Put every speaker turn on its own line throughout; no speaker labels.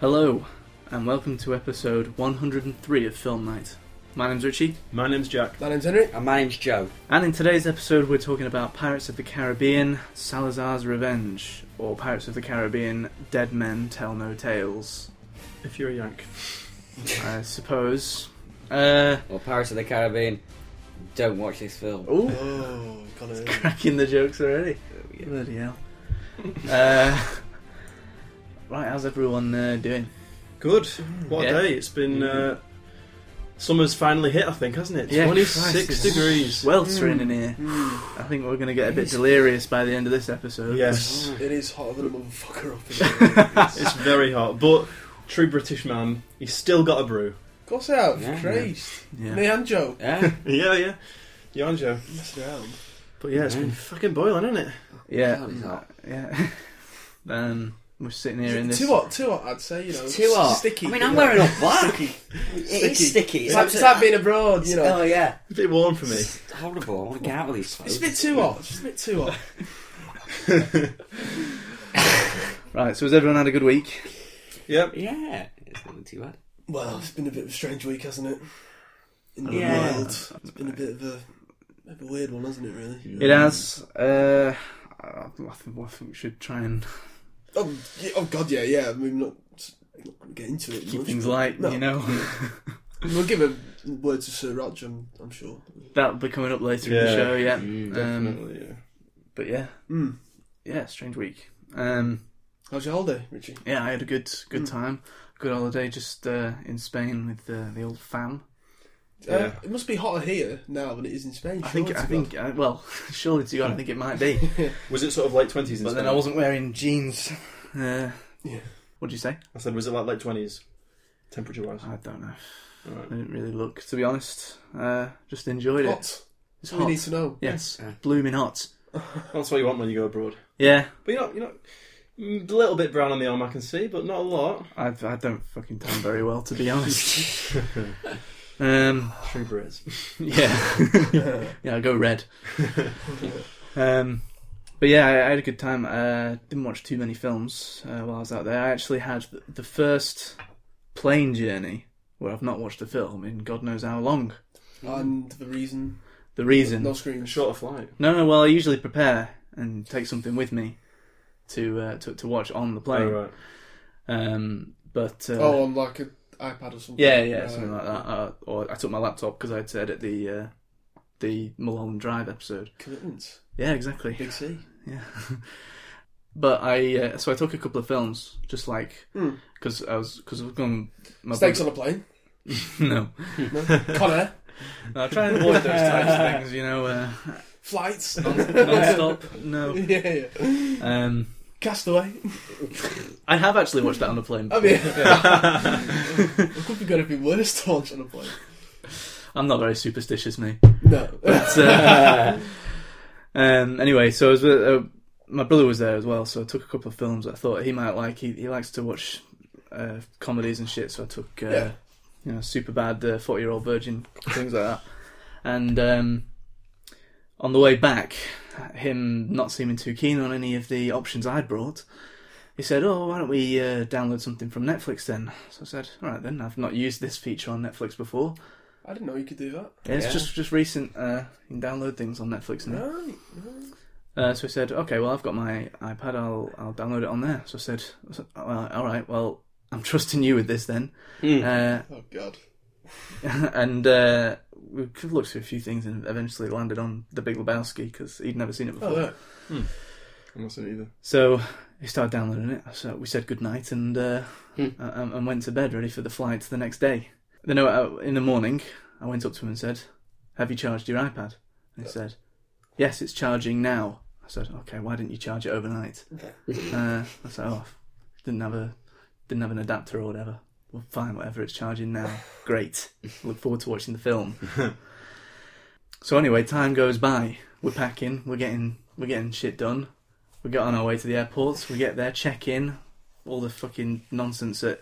Hello, and welcome to episode 103 of Film Night. My name's Richie,
My name's Jack.
My name's Henry.
And my name's Joe.
and in today's episode, we're talking about Pirates of the Caribbean Salazar's Revenge, or Pirates of the Caribbean Dead Men Tell No Tales,
If you're a Yank,
I suppose. Uh,
Or Pirates of the Caribbean. Don't watch this film.
ooh,
Oh, got it.
cracking the jokes already. Bloody hell. Uh, right, how's everyone uh, doing?
good. What
Yeah.
a day! It's been uh, summer's finally hit. I think, hasn't it?
Yeah,
Twenty
Christ,
six
it's-
degrees. Mm.
Weltering in here. I think we're going to get a bit delirious by the end of this episode.
Yes,
It is hotter than a motherfucker up in here.
it's very hot. But true British man, he's still got a brew.
Got out,
Yeah.
Christ.
Yeah.
Me and Joe.
Yeah?
Yeah, yeah. Mm-hmm. Yanjo.
Messing around.
But yeah, it's been
Yeah.
fucking boiling, hasn't it?
Yeah.
God, it's hot.
Yeah. um, we're sitting
Is
here in
it
this.
Too hot, too hot, I'd say, you know.
It's too hot.
Sticky.
I mean, I'm
you
wearing
know.
all black.
Sticky.
It is sticky.
It's like, it's like
absolutely-
being abroad, you know.
Oh, yeah.
A bit warm for me.
It's horrible. I want to get out of these
It's
clothes.
a bit too hot. It's just a bit too hot.
Right, so has everyone had a good week?
Yep.
Yeah. It's not too bad.
Well, it's been a bit of a strange week, hasn't it? In the
Yeah.
world. It's been a bit of a, bit of a weird one, hasn't it, really?
It has. Uh, I think, I think we should try and
Oh, yeah, oh God, yeah, yeah. I mean, not, not going to get into it.
keep
much,
things
but-
light,
No.
you know.
We'll give a word to Sir Rog, I'm, I'm sure. Oh,
That'll be coming up later in the
Yeah.
show, yeah.
Mm,
um,
Definitely. yeah.
but yeah,
Mm.
yeah, strange week. Um,
How's your holiday, Richie? Uh,
yeah, I had a good good
Mm.
time, good holiday just uh, in Spain with the, the old fam.
Uh,
Yeah.
it must be hotter here now than it is in Spain.
I think
surely,
I
to
think I, well, surely to God, I think it might be.
Was it sort of late twenties?
But then I wasn't wearing jeans. Uh,
Yeah.
What'd you say?
I said, was it like late twenties? Temperature wise.
I don't know. I
Right.
didn't really look, to be honest. Uh, just enjoyed
God.
it.
hot.
It's
That's all we need to know.
Yes,
Yeah.
blooming hot.
That's what you want when you go abroad.
Yeah,
But you're not, you're not mm, a little bit brown on the arm, I can see, but not a lot.
I've, I don't fucking tan very well, to be honest. um,
True Brits.
yeah, yeah, I go red. um, but yeah, I, I had a good time. Uh, didn't watch too many films uh, while I was out there. I actually had th- the first plane journey where I've not watched a film in God knows how long. Um,
And the reason.
The reason
No
A
screens.
shorter flight.
No, no. Well, I usually prepare and take something with me to uh, to, to watch on the plane.
Oh, right.
Um, but uh,
oh, on like an iPad or something.
yeah, yeah,
Right.
something like that. Uh, or I took my laptop because I had to edit the uh, the Mulholland Drive episode.
Commitments.
Yeah, exactly.
Big C.
Yeah. but I uh, so I took a couple of films just like
Mm.
because I was because I was going Hmm. my
Steaks on a plane.
no.
Con Air.
no, I try and avoid those types of things. You know, uh,
Flights.
non-stop. No.
yeah, yeah.
Um,
Castaway.
I have actually watched that on the plane.
I mean,
Yeah.
it could be going to be worse to watch on a plane.
I'm not very superstitious, me.
No.
But, uh, um, anyway, so I was with, uh, my brother was there as well, so I took a couple of films that I thought he might like. He, he likes to watch uh, comedies and shit, so I took uh,
Yeah.
you know super bad uh, forty year old virgin things like that. And um, on the way back, him not seeming too keen on any of the options I'd brought. He said, "Oh, why don't we uh, download something from Netflix then?" So I said, "All right then. I've not used this feature on Netflix before.
I didn't know you could do that.
Yeah, it's
Yeah.
just just recent. Uh, you can download things on Netflix now.
Right. right.
Uh, so I said, okay, well, I've got my iPad. I'll I'll download it on there. So I said, I said, well, all right, well, I'm trusting you with this then.
Mm.
Uh,
Oh, God.
and uh, we looked through a few things and eventually landed on The Big Lebowski because he'd never seen it before.
Oh, yeah.
I'm not seeing it either.
So he started downloading it. So we said goodnight and uh,
Hmm.
and, and went to bed ready for the flight the next day. Then uh, in the morning, I went up to him and said, "Have you charged your iPad?" And he said, "Yes, it's charging now." I said, "Okay, why didn't you charge it overnight?" uh, I said, "Oh, didn't have a didn't have an adapter or whatever." Well, fine, whatever. It's charging now. Great. Look forward to watching the film. so anyway, time goes by. We're packing. We're getting we're getting shit done. We get on our way to the airport. We get there, check in, all the fucking nonsense at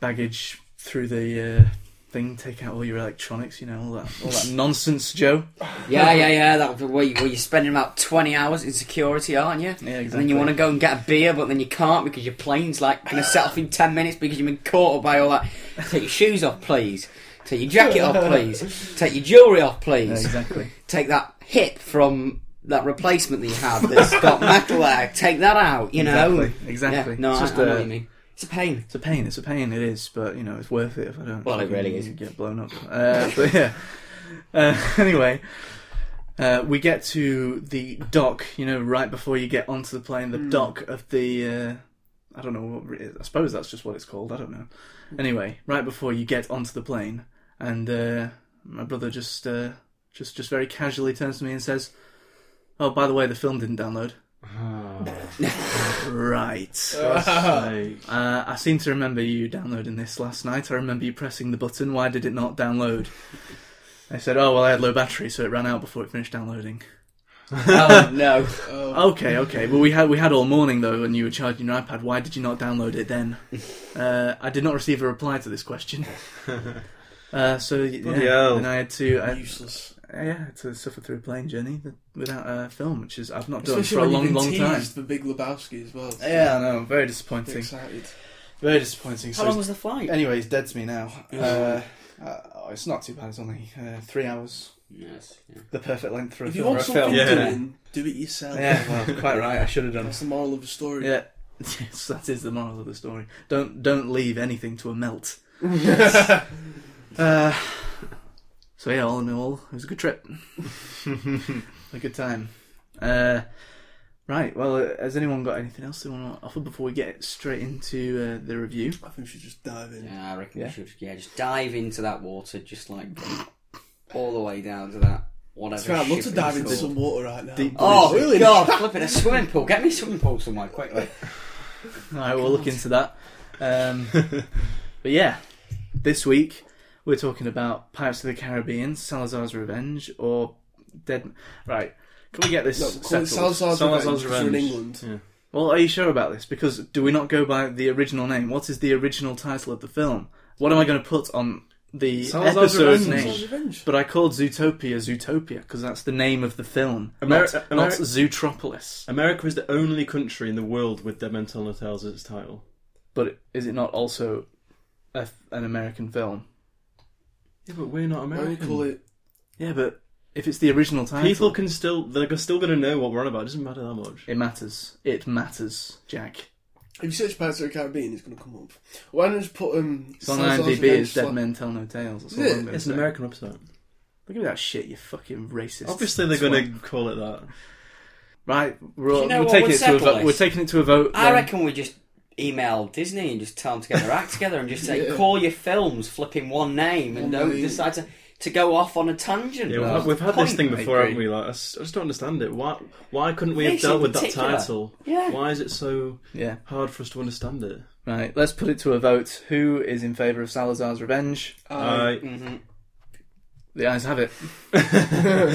baggage through the uh, thing, take out all your electronics, you know, all that, all that nonsense, Joe.
Yeah, yeah, yeah. That where you where you're spending about twenty hours in security, aren't you?
Yeah,
And then you
exactly.
want to go and get a beer, but then you can't because your plane's like going to set off in ten minutes because you've been caught up by all that. Take your shoes off, please. Take your jacket off, please. Take your jewelry off,
Yeah,
please.
exactly.
Take that hip from that replacement that you had that's got metal there. Take that out. You know.
Exactly. Exactly.
Yeah, no,
It's
I,
just
I know
a-
what you mean. It's a pain.
It's a pain. It's a pain. It is, but you know, it's worth it if I don't.
Well, it really is.
Get blown up. Uh, but yeah. Uh, anyway, uh, we get to the dock. You know, right before you get onto the plane, the dock of the. Uh, I don't know what it is. I suppose that's just what it's called. I don't know. Anyway, right before you get onto the plane, and uh, my brother just uh, just just very casually turns to me and says, "Oh, by the way, the film didn't download." Right. Uh, I seem to remember you downloading this last night. I remember you pressing the button. Why did it not download? I said, oh, well, I had low battery, so it ran out before it finished downloading. Um,
oh no.
Okay, okay. Well, we had we had all morning, though, and you were charging your iPad. Why did you not download it then? Uh, I did not receive a reply to this question. Uh, so,
Bloody
yeah,
hell.
and I had to... I,
Useless.
yeah, I had to suffer through a plane journey without a film, which is I've not done
Especially
for a
when
long,
you've
long
been
time.
teased The Big Lebowski as well.
Yeah, I know. Very
Get
disappointing.
Excited.
Very disappointing.
How
So
long was the flight?
Anyway, he's dead to me now. Uh, uh, oh, it's not too bad. It's only uh, three hours.
Yes. Yeah.
The perfect length for a
If you
film.
want
or a film.
something
Yeah.
doing, do it yourself.
Yeah, well, quite right. I should have done. it.
That's the moral of the story.
Yeah, yes, that is the moral of the story. Don't don't leave anything to a melt. uh, so yeah, all in all, it was a good trip. a good time. Uh, right. Well, uh, has anyone got anything else they want to offer before we get straight into uh, the review?
I think we should just dive in.
Yeah, I reckon
Yeah.
we should. Yeah, just dive into that water, just like all the way down to that whatever.
It's right, I'd love to
ship it's
dive into
called.
some water right now.
Deep
Oh
Really? Um,
God! Flipping a swimming pool. Get me a swimming pool somewhere quickly.
All right, we'll Oh, look into that. Um, but yeah, this week we're talking about Pirates of the Caribbean, Salazar's Revenge, or Dead. Right, can we get this
No, call it
settled?
Salazar's
Salazar's
Revenge. 'cause we're in
Revenge.
England.
well, are you sure about this? Because do we not go by the original name? What is the original title of the film? What am I going to put on the
Salazar's
episode
Revenge.
name?
Salazar's Revenge.
But I called Zootopia Zootopia because that's the name of the film,
Ameri-
not,
Ameri-
not Zootropolis.
America is the only country in the world with Dementor Hotels as its title.
But is it not also a f an American film?
Yeah, but we're not
Why don't we
American.
call it
Yeah, but if it's the original title,
People can still they're still going to know what we're on about. It doesn't matter that much.
It matters. It matters, Jack.
If you search Pirates of the Caribbean, it's going to come up. Why don't I just put um,
It's on
Salazar's
IMDb.
Revenge
It's Dead
slash-
Men Tell No Tales. That's all
Is it?
I'm gonna
It's an
say.
American website.
Look at that shit, you fucking racist.
Obviously, they're
twat.
going to call it that.
Right, we're, all,
You know
we're
what,
taking it
we'll
to a
settle
vote.
this.
We're taking it to a vote.
I
then.
reckon we just email Disney and just tell them to get their act together and just say,
Yeah.
call your films flipping one name, and
One
don't
name.
decide to, to go off on a tangent.
Yeah,
That's
we've had- we've
the
had this
point.
thing before,
I
haven't we? Like, I s- I just don't understand it. Why? Why couldn't we have
This in
dealt with that
particular.
title?
Yeah.
Why is it so
Yeah.
hard for us to understand it?
Right, let's put it to a vote. Who is in favour of Salazar's revenge?
Aye.
Aye.
Mhm.
The eyes have it.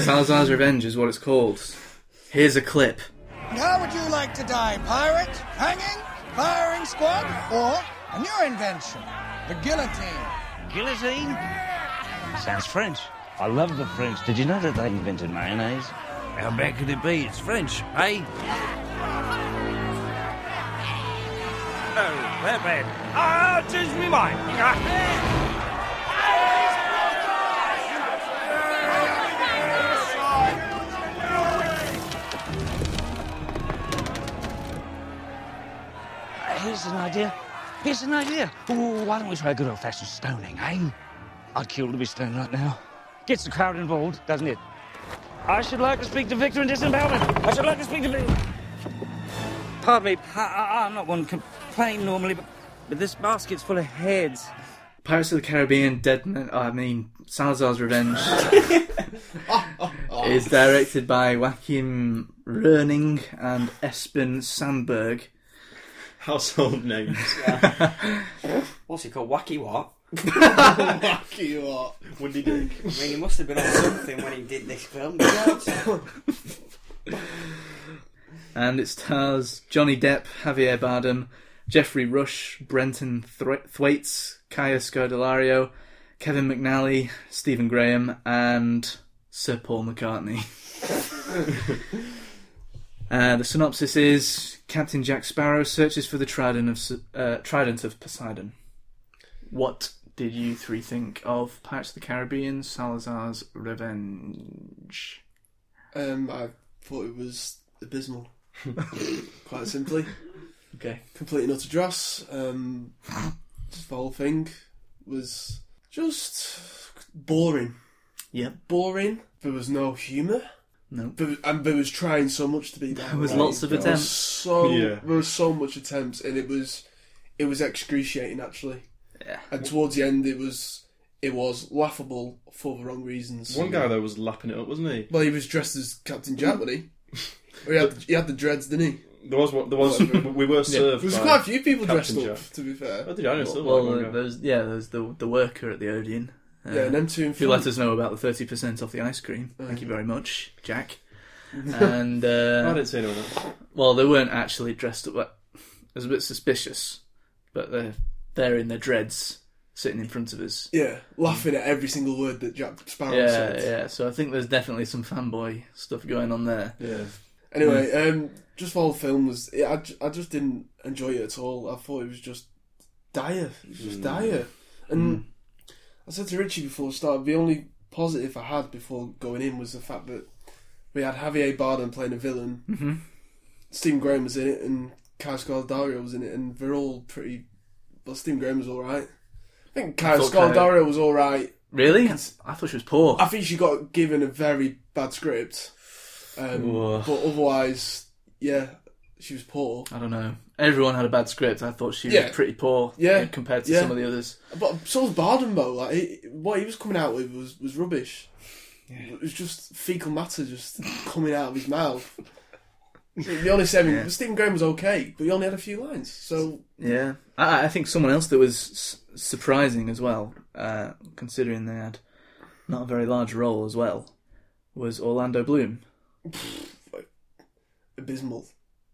Salazar's revenge is what it's called. Here's a clip.
How would you like to die, pirate? Hanging? Firing squad? Or a new invention? The guillotine.
Guillotine? Sounds French. I love the French. Did you know that they invented mayonnaise? How bad could it be? It's French, eh? Oh, that bad. Ah, tis me mind. Ah. Here's an idea. Here's an idea. Ooh, why don't we try a good old-fashioned stoning, eh? I'd kill to be stoned right now. Gets the crowd involved, doesn't it? I should like to speak to Victor in disembowelment. I should like to speak to Victor. Pardon me, pa- I- I'm not one to complain normally, but, but this basket's full of heads.
Pirates of the Caribbean, Dead Men. Oh, I mean, Salazar's Revenge is directed by Joachim Roening and Espen Sandberg.
Household names.
What's it called? Wacky What?
Fuck you up.
Windy Dick.
I mean, he must have been on something when he did this film. God.
and it stars Johnny Depp, Javier Bardem, Jeffrey Rush, Brenton Thra- Thwaites, Kaya Scodelario, Kevin McNally, Stephen Graham, and Sir Paul McCartney. uh, the synopsis is Captain Jack Sparrow searches for the trident of S- uh, trident of Poseidon. What did you three think of Patch the Caribbean: Salazar's Revenge?
Um, I thought it was abysmal. Quite simply,
Okay.
complete and utter dross. Um, just the whole thing was just boring.
Yep.
Boring. There was no humour.
No.
There was, and there was trying so much to be. There
was lots of
was
attempts.
So
Yeah.
there was so much attempts, and it was it was excruciating actually. Yeah. And towards the end, it was it was laughable for the wrong reasons.
One guy though was lapping it up, wasn't he?
Well, he was dressed as Captain Jack, wasn't he? Or he had the, he had the dreads, didn't he?
There was one. There was. we were served.
There was
by-
quite a few people
Captain
dressed up,
Jack.
to be fair.
Oh, did I? I know still
Well,
like one guy.
there's yeah, there's the the worker at the Odeon. Uh,
yeah, and them two in
who
front.
let us know about the thirty percent off the ice cream. Thank
Uh.
you very much, Jack. and uh,
I didn't see anyone else.
Well, they weren't actually dressed up. Like, it was a bit suspicious, but they're they're in their dreads, sitting in front of us.
Yeah, laughing at every single word that Jack Sparrow
Yeah,
said.
yeah. So I think there's definitely some fanboy stuff going on there.
Yeah.
Anyway, um, just the whole film was. It, I, ju- I just didn't enjoy it at all. I thought it was just dire. It was just dire. And I said to Richie before the start, the only positive I had before going in was the fact that we had Javier Bardem playing a villain, mm-hmm. Stephen Graham was in it, and Kai Scardario was in it, and they're all pretty. Well, Stephen Graham was alright. I think Kai
thought Kyle-
Scardario was alright.
Really? I thought she was poor.
I think she got given a very bad script. Um,
Whoa.
but otherwise, yeah, she was poor.
I don't know. Everyone had a bad script. I thought she
Yeah.
was pretty poor.
Yeah.
uh, Compared to
Yeah.
some of the others.
But so was Bardem though. Like he, what he was coming out with was, was rubbish. It was just fecal matter just coming out of his mouth. To be honest, I mean, Stephen Graham was okay, but he only had a few lines. So
Yeah. I, I think someone else that was s- surprising as well, uh, considering they had not a very large role as well, was Orlando Bloom.
abysmal.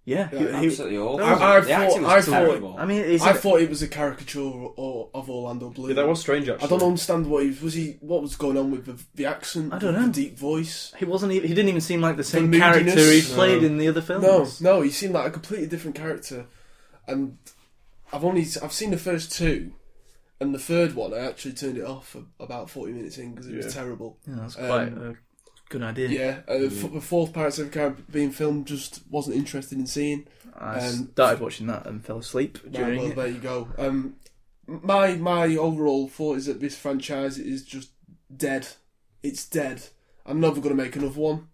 Yeah. he-
Yeah,
he-
Absolutely awful.
I- I
the acting
thought-
was
I thought-
terrible.
I mean, he's
I thought it was a caricature o- of Orlando Bloom.
yeah, that was strange actually.
I don't understand what he was. He what was going on with the, the accent?
I don't
the
know.
deep voice.
He wasn't. Even, he didn't even seem like the same
moodiness?
character he
No.
played in the other films.
No, no, he seemed like a completely different character, and I've only I've seen the first two, and the third one I actually turned it off a- about forty minutes in because it was terrible.
Yeah, that's quite a good idea.
Um, Yeah, uh, f- the fourth Pirates of the Caribbean film just wasn't interested in seeing.
I
um,
started watching that and fell asleep
Right,
during
well,
it.
there you go. Um, my my overall thought is that this franchise is just dead. It's dead. I'm never going to make another one.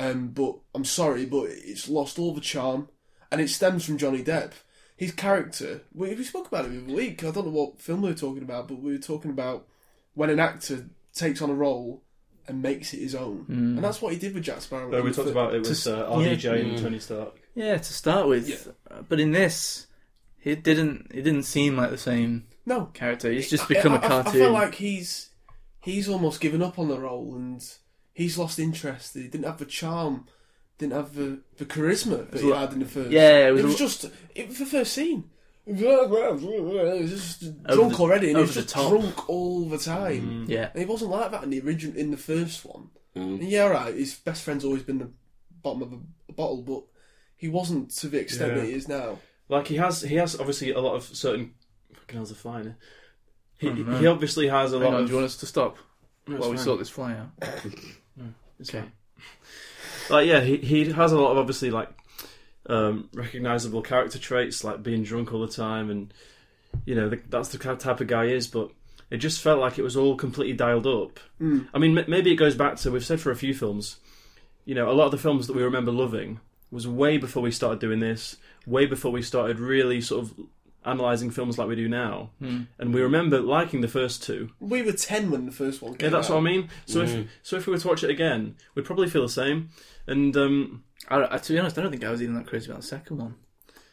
Um, but I'm sorry, but it's lost all the charm, and it stems from Johnny Depp. His character. We, we spoke about it the other week. I don't know what film we were talking about, but we were talking about when an actor takes on a role and makes it his own,
Hmm.
and that's what he did with Jack Sparrow.
No, we talked about it with uh, RDJ and
Mm.
Tony Stark.
Yeah, to start with, Uh, but in this, he didn't. He didn't seem like the same
no
character. He's just become a
I- I-
cartoon.
I, feel like he's he's almost given up on the role and he's lost interest. He didn't have the charm, didn't have the, the charisma that he
lo-
had in the first.
Yeah, it was
it
a
was
lo-
just it was the first scene. It was just drunk
the-
already, and he
over
was
the
just
top. Mm.
drunk all the time.
yeah,
And he wasn't like that in the original, in the first one. And yeah, right. His best friend's always been the bottom of a bottle, but he wasn't to the extent
Yeah.
that he is now.
Like he has, he has obviously a lot of certain. Fucking hell's a fine. eh? He,
Mm-hmm.
he obviously has a
Hang
lot
on,
of.
do you want us to stop
No, it's
while we
fine.
sort this fly out?
okay. Like yeah, he he has a lot of obviously like um, recognizable character traits, like being drunk all the time, and you know the, that's the kind of type of guy he is. But it just felt like it was all completely dialed up. I mean, m- maybe it goes back to we've said for a few films, you know, a lot of the films that we remember loving was way before we started doing this, way before we started really sort of analyzing films like we do now, and we remember liking the first two.
We were ten when the first one came.
Yeah, that's
out.
what I mean. So if so, if we were to watch it again, we'd probably feel the same. And um,
I, I, to be honest, I don't think I was even that crazy about the second one.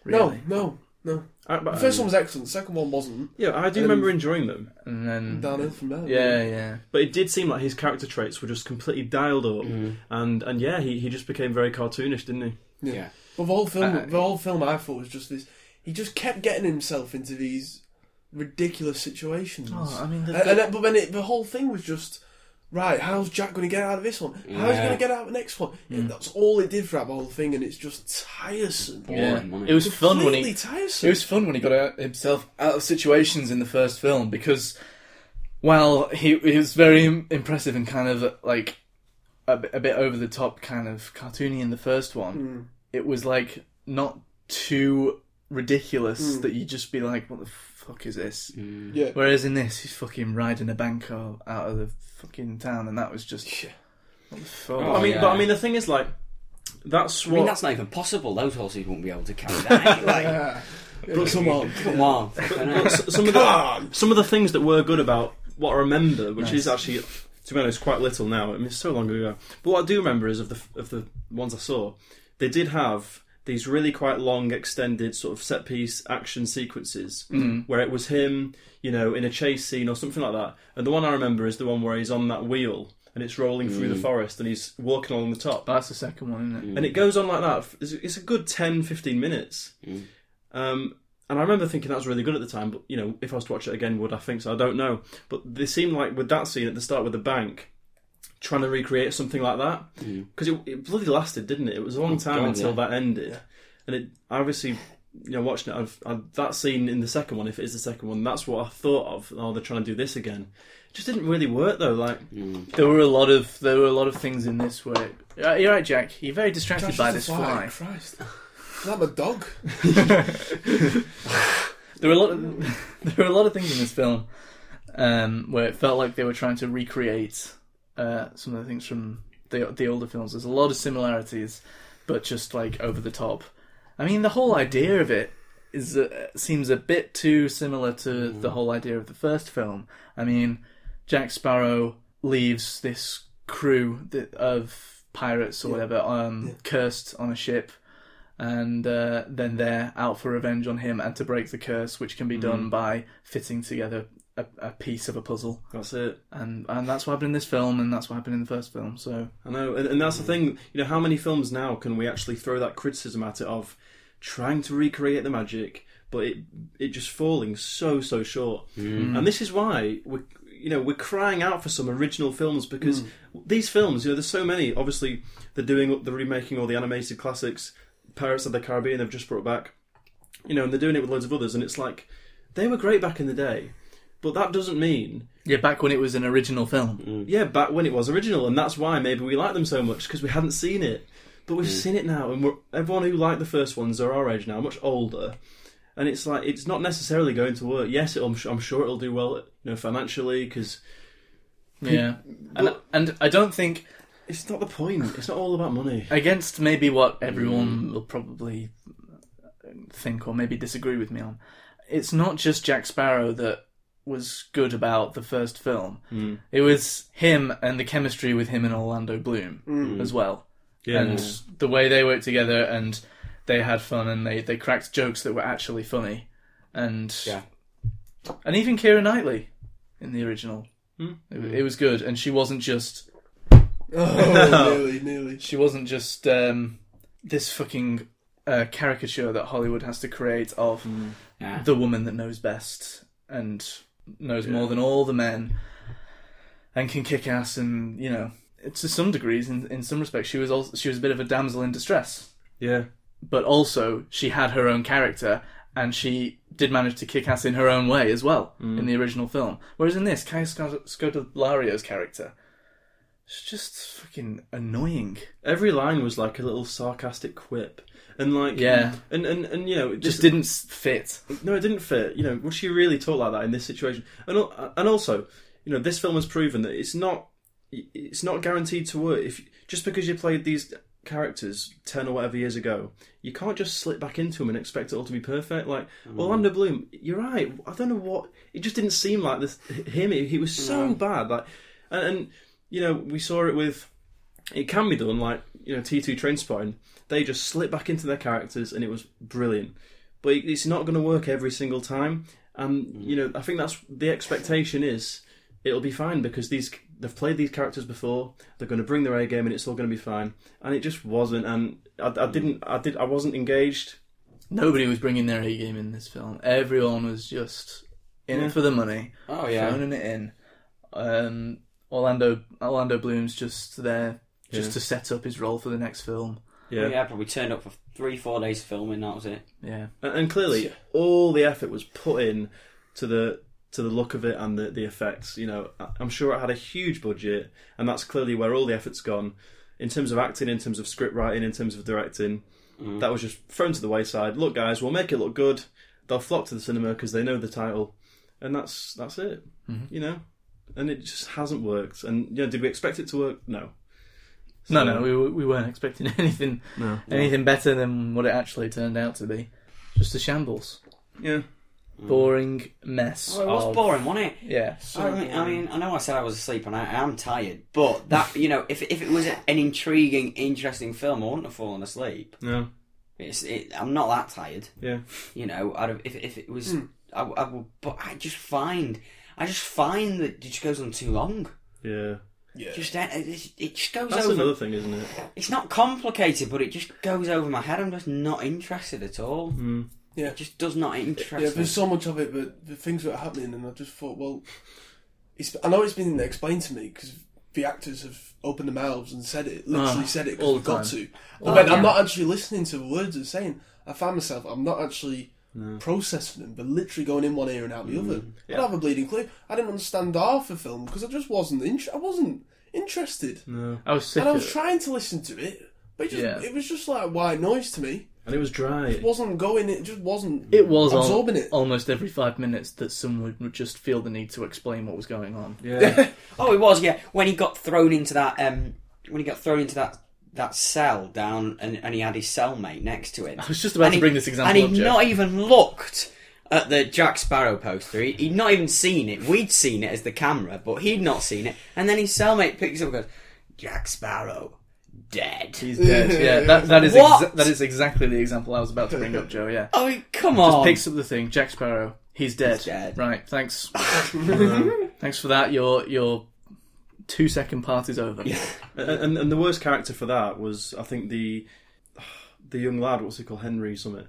No,
Really.
no, no.
I, but-
The first one was excellent. The second one wasn't.
yeah, I do remember enjoying them,
And then
Downhill from there.
yeah, yeah.
but it did seem like his character traits were just completely dialed up, and and yeah, he, he just became very cartoonish, didn't he?
Yeah.
Uh,
But the whole film, the whole film, I thought was just this. He just kept getting himself into these ridiculous situations.
Oh, I mean, the-
And- and then- but then it, the whole thing was just right. How's Jack going to get out of this one? How's he
Yeah.
going to get out of the next one?
Hmm.
And That's all it did throughout the whole thing, and it's just tiresome.
Yeah.
Boring, wasn't it?
It was fun when
Completely
he
tiresome.
It was fun when he got out, himself out of situations in the first film because, while he, he was very im- impressive and kind of like a, bi- a bit over the top, kind of cartoony in the first one, it was like not too ridiculous that you just be like, "What the fuck is this?"
Yeah.
Whereas in this, he's fucking riding a bank out of the fucking town, and that was just. What the fuck?
I mean,
yeah.
but I mean, the thing is, like, that's
I
what.
mean, that's not even possible. Those horses won't be able to carry that. like,
Yeah. come on.
come on.
S- some of the some of the things that were good about what I remember, which is actually, to be honest, quite little now. I mean, it's so long ago. But what I do remember is of the of the ones I saw, they did have these really quite long, extended sort of set piece action sequences where it was him, you know, in a chase scene or something like that. And the one I remember is the one where he's on that wheel and it's rolling through the forest and he's walking along the top
That's the second one, isn't it?
and it
Mm.
goes on like that. It's, it's a good 10, 15 minutes.
Mm.
Um, and I remember thinking that was really good at the time, but you know, if I was to watch it again, would I think so? I don't know. But they seemed like with that scene at the start with the bank, trying to recreate something like that because it, it bloody lasted, didn't it? It was a long time
Mm. Oh, God,
until
yeah.
that ended, and it I obviously. You know, watching it, I've, i that scene in the second one, if it is the second one, that's what I thought of. Oh, they're trying to do this again. It just didn't really work though. Like,
There were a lot of there were a lot of things in this where uh, you're right, Jack. You're very distracted by this fly.
Christ. Is that my dog?
There were a lot of there were a lot of things in this film um, where it felt like they were trying to recreate uh, some of the things from the the older films. There's a lot of similarities, but just like over the top. I mean, the whole idea of it is uh, seems a bit too similar to the whole idea of the first film. I mean, Jack Sparrow leaves this crew that, of pirates or whatever, um, cursed on a ship, and uh, then they're out for revenge on him and to break the curse, which
Mm.
can be done by fitting together a, a piece of a puzzle.
that's it.
And and that's what happened in this film, and that's what happened in the first film. So
I know, and, and that's the thing. You know, how many films now can we actually throw that criticism at it of trying to recreate the magic, but it it just falling so so short. And this is why we, you know, we're crying out for some original films because these films, you know, there's so many. Obviously, they're doing, they're remaking all the animated classics. Pirates of the Caribbean, they've just brought back. You know, and they're doing it with loads of others, and it's like they were great back in the day, but that doesn't mean
yeah, back when it was an original film.
yeah, back when it was original, and that's why maybe we like them so much because we hadn't seen it, but
Hmm.
we've seen it now, and we're, everyone who liked the first ones are our age now, much older, and it's like it's not necessarily going to work. Yes, it'll, I'm, su- I'm sure it'll do well, you know, financially because
Yeah, and and I don't think
it's not the point. It's not all about money.
against maybe what
Mm.
everyone will probably think or maybe disagree with me on. It's not just Jack Sparrow that was good about the first film.
Mm.
It was him and the chemistry with him and Orlando Bloom
Mm.
as well. And the way they worked together and they had fun and they, they cracked jokes that were actually funny. And
Yeah.
and even Kira Knightley in the original. It, it was good and she wasn't just
Oh, nearly, nearly.
she wasn't just um, this fucking uh, caricature that Hollywood has to create of
Hmm. Yeah.
the woman that knows best and knows more than all the men and can kick ass and you know to some degrees in, in some respects she was also, she was a bit of a damsel in distress
Yeah,
but also she had her own character and she did manage to kick ass in her own way as well
Mm.
in the original film. Whereas in this, Kaya Sc- Scodelario's character, she's just fucking annoying.
every line was like a little sarcastic quip, and like
Yeah.
and and and you know, it
Just
just
didn't s- fit.
No, it didn't fit. You know, would she really talk like that in this situation? And al- and also, you know, this film has proven that it's not it's not guaranteed to work. If just because you played these characters ten or whatever years ago, you can't just slip back into them and expect it all to be perfect. Like Orlando Bloom, you're right. I don't know what it just didn't seem like this. Him, he, he was so bad. Like, and, and you know, we saw it with it can be done like you know T2 train spotting they just slip back into their characters and it was brilliant but it- it's not going to work every single time and you know I think that's the expectation is it'll be fine because these they've played these characters before they're going to bring their A game and it's all going to be fine and it just wasn't and I, I didn't I did I wasn't engaged
Nobody was bringing their A game in this film. Everyone was just in it for the money,
Oh yeah.
phoning it in. Um, Orlando Orlando Bloom's just there just
Yeah.
to set up his role for the next film.
Yeah.
Yeah, probably turned up for three, four days filming. That was it.
Yeah,
And, and clearly, all the effort was put in to the to the look of it and the, the effects. You know, I- I'm sure it had a huge budget, and that's clearly where all the effort's gone in terms of acting, in terms of script writing, in terms of directing.
Mm.
That was just thrown to the wayside. Look, guys, we'll make it look good. They'll flock to the cinema because they know the title, and that's that's it.
Mm-hmm.
You know, and it just hasn't worked. And you know, did we expect it to work? No.
no,
Um,
no, we were- we weren't expecting anything anything better than what it actually turned out to be. Just a shambles,
Yeah.
boring mess.
Well, Oh, it was
of-
boring, wasn't it?
Yeah,
I mean, I mean, I know I said I was asleep and I am tired, but that you know, if if it was an intriguing, interesting film, I wouldn't have fallen asleep.
No.
It's, it, I'm not that tired,
Yeah.
you know. I'd have, if if it was, I, I would, but I just find, I just find that it just goes on too long.
Yeah.
Yeah.
Just uh, it, just- it just goes
That's
over.
another thing, isn't it?
It's not complicated, but it just goes over my head. I'm just not interested at all.
Hmm.
Yeah.
It just does not
Yeah,
interest me.
there's so much of it, but the things that are happening, and I just thought, well, it's, I know it's been explained to me because the actors have opened their mouths and said it, literally
Ah,
said it
all
because
the
we got
time.
to. But then I'm not actually listening to the words they're saying. I found myself, I'm not actually processing them, but literally going in one ear and out the other.
Mm,
I don't have a bleeding clue. I didn't understand half the film because I just wasn't. Int- I wasn't interested,
I was sick.
and I
Of
was
it.
trying to listen to it, but it, just,
Yeah.
it was just like white noise to me.
And it was dry.
It wasn't going. It just wasn't.
It was al-
absorbing it.
almost every five minutes that someone would just feel the need to explain what was going on.
Yeah.
Oh, it was yeah. When he got thrown into that, um, when he got thrown into that that cell down, and, and he had his cellmate next to him. I
was just about to bring this example
and
up,
he
Jeff.
not even looked at the Jack Sparrow poster. He, he'd not even seen it. We'd seen it as the camera, but he'd not seen it. And then his cellmate picks up and goes, "Jack Sparrow, dead."
He's dead. yeah, that, that is
What?
exa- that is exactly the example I was about to bring up, Joe. Yeah,
I mean, come on.
picks up the thing. Jack Sparrow. He's dead.
Um, dead.
Right. Thanks. thanks for that. Your your two second part is over.
And, and, and the worst character for that was, I think, the the young lad, what's he called? Henry something.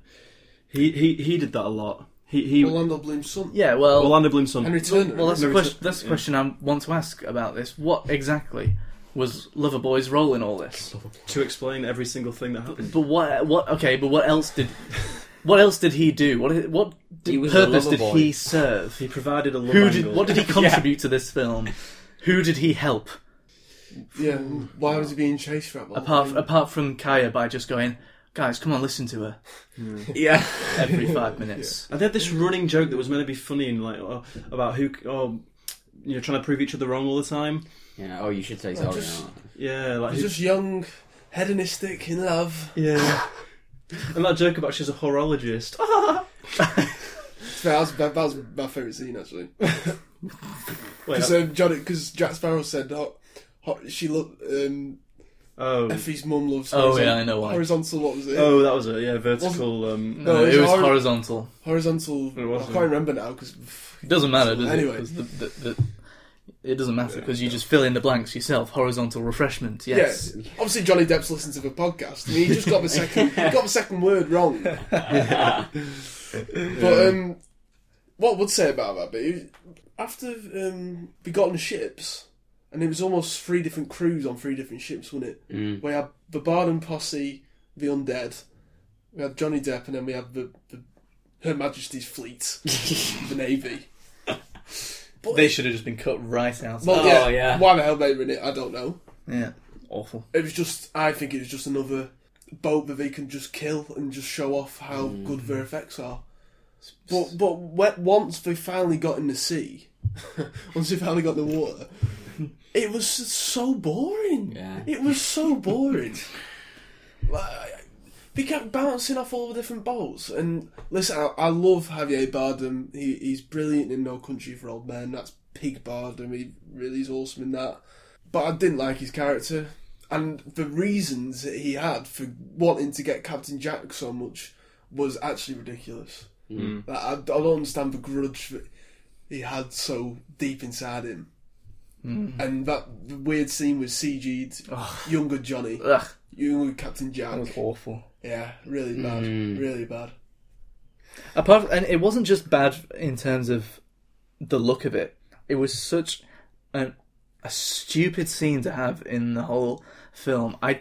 He he, he did that a lot. He, he
Orlando Bloom's son.
Yeah. Well.
Orlando Bloom's son.
Henry Turner.
well, that's the
Maybe
question.
so-
That's the question I want to ask about this. What exactly was Loverboy's role in all this?
to explain every single thing that happened.
But what? What? Okay. But what else did? What else did he do? What? What did,
was the
purpose did
Loverboy.
he serve?
He provided a love
Who did?
angle.
What did he contribute to this film? Who did he help?
Yeah, why was he being chased for that long?
Apart, apart from Kaya, by just going, guys, come on, listen to her
yeah.
every five minutes.
And they had this running joke that was meant to be funny and like oh, about who, oh, you know, trying to prove each other wrong all the time.
yeah. Oh, you should say sorry.
just-
aren't you?
Yeah, like
He's just young, hedonistic, in love.
yeah. and that joke about she's a horologist. Oh,
That was, that was my favourite scene, actually.
Wait,
Because um, Jack Sparrow said, oh, ho- she loved, um,
oh,
Effie's mum loves
Oh,
horizon-
yeah, I know why.
Horizontal, what was it?
oh, that was a yeah vertical. Um,
No,
it's
it was
hor-
horizontal.
Horizontal, I
wasn't.
can't remember now, because...
It doesn't matter, does
Anyway.
it? 'Cause the- the- the- it doesn't matter because you just fill in the blanks yourself. Horizontal refreshment, yes.
Yeah, obviously Johnny Depp's listened to the podcast, and he just got the second he got the second word wrong. But um, what I would say about that bit is after um, Begotten Ships, and it was almost three different crews on three different ships, wasn't it? Mm. We had the Barden Posse, the Undead, we had Johnny Depp, and then we had the, the Her Majesty's Fleet, the Navy.
They should have just been cut right out.
Well,
Oh,
yeah,
yeah.
why the hell they were in it, I don't know.
yeah, awful.
It was just, I think it was just another boat that they can just kill and just show off how good their effects are. But but whe- once they finally got in the sea, once they finally got in the water, it was so boring.
Yeah.
It was so boring. like, they kept bouncing off all the different boats. And listen, I, I love Javier Bardem. He, he's brilliant in No Country for Old Men. That's Pig Bardem. He really is awesome in that. But I didn't like his character. And the reasons that he had for wanting to get Captain Jack so much was actually ridiculous. Like, I, I don't understand the grudge that he had so deep inside him. And that weird scene with CG'd younger Johnny,
Ugh,
younger Captain
that
Jack.
was awful.
Yeah, really
Hmm.
bad, really bad.
Apart, and it wasn't just bad in terms of the look of it. It was such an, a stupid scene to have in the whole film. I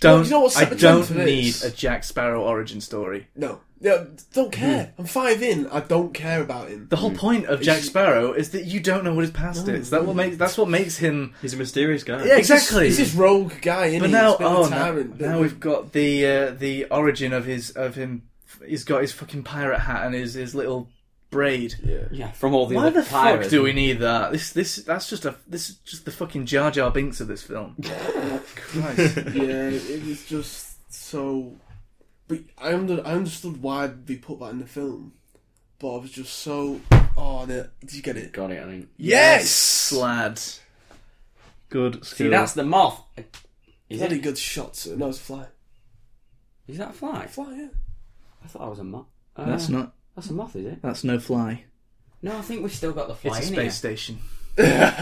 don't.
you know what's
I
set the tone
don't
for
need
this?
a Jack Sparrow origin story.
No, yeah, don't care.
Hmm.
I'm five in. I don't care about him.
The whole point of Jack Sparrow is that you don't know what his past is. That what makes that's what makes him.
He's a mysterious guy.
Yeah,
He's this-
exactly.
He's this rogue guy, is
but now, oh, now,
tyrant.
now we've got the uh, the origin of his of him. He's got his fucking pirate hat and his his little braid.
Yeah, from all the
Why
other
the
pirates.
fuck do we need that? This this that's just a this is just the fucking Jar Jar Binks of this film. Christ.
yeah, it was just so. But I, under, I understood why they put that in the film, but I was just so. Oh, no, did you get it?
Got it. I think.
Yes,
Lad.
Good skill.
See, that's the moth. Is
bloody
that,
good shots. No, it's a fly.
is that a fly?
Fly, yeah.
I thought that was a moth. Uh,
That's not
That's a moth, is it?
that's no fly.
No, I think we've still got the fly
It's a
in
space
here.
station.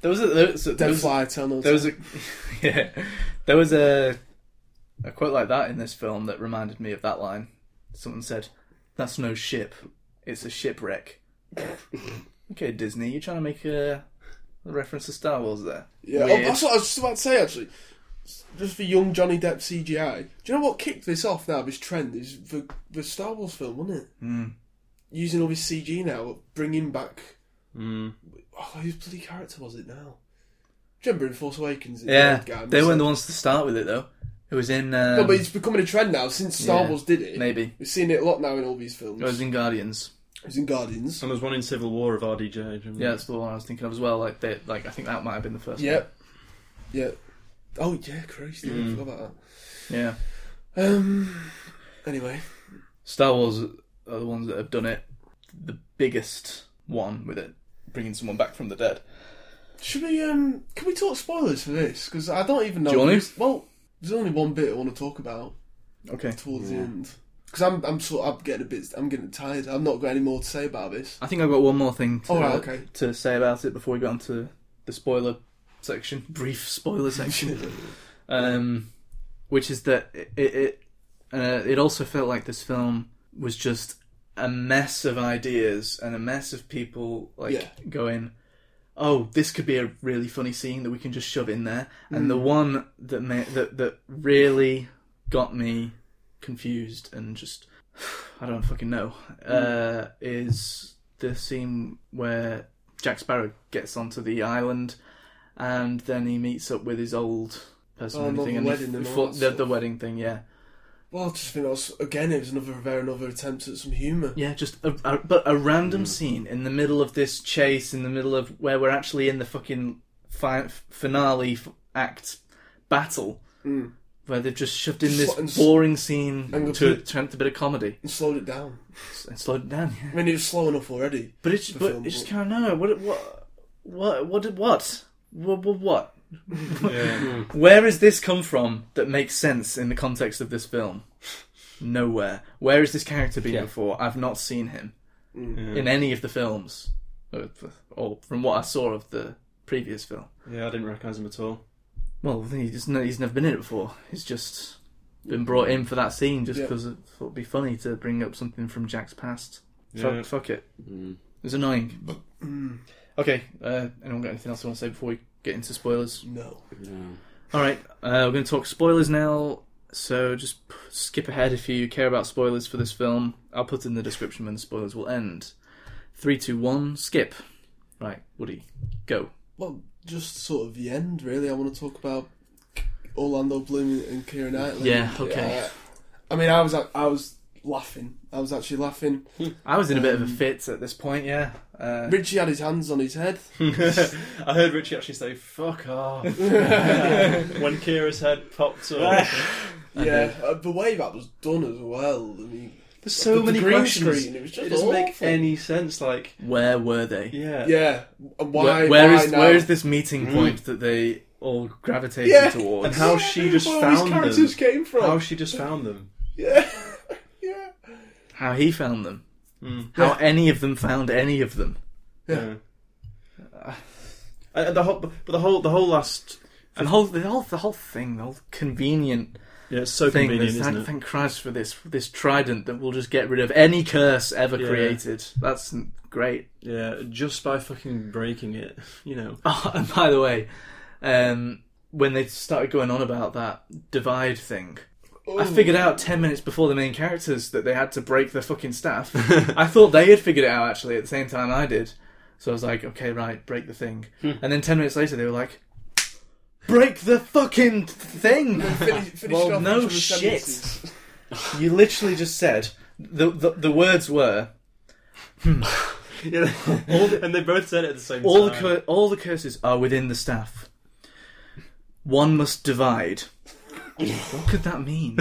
there was a there was, there
Dead
was,
fly. Tell no.
there was a yeah, there was a a quote like that in this film that reminded me of that line. Someone said, "That's no ship. It's a shipwreck." okay, Disney, you're trying to make a, a reference to Star Wars there.
Yeah, oh,
Weird.
that's what I was just about to say actually. Just for young Johnny Depp CGI. Do you know what kicked this off now? This trend is the the Star Wars film, wasn't it?
Hmm.
Mm. Using all this CG now, bringing back.
Hmm.
Oh, whose bloody character was it now? Do you remember in Force Awakens? the
Yeah,
old guy
they weren't the
said-
ones to start with it though. It was in um,
No, but it's becoming a trend now since Star
yeah,
Wars did it.
maybe.
we've seen it a lot now in all these films.
it was in Oh. Guardians.
It was in Guardians.
And there's one in Civil War of RDJ. do you remember?
Yeah, that's the one I was thinking of as well. Like, they, like I think that might have been the first.
Yep. Yep. Oh yeah, Christ! I
Hmm.
forgot about
One. Yeah,
that. Um. Anyway,
Star Wars are the ones that have done it. The biggest one with it, bringing someone back from the dead.
Should we? Um, can we talk spoilers for this? Because I don't even know.
Do you want
who's- Well, there's only one bit I want to talk about
Okay,
towards the end. Because I'm, I'm sort, I'm getting a bit, I'm getting tired. I've not got any more to say about this.
I think I've got one more thing to,
All right, okay.
to say about it before we go on to the spoiler section, brief spoiler section, um, which is that it it, uh, it also felt like this film was just a mess of ideas and a mess of people like
Yeah.
going. Oh, this could be a really funny scene that we can just shove in there. And the
Mm.
one that ma- that that really got me confused and just I don't fucking know.
Hmm.
Uh, is the scene where Jack Sparrow gets onto the island, and then he meets up with his old person
Oh,
and
not
everything,
the
and he f-
wedding and all
fo-
that
the,
stuff.
the wedding thing, yeah,
Well, I just think that was again, it was another very another attempt at some humour.
yeah, just a, a but a
Hmm.
random scene in the middle of this chase, in the middle of where we're actually in the fucking fi- finale f- act battle, where they've just shoved in
Sl- and
this
Hmm. s-
boring scene
and
to
complete-
attempt a bit of comedy
And slowed it down.
and slowed it down. Yeah.
I mean, it was slow enough already.
But it's but
film,
it's just
but-
kind of no. What what what what did- what what what? what? Where has this come from that makes sense in the context of this film? Nowhere. Where has this character been before? I've not seen him
Mm.
in any of the films, or- or from what I saw of the previous film.
Yeah, I didn't recognise him at all.
Well, he's ne- he's never been in it before. He's just been brought in for that scene just
Yeah.
because it thought it'd be funny to bring up something from Jack's past.
Yeah.
Fuck, fuck it.
Hmm,
It was annoying.
Hmm.
okay, uh, anyone got anything else they want to say before we get into spoilers?
No.
All right, uh, we're going to talk spoilers now. So just p- skip ahead if you care about spoilers for this film. I'll put in the description when the spoilers will end. Three, two, one, skip. Right, Woody, go.
Well, just sort of the end, really. I want to talk about Orlando Bloom and Keira Knightley.
Yeah, okay.
Uh, I mean, I was, I was laughing. I was actually laughing.
I was in a bit
Um,
of a fit at this point, yeah. Uh,
Richie had his hands on his head.
I heard Richie actually say "fuck off" when Kira's head popped up.
Yeah, uh, the way that was done as well. I mean,
There's so
The
many
green
questions.
screen, it was just
doesn't make
awful.
any sense. Like,
where were they?
yeah,
yeah. And Why?
Where- where
why
is
now? Hmm.
where is this meeting point that they all gravitated
Yeah.
towards?
and how she just
Where all these
found
characters
them.
came from?
How she just found them.
yeah, yeah.
how he found them,
Hmm.
how any of them found any of them.
Yeah. And- and Uh, the whole, but the whole, the whole last.
And the whole the whole the whole thing, the whole convenient
Yeah, it's so
thing.
convenient,
There's-
isn't
thank,
it?
thank Christ for this this trident that will just get rid of any curse ever
Yeah.
created. That's n- great.
Yeah, just by fucking breaking it, you know.
Oh, and by the way, um, when they started going on about that divide thing,
Oh.
I figured out ten minutes before the main characters that they had to break their fucking staff. I thought they had figured it out actually at the same time I did. So I was like, okay, right, break the thing.
Hmm.
And then ten minutes later, they were like, break the fucking thing.
Finish, finish
Well,
it off
no
with some
shit.
sentences.
you literally just said the the, the words were.
Yeah, and they both said it at the same
all the
time.
cur- all the curses are within the staff. One must divide. what could that mean?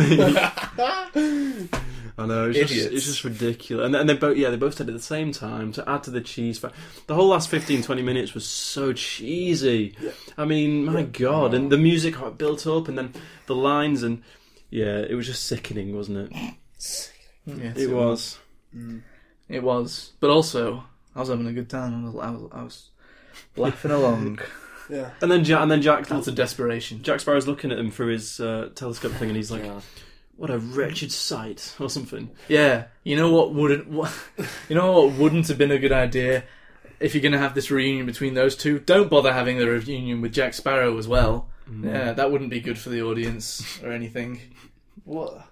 I know it's just,
Idiots.
it's just ridiculous. And, and they both yeah they both said it at the same time to add to the cheese. Fa- the whole last 15, 20 minutes was so cheesy. I mean, my god! And the music how it built up, and then the lines, and yeah, it was just sickening, wasn't it?
Yes,
It was.
It was. But also, I was having a good time. I was, I was, I was laughing along.
Yeah.
And then Jack, and then Jack,
That's a desperation.
Jack Sparrow's looking at him through his uh, telescope thing, and he's like,
Yeah.
"What a wretched sight," or something.
Yeah. You know what wouldn't? What, you know what wouldn't have been a good idea if you're going to have this reunion between those two? Don't bother having the reunion with Jack Sparrow as well. Yeah, that wouldn't be good for the audience or anything. What?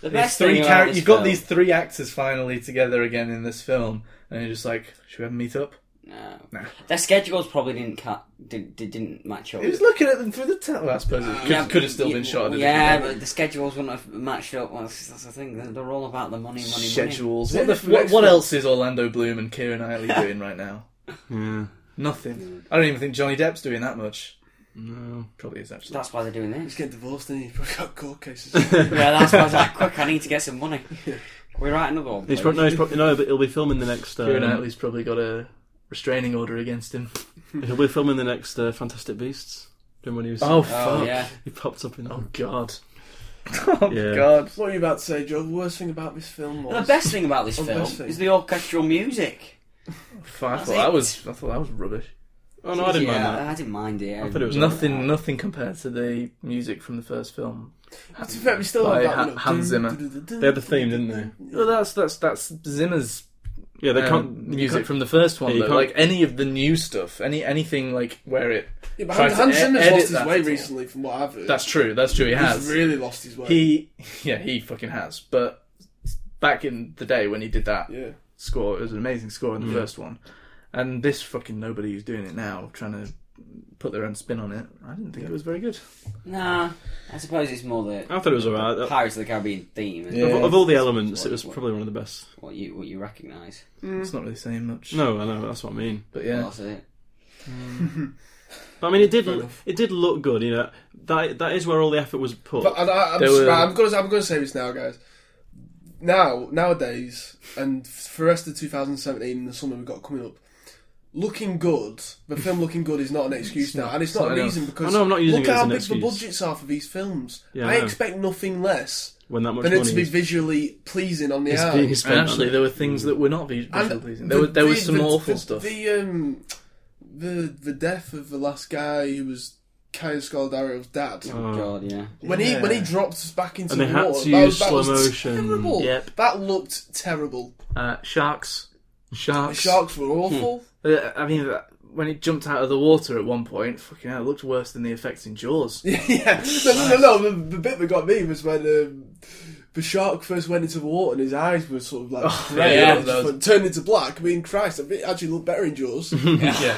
The
These
best
three
thing about
char-
this
you've got
film-
these three actors finally together again in this film, and you're just like, should we have a meet up?
No.
Nah.
Their schedules probably didn't cut. Did, did, didn't match up.
He was looking at them through the tel. Well, I suppose it could,
Yeah,
could have still
yeah,
been shot. At a
Yeah,
different
but the schedules wouldn't have matched up. Well, that's that's the thing. They're, they're all about the money, money, money.
schedules.
Yeah,
What, the,
for
f-
the
what,
next
what
one.
else is Orlando Bloom and Kieran Knightley doing right now?
Yeah.
Nothing. I don't even think Johnny Depp's doing that much.
No.
Probably is actually.
That's why they're doing this.
He's getting divorced and he's probably got court cases.
yeah, that's why I was like, quick, I need to get some money. Can we write another one?
He's
please?
probably, no, he's probably no, but he'll be filming the next.
Kieran
Um,
Knightley's probably got a restraining order against him.
he'll be filming the next uh, Fantastic Beasts. Remember when he was?
Oh,
Oh,
fuck!
yeah.
He popped up in.
Oh god! Oh
Yeah.
god!
what are you about to say, Joe? The worst thing about this film was
The best thing about this
Oh,
film
best thing.
is the orchestral music.
Fuck, I thought that was. I thought that was rubbish.
Oh no, I didn't
yeah,
mind that.
I didn't mind it.
I thought it was
Nothing. Nothing compared to the music from the first film. Mm.
To be fair, we still
By
have that
Ha-
one of-
Hans Zimmer.
They had the theme, didn't they?
Well, that's that's that's Zimmer's
Yeah, they
um,
can't
music
you
from the first one.
Yeah, you
though.
can't-
Like any of the new stuff, any anything like where it.
Yeah, but
Tried
Hans,
to
Hans
e-
Zimmer's
edit
lost his
that
way
at all.
recently, from what I've heard.
That's true. That's true. He
he's
has.
really lost his way.
He yeah he fucking has. But back in the day when he did that
yeah.
score, it was an amazing score in the first one, and this fucking nobody who's doing it now trying to put their own spin on it. I didn't think it was very good.
Nah, I suppose it's more the
can- I thought it was alright. Of,
Pirates of the Caribbean theme. isn't
Yeah.
it?
Uh, of all the elements,
What-
it was
what-
probably one of the best.
what you what you recognise.
It's not really saying much.
No, I know that's what I mean.
but yeah,
That's it.
But I mean, it did.
Fair enough.
It did look good. You know, that that is where all the effort was put.
But uh, I, I, I'm,
There
just-
were-
I'm gonna I'm gonna say this now, guys. Now nowadays, and for the rest of 2017 and the summer we've got coming up, looking good. The film looking good is not an excuse now, and it's,
not
not, a
enough.
reason because
I know, I'm not using
look
it as
how
an
big the
excuse.
budgets are for these films.
Yeah, I
I
know.
expect nothing less
when that much
than it
money
to be
is
visually pleasing on the
is
eye.
being spent.
and
on
actually
it.
there were things that were not vi-
And
visually pleasing. There
the-
was there was
the-
some
the-
awful
the-
stuff.
The um, the the death of the last guy who was Kaya Scoldario's dad.
Uh,
Oh, God, yeah.
When he when he dropped back into
And they
the
had
water,
to
that,
use
was- that
slow
was
motion.
terrible.
Yep.
That looked terrible.
Uh, sharks.
The
Sharks.
sharks
Hmm.
were awful.
Uh, I mean, that- when it jumped out of the water at one point, fucking hell, it looked worse than the effects in Jaws.
yeah, no, no, no, no. The, the bit that got me was when um, the shark first went into the water and his eyes were sort of like
Oh,
grey
yeah,
and
that
just
was-
went- turned into black. I mean, Christ, I mean, it actually looked better in Jaws.
yeah.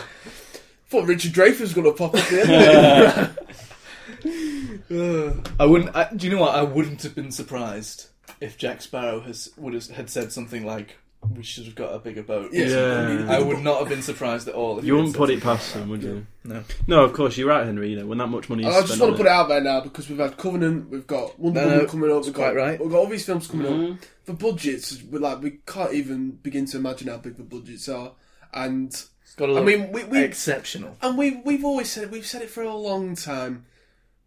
Thought Richard Dreyfuss was going to pop up there.
I wouldn't. I, do you know what? I wouldn't have been surprised if Jack Sparrow has would have, had said something like, "We should have got a bigger boat."
Yeah.
Yeah.
I would not have been surprised at all. If
You
he had said something.
wouldn't put it past them, would you?
No.
No, of course you're right, Henry. You know, when that much money is
I
spent.
just want
on
to put it out there now because we've had Covenant, we've got Wonder
No,
Woman
no,
coming up,
it's
we've
quite
got
right. Mm-hmm.
we've got all these films coming up. The budgets, we like we can't even begin to imagine how big the budgets are, and
Gotta
I
look
mean we, we
exceptional.
and we we've always said we've said it for a long time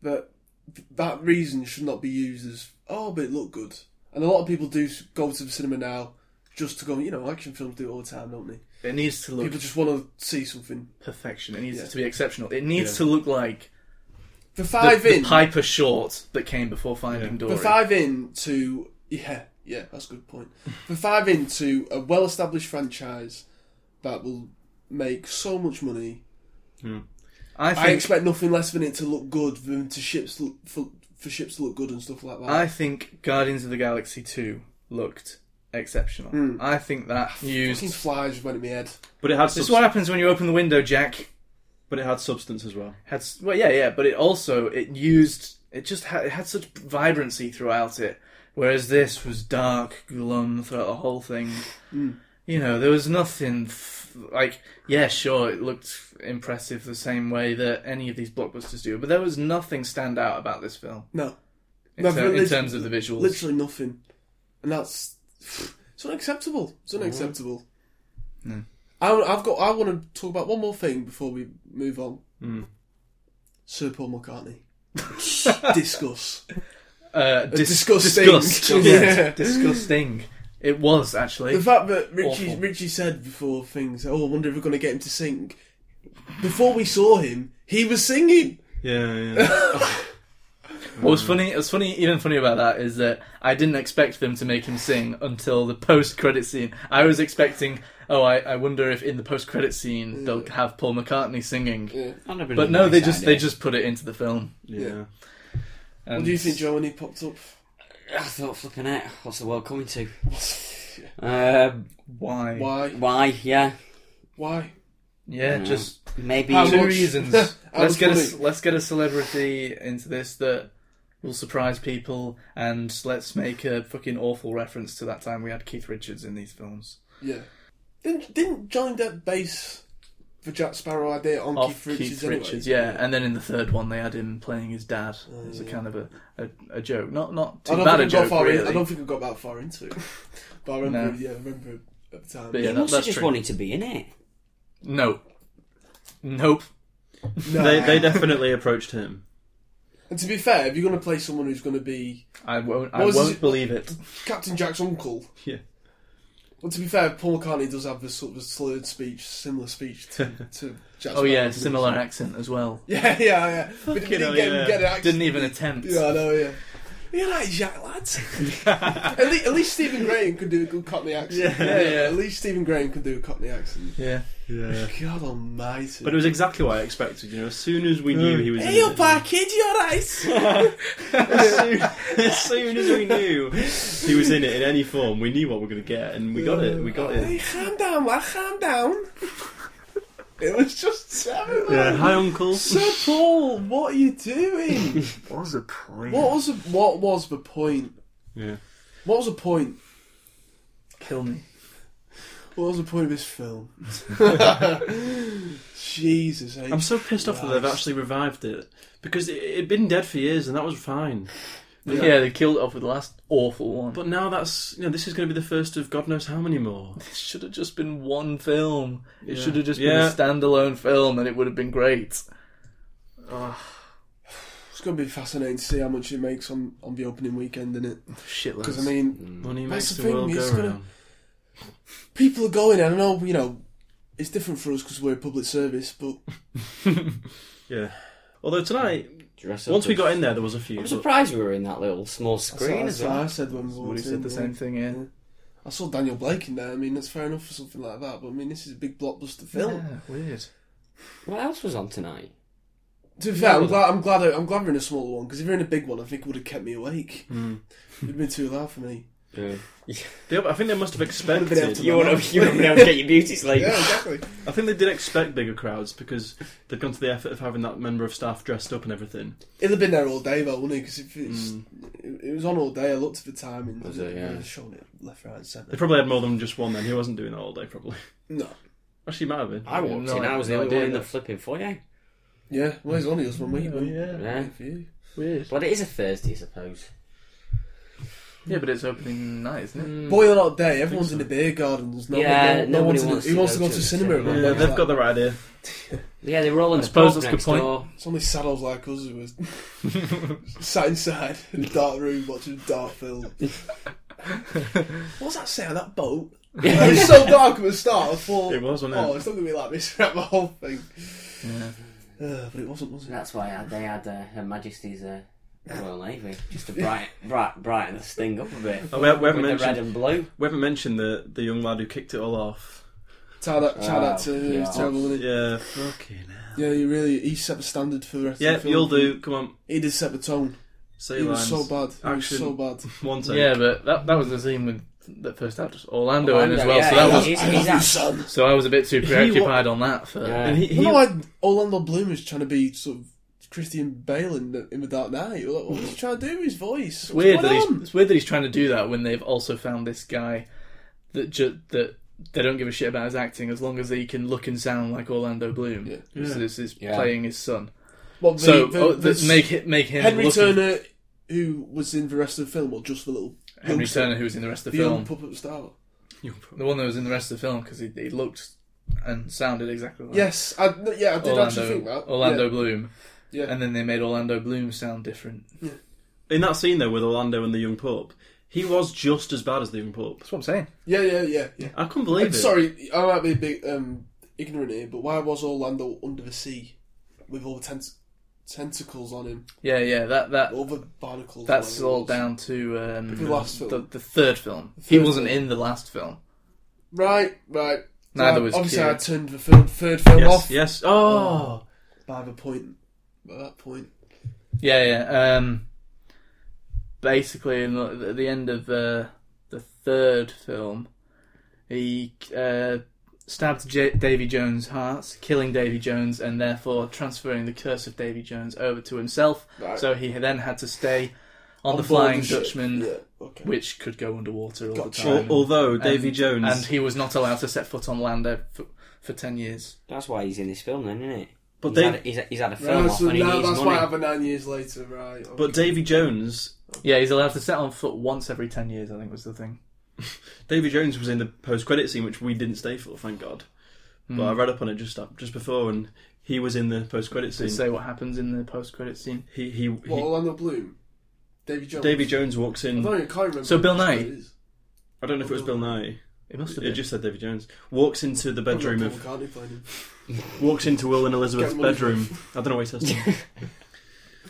that th- that reason should not be used as oh but it looked good, and a lot of people do s- go to the cinema now just to go you know action films do it all the time don't they?
It needs to look
People just want to see something.
perfection. It needs
Yeah.
to be exceptional. It needs to look like
for five
the,
in,
the Piper short that came before Finding Dory.
for five in to yeah, yeah, that's a good point. for five in to a well-established franchise that will make so much money.
I think
I expect nothing less than it to look good than to ships look, for, for ships to look good and stuff like that.
I think Guardians of the Galaxy two looked exceptional. I think that
Hmm. Fucking
used.
flies went in my head.
But it had
This is
subs-
what happens when you open the window, Jack.
but it had substance as well.
had s- well yeah yeah but it also it used it just had it had such vibrancy throughout it whereas this was dark glum throughout the whole thing
Hmm.
you know there was nothing f- like yeah sure it looked impressive the same way that any of these blockbusters do but there was nothing stand out about this film
No,
in,
No,
ter-
but
in
lit-
terms of the visuals
literally nothing, and that's it's unacceptable. It's unacceptable. No. I, I've got. I want to talk about one more thing before we move on.
Hmm.
Sir Paul McCartney. Discuss.
uh, dis-
disgusting.
disgust
Yeah.
disgusting it was actually
The fact that Richie,
Awful.
Richie said before things, oh, I wonder if we're going to get him to sing. Before we saw him, he was singing.
Yeah, yeah.
What was funny, what's funny, even funny about that is that I didn't expect them to make him sing until the post-credit scene. I was expecting, oh, I, I wonder if in the post-credit scene they'll have Paul McCartney singing. But no, they just they just put it into the film.
yeah.
And
What do you think, Joe, when he popped up?
I thought, flipping it, what's the world coming to? Um,
Why?
Why?
why? Yeah,
Why?
Yeah, just
maybe.
How
two
much-
reasons.
How
let's
much
get a
money?
ce- let's get a celebrity into this that will surprise people, and let's make a fucking awful reference to that time we had Keith Richards in these films.
Yeah. Didn't didn't Johnny Depp base the Jack Sparrow idea on
off
Keith Richards anyway?
yeah. And then in the third one, they had him playing his dad as a kind of a, a, a joke. Not not
Oh,
too
I don't,
bad a
think I, got
joke,
far
really.
in, I don't think I got that far into it. But I remember,
No.
yeah, I remember at the time.
But yeah,
he
that-
must have
that's
just
true.
wanted to be in it.
No. Nope.
Nah.
They they definitely approached him.
And to be fair, if you're going to play someone who's going to be
I won't.
What
I
was
won't
his-
believe it.
Captain Jack's uncle,
Yeah.
well, to be fair, Paul McCartney does have the sort of slurred speech, similar speech to, to Jack
Oh yeah,
Sparrow.
similar accent as well.
Yeah, yeah, yeah. But we didn't
hell,
get,
yeah.
get an accent.
Didn't even attempt.
Yeah, I know, yeah. You're like Jack, lads. at, least, at least Stephen Graham could do a good Cockney accent.
Yeah.
Yeah.
At least Stephen Graham could do a Cockney accent.
Yeah.
Yeah.
God almighty.
But it was exactly what I expected. You know, as soon as we knew he was,
Hey,
in
up
it,
back, kid, you alright?
as, soon, as soon as we knew he was in it in any form, we knew what we were going to get, and we got it. We got
hey,
it.
calm down, lad, calm down. It was just terrible.
Yeah. Hi, Uncle.
Sir Paul, what are you doing?
What was the point?
what was the, what was the point?
Yeah.
What was the point?
Kill me.
What was the point of this film? Jesus, eh?
I'm so pissed off that they've actually revived it because it had been dead for years, and that was fine.
Yeah. they killed it off with the last awful one. But
But now that's you know this is going to be the first of God knows how many more.
it should have just been one film. It
Yeah.
should have just been
Yeah.
a standalone film, and it would have been great.
It's going to be fascinating to see how much it makes on, on the opening weekend, is it?
Shitless.
Because, I
Mm.
mean,
Money
That's
makes
the
the,
thing,
world
it's
go
gonna-
round.
people are going, I don't know, you know, it's different for us because we're a public service, but
Yeah. Although tonight,
Dress up
once we
as-
got in there, there was a few.
I'm
but-
surprised we were in that little small screen
that's
as
what I
well.
said when we
would
walked
have said
in,
the
yeah.
same thing. Yeah.
I saw Daniel Blake in there. I mean, that's fair enough for something like that, but I mean, this is a big blockbuster film.
yeah weird.
What else was on tonight?
To be fair, I'm glad, I'm glad I'm glad we're in a smaller one because if we're in a big one, I think it would have kept me awake. It'd been too loud for me.
Hmm. They, I think they must have
been able
expected.
to-
You want to you wanna be able to get your beauty sleep?
exactly.
I think they did expect bigger crowds because they've gone to the effort of having that member of staff dressed up and everything. Hmm.
It'd have been there all day though, wouldn't it? Because if it's, it, it was on all day, I looked at the timing.
Mm. Was it, yeah.
would have shown it left, right, and
They
centre.
probably had more than just one then. He wasn't doing that all day, probably.
No.
Actually, he might have been.
I walked
No,
in, I was the
no
only one in
idea.
the flipping foyer.
Yeah. Well, it's only us one week. wasn't it?
Yeah.
Yeah.
For you.
Weird.
But it is a Thursday, I suppose.
Yeah, but it's opening night, isn't it?
Mm.
Boy or not day, everyone's in the beer gardens. No,
Yeah,
no, no
nobody
one's in
wants
the, who
to
wants
go
to go
to
to
the
cinema.
cinema.
everyone
Yeah,
wants
they've
that.
got the right idea.
Yeah, they were all in the
suppose
pub
that's a
next
good point.
door.
It's only saddles like us who were sat inside in a dark room watching a dark film. What's that say on that boat? it was so dark at the start. I thought
It was, wasn't it?
Oh, it's not gonna be like this throughout the whole thing.
Yeah.
Uh, but it wasn't, was it?
That's why uh, they had uh, Her Majesty's uh, Royal Navy just to bright, bright, brighten the sting up a bit.
Oh, we haven't- we haven't
with the red
mentioned-
and blue.
We haven't mentioned the, the young lad who kicked it all off.
Shout out, shout out to
Oh,
him. He was
yeah.
terrible, wasn't he?
Ah, Yeah, fucking hell.
Yeah, he really he set the standard for the rest
Yeah,
of the film.
you'll do. Come on,
He did set the tone.
say
he
lines.
was so bad. He
Action.
was so bad.
One take.
Yeah, but that that was the scene with that first act, Orlando, in as well.
yeah,
so that
yeah,
was
he's,
I love
he's
you,
actually-
son.
so I was a bit too
wa-
preoccupied on that for
Yeah.
And he,
I
he,
don't know why Orlando Bloom is trying to be sort of Christian Bale in the, in the Dark Knight. Like, what was he trying to do with his voice?
it's weird that
What's
he's,
going on?
it's weird that he's trying to do that when they've also found this guy that ju- that they don't give a shit about his acting as long as he can look and sound like Orlando Bloom.
Yeah.
So this is
Yeah.
playing his son.
Well, the-
so
the-
oh,
the-
th- make it make him
Henry
look-
Turner, who was in the rest of the film, or just the little
Henry
youngster,
Turner, who was in the rest of
the
the film,
young
Uh,
puppet star.
the one that was in the rest of the film because he, he looked and sounded exactly like
Yes, I, no, yeah, I did actually
Orlando,
think that.
Orlando Bloom.
Yeah.
And then they made Orlando Bloom sound different.
in that scene though with Orlando and the young pup, he was just as bad as the young pup.
That's what I'm saying.
Yeah, yeah, yeah, yeah. yeah.
I couldn't believe
And
it.
sorry, I might be a bit um, ignorant here, but why was Orlando under the sea with all the tent- tentacles on him,
Yeah, yeah. That that
all the barnacles?
that's
whatever it
all
was?
down to um,
The last film.
the, the third film. he
third
wasn't
film.
in the last film.
Right, right.
Neither
I-
was
obviously
Q.
I turned the film, third film
Yes,
off
yes. Oh,
by the point. By that point,
Yeah, yeah. Um, basically, in the, at the end of uh, the third film, he uh, stabbed J- Davy Jones' heart, killing Davy Jones, and therefore transferring the curse of Davy Jones over to himself.
Right.
So he then had to stay on, the
board
Flying
ship.
Dutchman,
Yeah, okay.
which could go underwater all
Gotcha.
the
Al-
time.
although
And-
Davy Jones
and he was not allowed to set foot on land ev- for, for ten years.
That's why he's in this film, then, isn't it?
But
he's,
they-
had, a- he's, a- he's had a film
Right,
off
so
and he
now
needs
that's
money.
why I have a nine years later, right? okay.
But Davy Jones,
Yeah, he's allowed to set on foot once every ten years. I think was the thing.
Davy Jones was in the post-credit scene, which we didn't stay for, thank God. But
Mm.
I read up on it just just before, and he was in the post-credit
They
scene.
say what happens in the post-credit scene.
he he, he
what, Orlando Bloom, Davy Jones,
Davy Jones walks
I
in.
don't even- can't remember.
So Bill
who
Nye?
it is.
I don't know if it was Bill Nye.
It must have
It
been.
just said Davy Jones walks into the
Paul
bedroom of
McCartney playing him.
walks into Will and Elizabeth's
Get money.
bedroom. I don't know what he says. To him.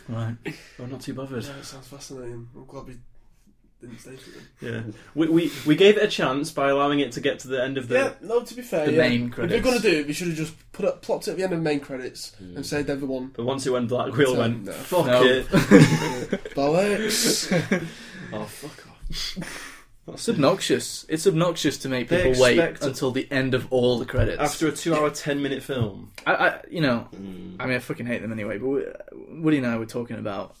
Right.
I'm not too bothered.
Yeah, that sounds fascinating. I'm glad we didn't stay for them.
Yeah, we, we we gave it a chance by allowing it to get to the end of the.
yeah, no. To be fair,
the
yeah.
main
If
credits.
we are gonna do it, we should have just put up, plopped it at the end of main credits and saved everyone.
But once it went black, we all
So,
went
no.
fuck
No.
it.
Bollocks.
oh fuck off.
It's obnoxious. It's obnoxious to make
They
people wait
expect-
until the end of all the credits.
After a two-hour, ten-minute film,
I, I, you know,
Mm.
I mean, I fucking hate them anyway. But we, Woody and I were talking about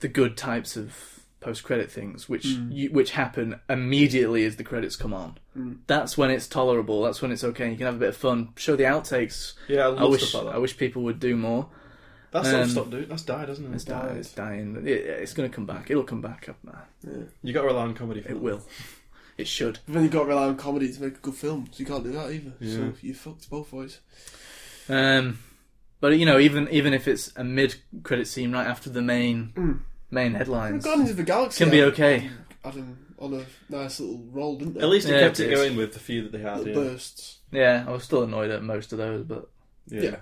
the good types of post-credit things, which you, which happen immediately as the credits come on. That's when it's tolerable. That's when it's okay. You can have a bit of fun. Show the outtakes.
Yeah, I love
wish
stuff like that.
I wish people would do more.
that's sort
Um,
of stopped. Dude. That's died, hasn't it?
It's, dying. it's dying. It- it's going to come back. It'll come back. Uh,
You got to rely on comedy. For
It
that.
will. It should.
But then you've got to rely on comedy to make a good film, so you can't do that either. So you fucked both ways.
Um, but you know, even even if it's a mid-credit scene right after the main main headlines,
Guardians of the Galaxy
can be
had-
okay.
had 'em on a nice little roll, didn't they?
At least it
Yeah,
kept
it
it
is.
going with the few that they had.
little
Yeah.
bursts.
Yeah, I was still annoyed at most of those, but
Yeah. Mm.
Yeah.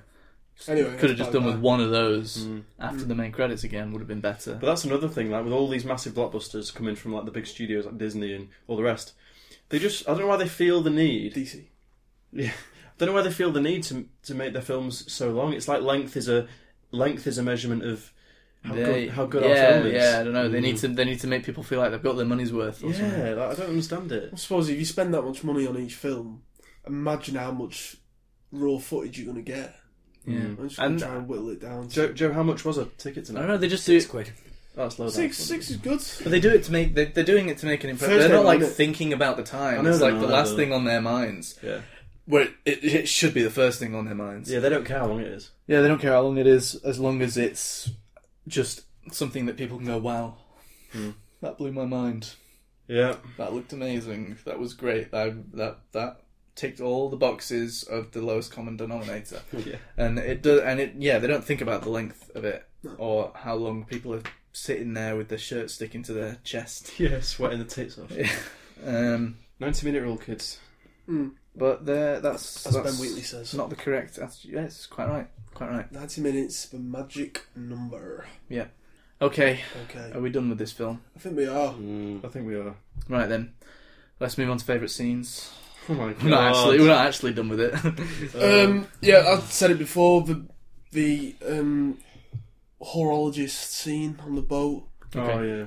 Anyway,
could have just done with
one.
one of those
Mm.
after the main credits again would have been better.
But that's another thing. Like with all these massive blockbusters coming from like the big studios like Disney and all the rest, they just I don't know why they feel the need.
DC.
Yeah, I don't know why they feel the need to to make their films so long. It's like length is a length is a measurement of how
They-
good how good
yeah,
our film is. Mm.
yeah, I don't know. They need to they need to make people feel like they've got their money's worth. Or something.
Yeah, like, I don't understand
I
it.
suppose if you spend that much money on each film, imagine how much raw footage you're going to get.
Yeah.
I'm just going
And-
to try and whittle it down.
Joe, Joe, Mm. how much was a ticket
I
tonight?
don't know. They just do.
Six
it-
quid.
Oh, that's low. down.
Six, six is good.
But they do it to make. They, they're doing it to make an impression.
Thursday
They're not like
night.
thinking about the time.
I know
It's
they're
like the
not,
last
they're
thing on their minds.
Yeah,
Where it, it, it should be the first thing on their minds.
yeah, they don't care how long it is.
Yeah, they don't care how long it is, as long as it's just something that people can go, wow,
Hmm.
that blew my mind.
Yeah,
That looked amazing. That was great. That that that ticked all the boxes of the lowest common denominator.
Yeah.
And it does. And it yeah, they don't think about the length of it or how long people are sitting there with their shirt sticking to their chest.
yeah, sweating the tits off.
Um,
Ninety minute rule, kids.
but there, that's
As Ben Wheatley says.
not the correct. That's, yeah, it's quite right. Quite right.
90 minutes, the magic number.
Yeah. Okay,
Okay.
are we done with this film?
I think we are.
I think we are.
Right then, let's move on to favourite scenes.
Oh my god.
We're not actually, we're not actually done with it.
Um, yeah, I said it before. The the um, horologist scene on the boat.
Oh yeah.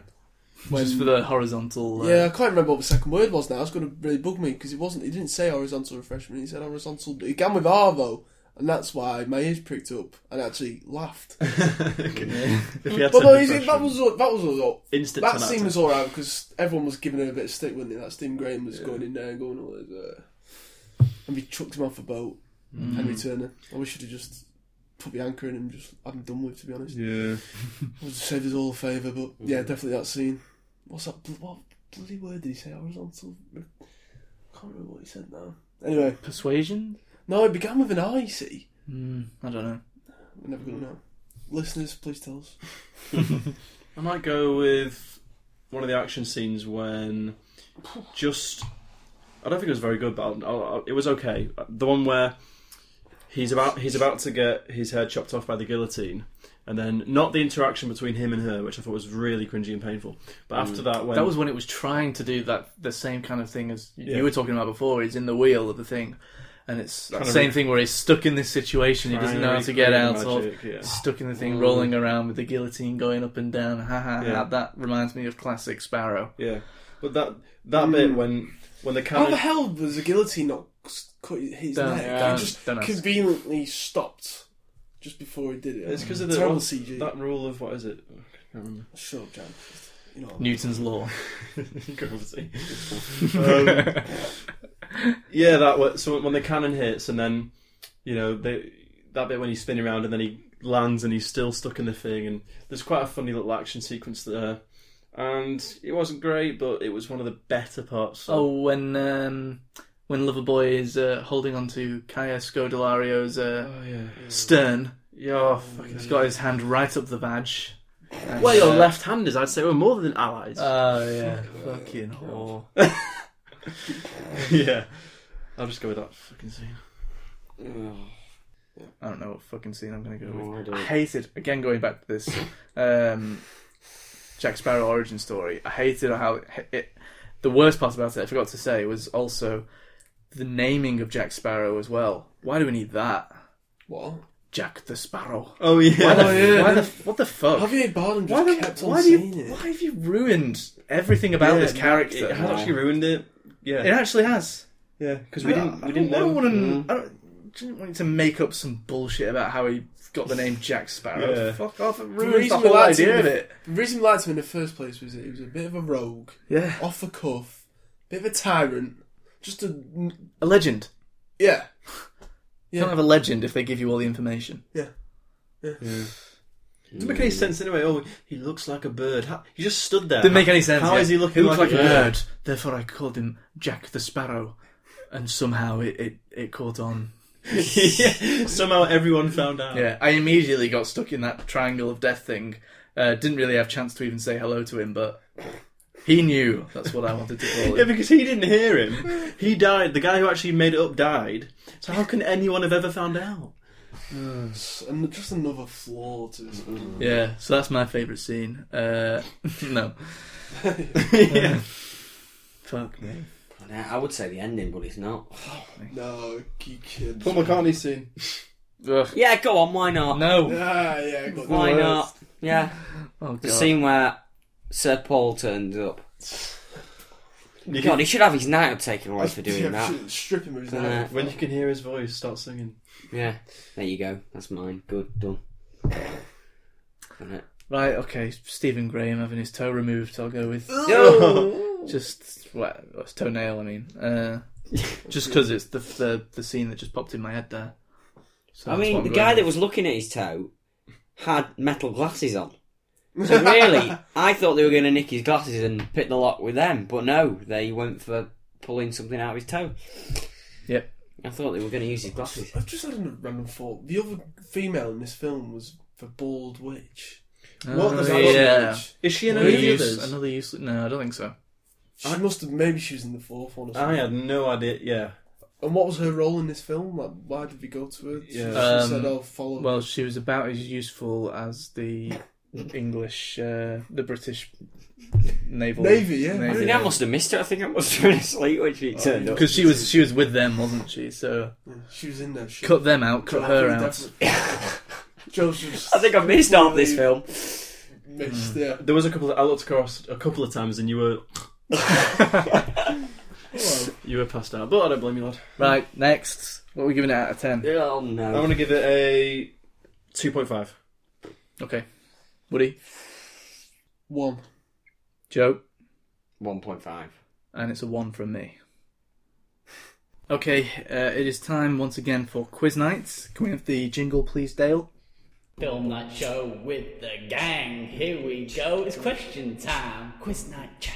Just for the horizontal. Uh,
Yeah, I can't remember what the second word was now. It's going to really bug me because it wasn't. He didn't say horizontal refreshment. He said horizontal. It began with R though, and that's why my ears pricked up and actually laughed.
If he had
but
said
no, he said-
depression.
that was all- that was all.
instant.
That
ten out
scene
of
was all right because everyone was giving her a bit of stick, wasn't it? That Steve Graham was going in there and going, all this, uh, and we chucked him off a boat.
mm. Hmm.
Henry Turner. I wish you'd have just put the anchor in and just had him done with. To be honest.
10. Yeah.
Would have saved us all a favour, but
Hmm.
yeah, definitely that scene. What's that? Bl- what bloody word did he say? Horizontal. I can't remember what he said now. Anyway,
Persuasion?
no, it began with an I. you See,
Mm, I don't know.
we're never
Hmm.
gonna know. Listeners, please tell us.
I might go with one of the action scenes when just. I don't think it was very good, but I'll, I'll, I'll- it was okay. The one where he's about he's about to get his head chopped off by the guillotine, and then not the interaction between him and her, which I thought was really cringy and painful. But after that, when
Mm. That was when it was trying to do that the same kind of thing as y-
Yeah.
you were talking about before. He's in the wheel of the thing, and it's that
Trying to
same
re-
thing where he's stuck in this situation. He
Trying
doesn't
to
know how to get
recreate
out
magic,
of.
yeah.
Stuck in the thing, rolling around with the guillotine going up and down. Ha ha ha.
Yeah.
That reminds me of classic Sparrow.
yeah, but that that
Mm.
bit when when the
How the
cannon
hell was the guillotine not c- cut his
Don't-
neck?
don't-
it just
don't ask.
conveniently stopped just before he did it.
it's because of the
terrible
what-
CG.
that rule of what is it? I can't remember.
Shut up, Jan. You know,
Newton's law.
Gravity. um, yeah, that was, so when the cannon hits and then you know they, that bit when he's spinning around and then he lands and he's still stuck in the thing and there's quite a funny little action sequence there. And it wasn't great, but it was one of the better parts.
Oh, when um, when Loverboy is uh, holding onto Kaya Scodelario's uh,
Oh, yeah,
stern,
yeah. Oh, fucking
he's got his hand right up the badge. and,
Well,
uh,
your left-handers, I'd say, were more than allies.
Oh yeah, fucking whore.
yeah, I'll just go with that fucking scene.
Mm.
I don't know what fucking scene I'm gonna go
No, I
with.
don't.
I, hated again going back to this um, Jack Sparrow origin story. I hated how it, it. The worst part about it, I forgot to say, was also the naming of Jack Sparrow as well. Why do we need that?
what?
Jack the Sparrow.
Oh yeah.
Why the, why the what the fuck?
Javier Bardem just
why, the-
kept on
why do you,
saying it.
why have you ruined everything about this character?
It had actually ruined it.
It
Yeah,
actually has.
yeah, because we didn't,
I
we didn't
don't, I
know. Mm.
don't wanna- I don't- didn't want you to make up some bullshit about how he got the name Jack Sparrow.
Yeah.
Fuck off! It
The
ruins the
reason we
whole
liked
idea
him,
of it.
the reason we liked him in the first place was that he was a bit of a rogue,
Yeah,
off the cuff, bit of a tyrant, just a
a legend.
yeah.
You can't have a legend if they give you all the information.
Doesn't make any sense anyway. Oh, he looks like a bird. How, he just stood there.
Didn't make any sense.
How
yeah.
is he looking
He looks
like,
like,
a
a
bird?
bird. Therefore, I called him Jack the Sparrow, and somehow it it, it caught on.
Yeah. Somehow everyone found out.
Yeah, I immediately got stuck in that triangle of death thing. Uh, didn't really have a chance to even say hello to him, but he knew that's what I wanted to call
Yeah,
him.
because he didn't hear him. He died. The guy who actually made it up died. So how can anyone have ever found out?
And just another flaw to this.
Yeah, so that's my favourite scene. Uh, no.
yeah.
Fuck me.
Oh, I would say the ending, but it's not.
No, you kidding.
McCartney scene.
Ugh.
Yeah, go on, why not?
No.
Ah, yeah, got
Why
the worst.
not? Yeah.
Oh,
The
God.
scene where Sir Paul turns up. God, he should have his night up taken away for doing
Yeah,
that.
shit, Strip him of his
Uh,
knife.
When you can hear his voice, start singing.
Yeah. There you go. That's mine. Good. Done. Done it.
Right, okay. Stephen Graham having his toe removed, I'll go with. Just. What? Well, it's toenail, I mean. Uh, just because it's the, the the scene that just popped in my head there. So
I
that's what
mean,
I'm
the
going
guy
with.
that was looking at his toe had metal glasses on. So really, I thought they were going to nick his glasses and pick the lock with them, but no, they went for pulling something out of his toe.
Yep.
I thought they were going to use his glasses.
I've just had a random thought. The other female in this film was the bald witch.
Oh,
does that
yeah.
witch?
Is she in
Another,
any of
use,
others?
another useless. No, I don't think so.
She must have. Maybe she was in the fourth one. Or
I
something.
had no idea. Yeah.
And what was her role in this film? Like, why did we go to her? She,
Yeah.
she
Um,
said, "Oh, follow."
Well, she was about as useful as the English, uh, the British naval
Navy, yeah.
I think I must have missed her. I think I must have been asleep when she turned up.
Because she was she was with them, wasn't she? So
she was in there. She
cut them out, cut her out.
Joseph's
I think I missed half this film.
missed. Yeah.
There was a couple. Of, I looked across a couple of times, and you were
Well,
you were passed out. But I don't blame you, lad.
Right, next. What are we giving it out of ten?
Oh
I
no.
want to give it a two point five.
Okay, Woody,
one.
Joe,
1.5.
and it's a one from me. Okay, uh, it is time once again for quiz nights. Can we have the jingle, please, Dale?
Film night show with the gang. Here we go. It's question time. Quiz night. chat.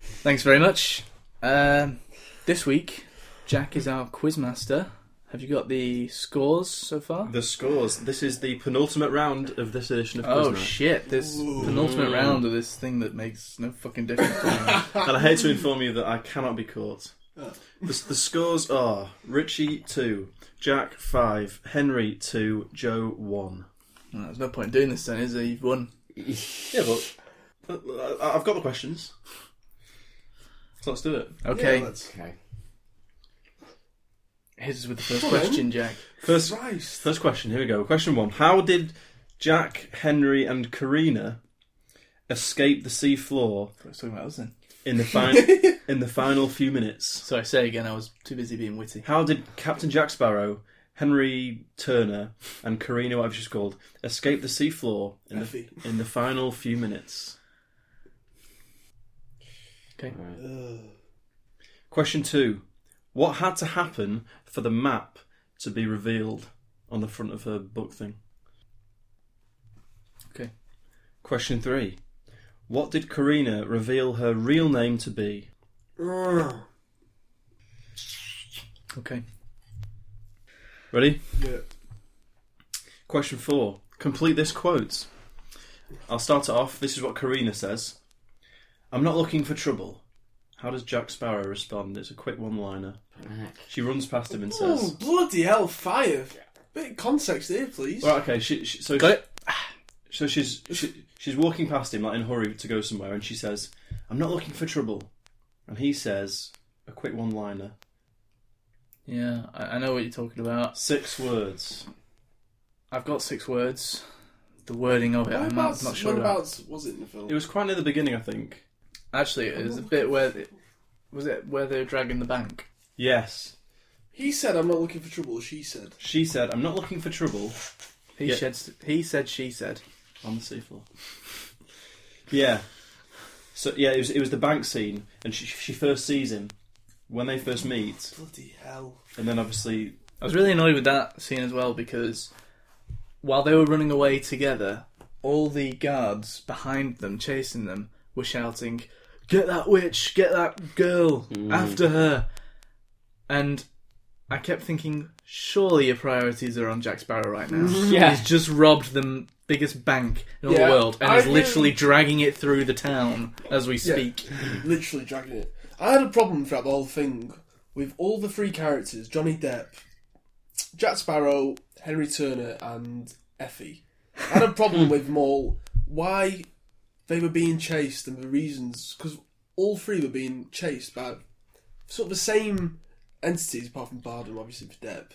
Thanks very much. Um, this week, Jack is our quizmaster. Have you got the scores so far?
The scores. This is the penultimate round of this edition of Quiz
Oh
Night.
shit! This penultimate round of this thing that makes no fucking difference. to me.
and I hate to inform you that I cannot be caught. The, the scores are Richie two, Jack five, Henry two, Joe one.
Well, There's no point in doing this then, is there? You've won.
Yeah, but I- I- I've got the questions, so let's do it.
Okay,
Yeah, that's
Okay.
here's us with the first question, Jack.
First,
Christ.
first question. Here we go. Question one: How did Jack, Henry, and Karina escape the sea floor
I was talking about us then.
in the fin- in the final few minutes?
So I say again, I was too busy being witty.
How did Captain Jack Sparrow, Henry Turner, and Karina, whatever she's called, escape the seafloor in the,
Effie.
in the final few minutes?
Okay.
Question two What had to happen for the map to be revealed on the front of her book thing?
Okay.
Question three What did Karina reveal her real name to be?
Ugh.
Okay.
Ready?
Yeah.
Question four. Complete this quote. I'll start it off. This is what Karina says. I'm not looking for trouble. How does Jack Sparrow respond? It's a quick one liner. She runs past him and
Oh
says,
bloody hell! Fire. Bit of context here, please.
Right, okay, she, she, so,
Got
she,
it.
so she's she, she's walking past him like in a hurry to go somewhere and she says, I'm not looking for trouble. And he says, a quick one liner.
Yeah, I, I know what you're talking about.
Six words.
I've got six words. The wording of it, I'm not,
Whereabouts-
not sure about.
whereabouts was it in the film?
It was quite near the beginning, I think.
Actually, it was a bit where the, was it where they were dragging the bank?
Yes.
He said, "I'm not looking for trouble." She said,
She said, I'm not looking for trouble.
He
Yeah.
said. He said. She said.
on the seafloor. yeah. So yeah, it was it was the bank scene, and she she first sees him when they first meet,
"Bloody hell!"
and then obviously
I was really annoyed with that scene as well because while they were running away together, all the guards behind them, chasing them, were shouting, Get that witch! Get that girl! After her! And I kept thinking, surely your priorities are on Jack Sparrow right now.
Yeah.
He's just robbed the biggest bank in all
Yeah,
the world and
I
is
really-
literally dragging it through the town as we
Yeah.
speak.
literally dragging it. I had a problem throughout the whole thing with all the three characters: Johnny Depp, Jack Sparrow, Henry Turner, and Effie. I had a problem with them all. Why they were being chased and the reasons, because all three were being chased by sort of the same entities, apart from Bardem, obviously for Depp.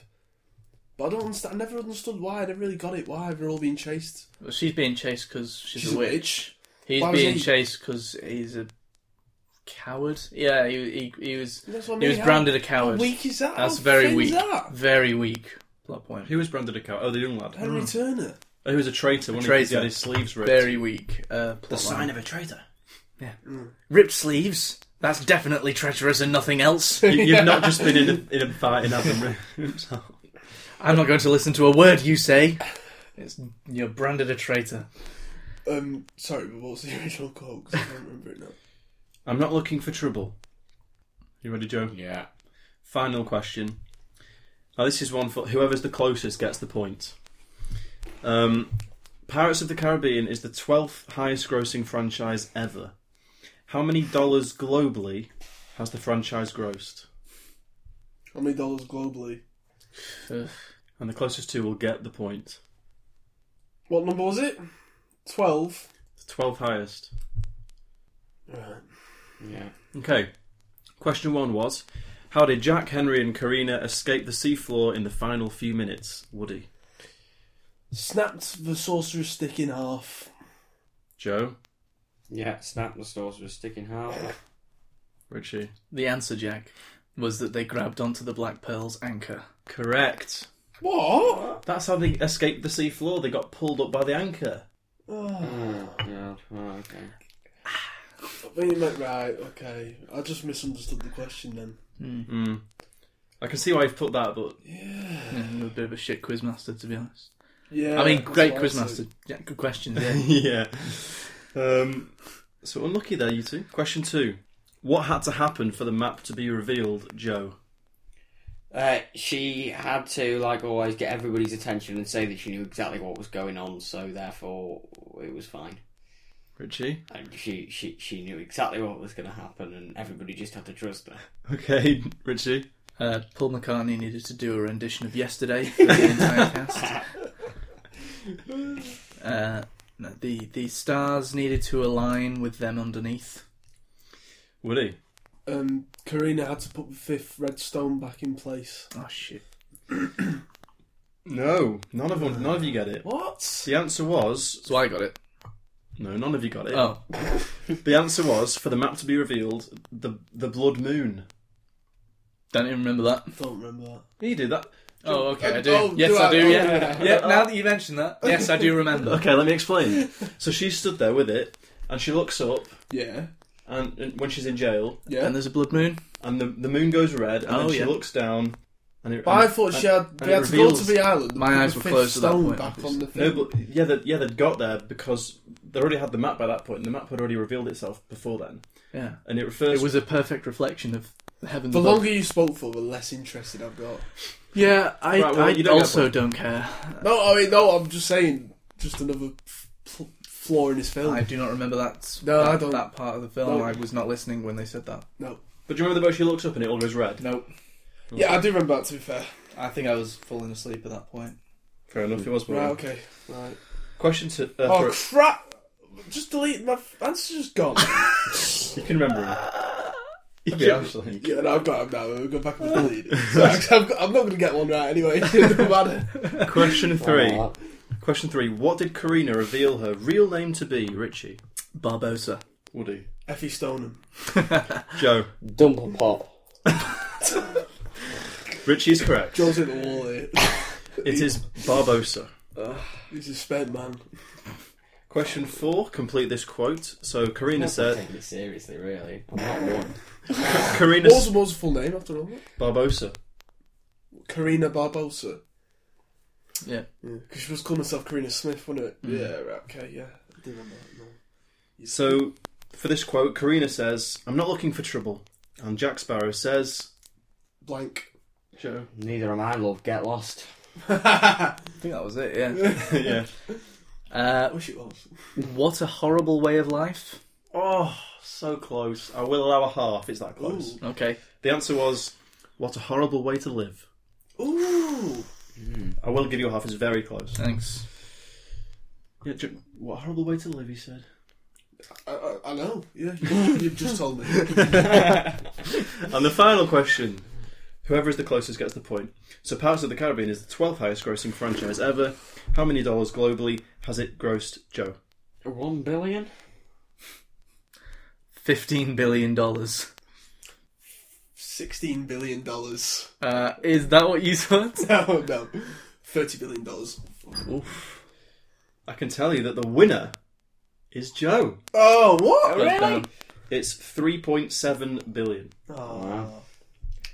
But I don't understand. I never understood why. I never really got it. Why they're all being chased?
Well, She's being chased because she's,
She's
a witch. He's
Why was
being
he-
chased 'cause chased because he's a coward. Yeah, he he, he was
That's what I
he was
mean, how-
branded a coward.
How weak is that?
That's
How
very
thin is
weak.
that?
Very weak plot point.
who was branded a cow? Oh, the young lad.
Henry
Hmm.
Turner.
Oh, he was a traitor. When
Traitor.
he got his sleeves ripped.
Very weak. Uh, plot line.
a traitor.
ripped sleeves. That's definitely treacherous and nothing else.
You, you've not just been in a, in a fight and had them ripped out.
I'm not going to listen to a word you say. It's, you're branded a traitor.
Um, sorry, but what was the original quote? 'Cause I can't remember it now.
I'm not looking for trouble. You ready, Joe?
Yeah.
Final question. Now, this is one for whoever's the closest gets the point. Um, Pirates of the Caribbean is the 12th highest grossing franchise ever. How many dollars globally has the franchise grossed?
How many dollars globally?
And the closest two will get the point.
What number was it? Twelve.
The 12 highest.
Right.
Yeah.
Okay. Question one was How did Jack, Henry, and Karina escape the seafloor in the final few minutes? Woody.
Snapped the sorcerer's stick in half.
Joe?
Yeah, snap the stores were sticking hard.
Richie?
The answer, Jack, was that they grabbed onto the Black Pearl's anchor.
Correct.
What?
That's how they escaped the seafloor. They got pulled up by the anchor.
oh, God. Oh, okay.
Ah. I mean, like, right, okay. I just misunderstood the question then.
Mm. I can see why you've put that, but
Yeah, I'm a bit of a shit quizmaster, to be honest.
Yeah.
I mean,
that's
great
what I said.
quizmaster. Yeah, good questions. Yeah.
yeah. Um, so unlucky there, you two. Question two: What had to happen for the map to be revealed, Joe?
Uh, she had to, like always, get everybody's attention and say that she knew exactly what was going on, so therefore it was fine.
Richie.
And she, she, she knew exactly what was going to happen, and everybody just had to trust her.
Okay, Richie.
uh, Paul McCartney needed to do a rendition of Yesterday for the entire cast. Uh, no, the the stars needed to align with them underneath.
Woody.
Um, Karina had to put the fifth redstone back in place.
Oh shit!
No, none of them. None of you get it.
What?
The answer was
So I got it.
no. None of you got it.
Oh,
The answer was for the map to be revealed. The the blood moon.
don't even remember that.
Don't remember that.
You do that.
Oh, okay, I do.
oh,
yes,
do
I,
I?
do.
Oh,
yeah,
yeah.
yeah. Now that you mention that, yes, I do remember.
Okay, let me explain. so she stood there with it, and she looks up,
Yeah.
and, and when she's in jail,
Yeah.
And there's a blood moon.
and the the moon goes red, and
Oh,
then she
yeah.
looks down. And it,
But I
and-
thought she
and-
had,
and
they
it
had to go to
reveals-
the island.
My
put
eyes
the
were
fifth
closed at that
stone
point,
Back
obviously.
on the thing.
No, but yeah, they, yeah, they'd got there because they already had the map by that point, and the map had already revealed itself before then.
Yeah,
And it refers.
it was a perfect reflection of heaven.
the
above.
longer you spoke for, the less interested I've got.
yeah, I,
Right, well,
I
you don't get
also
one.
don't care.
No, I mean, no, I'm just saying, just another f- f- flaw in his film.
I do not remember that.
No,
that,
I don't.
that part of the film.
No.
I was not listening when they said that.
No.
But do you remember the boat she looks up and it all goes red?
Nope.
Yeah, I do remember that, to be fair.
I think I was falling asleep at that point.
Fair enough, it was.
Right,
boring.
okay. Right.
Question to uh,
Oh,
for-
crap! Just delete my f- answer's just gone.
you can remember. Him. You can actually.
yeah, no, I've got it now. We'll go back and delete it. So, I've got, I'm not going to get one right anyway. it doesn't matter.
Question three.
Wow.
Question three. What did Karina reveal her real name to be? Richie.
Barbosa.
Woody.
Effie Stoneham.
Joe.
Dumble pop.
Richie is correct.
Joe's in the wall here.
It is Barbosa.
He's a spent man.
Question four. Complete this quote. So Karina said.
Take it seriously, really. I'm not one.
Karina
What was, what was her full name after all?
Barbosa.
Karina Barbosa.
Yeah. Mm.
Because she was calling herself Karina Smith, wasn't it? Yeah, right, okay, yeah. I do remember that. No.
So, for this quote, Karina says, I'm not looking for trouble. And Jack Sparrow says,
Blank.
Joe.
Neither am I, love. Get lost.
I think that was it. Yeah.
yeah.
uh,
I wish it was.
what a horrible way of life.
Oh, so close. I will allow a half. It's that close.
Okay.
The answer was, What a horrible way to live.
Ooh!
I will give you a half. It's very close.
Thanks.
Yeah, Jo- what a horrible way to live, he said.
I, I, I know, yeah. you- You've just told me.
And the final question. Whoever is the closest gets the point. So, Pirates of the Caribbean is the 12th highest grossing franchise ever. How many dollars globally has it grossed, Joe?
One billion?
Fifteen billion dollars.
$16 billion. No,
Uh, is that what you thought?
no. $30 billion.
I can tell you that the winner is Joe.
Oh, what?
Really?
It's 3.7 billion.
Wow.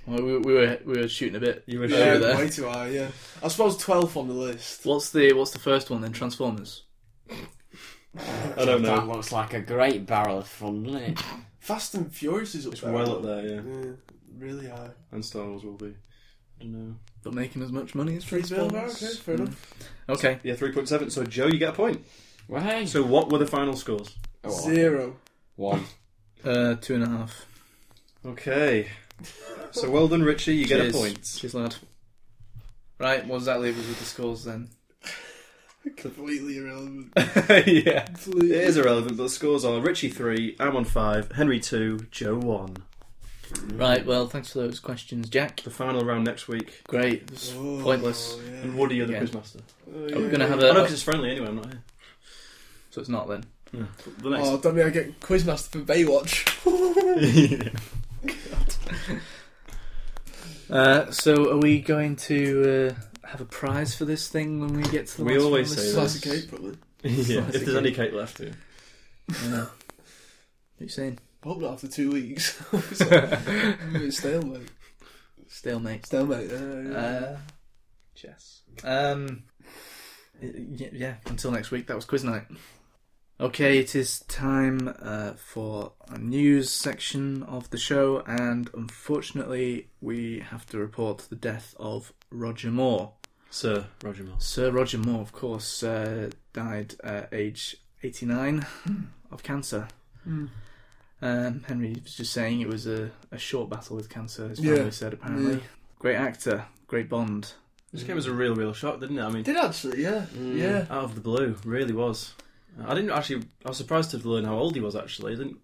Well, we, we were we were shooting a bit.
You were
earlier
shooting.
there.
way too high, yeah. I suppose 12th on the list.
What's the what's the first one then? Transformers.
I don't
That
know.
looks like a great barrel of fun, doesn't it?
Fast and Furious is up
It's
there.
well up there, yeah.
Yeah, really high.
And Star Wars will be. I don't know.
But making as much money as
Three billion,
Transformers. Mm.
okay, fair enough.
Okay.
Yeah, 3.7. So, Joe, you get a point.
Well, hey.
So, what were the final scores?
Oh,
Zero.
One.
Uh, two and a half.
Okay.
So well done, Richie. You get a
Cheers.
point.
Cheers, lad. Right, what does that leave us with the scores then?
Completely irrelevant.
yeah. It is irrelevant, but the scores are Richie 3, I'm on 5, Henry 2, Joe 1.
Right, well, thanks for those questions, Jack.
The final round next week.
Great. It was
Oh,
pointless.
And Woody, you're the
Again.
quizmaster.
Are we going to have
I know
a.
'cause it's friendly anyway, I'm not here.
so it's not then.
The next.
Oh, don't mean I get Quizmaster for Baywatch.
Uh, so are we going to uh, have a prize for this thing when we get to the
We
last
always
one
say
on this?
that.
Classic eight, probably.
yeah, if there's any cake left. Yeah.
What are you saying?
Hope not after two weeks. it's stalemate.
Stalemate.
Stalemate. Uh, yeah.
Uh, chess. Um, y- yeah, until next week, that was quiz night. Okay, it is time uh, for a news section of the show, and unfortunately, we have to report the death of Roger Moore.
Sir Roger Moore.
Sir Roger Moore, of course, uh, died at age 89
Hmm.
of cancer. Um, Henry was just saying it was a, a short battle with cancer, his family
Yeah.
said, apparently.
Yeah.
Great actor, great Bond.
This came as a real, real shock, didn't it? I mean,
Did actually, yeah, yeah.
out of the blue, really was. Uh, I didn't actually. I was surprised to learn how old he was. Actually, I didn't.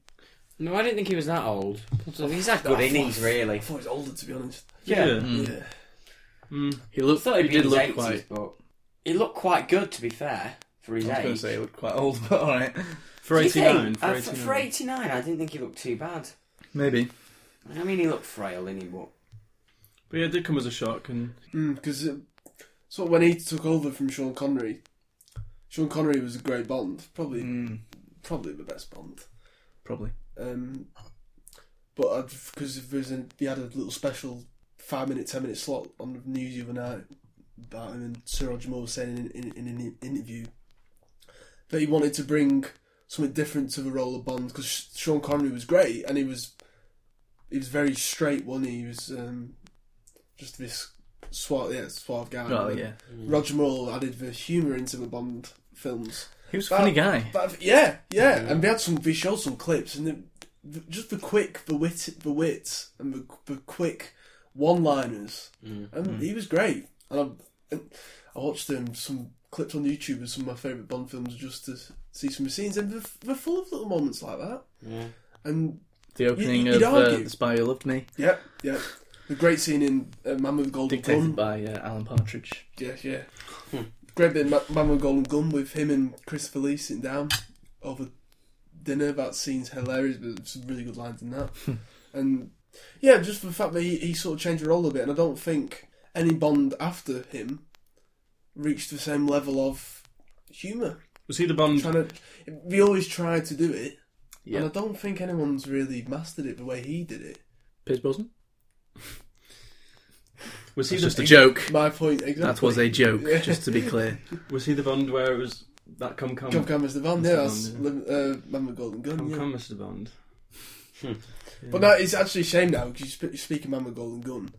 No, I didn't think he was that old. He's had good innings, really.
I thought he was older, to be honest.
Yeah.
Yeah.
He looked.
thought
He
he'd be
did
in his
look
80s,
quite.
but he looked quite good, to be fair, for
I
his
was going
age.
to say he looked quite old, but all right.
For
Do you
eighty
think?
nine. For
Uh,
eighty
for
nine.
89, I didn't think he looked too bad.
Maybe.
I mean, he looked frail, didn't he? But
But yeah, it did come as a shock, and
Because uh, so when he took over from Sean Connery, Sean Connery was a great Bond, probably
Hmm.
Mm,
probably the best Bond.
probably.
Um, but because if there's an, he had a little special five minute, ten minute slot on the news the other night about him, and Sir Roger Moore was saying in, in, in an interview that he wanted to bring something different to the role of Bond because Sean Connery was great and he was he was very straight, wasn't he? He was um, just this suave, yeah, suave guy.
Oh yeah.
Roger Moore added the humour into the Bond films.
He was a funny guy.
But yeah, yeah, and they had some. They showed some clips, and the, the, just the quick, the wit, the wit, and the, the quick one-liners. And he was great. And I, and I watched um, some clips on YouTube of some of my favourite Bond films just to see some of the scenes, and they're, they're full of little moments like that. And
The opening
you'd
of uh,
argue.
The Spy Who Loved Me,
yeah, yeah, the great scene in uh, Man with the Golden
dictated
Gun.
by uh, Alan Partridge.
Yeah, yeah.
Hmm.
Great bit of Ma- Man with Golden Gun with him and Christopher Lee sitting down over dinner. That scene's hilarious, but there's some really good lines in that.
Hmm.
and yeah, just the fact that he, he sort of changed the role a bit, and I don't think any Bond after him reached the same level of humour.
was he the Bond?
Trying to, we always tried to do it,
Hmm. Yeah.
and I don't think anyone's really mastered it the way he did it.
Piers Brosnan.
Was he
It's
the
just a joke.
My point exactly.
That was a joke, just to be clear.
Was he the Bond where it was that come come
Come,
come
come, Mr. Bond.
Mr.
Yeah,
Bond,
that's
yeah.
Lim- uh, Man with Golden Gun.
come,
yeah.
Mr. Bond?
Hmm.
But no, it's actually a shame now because you sp- speaking man with golden gun.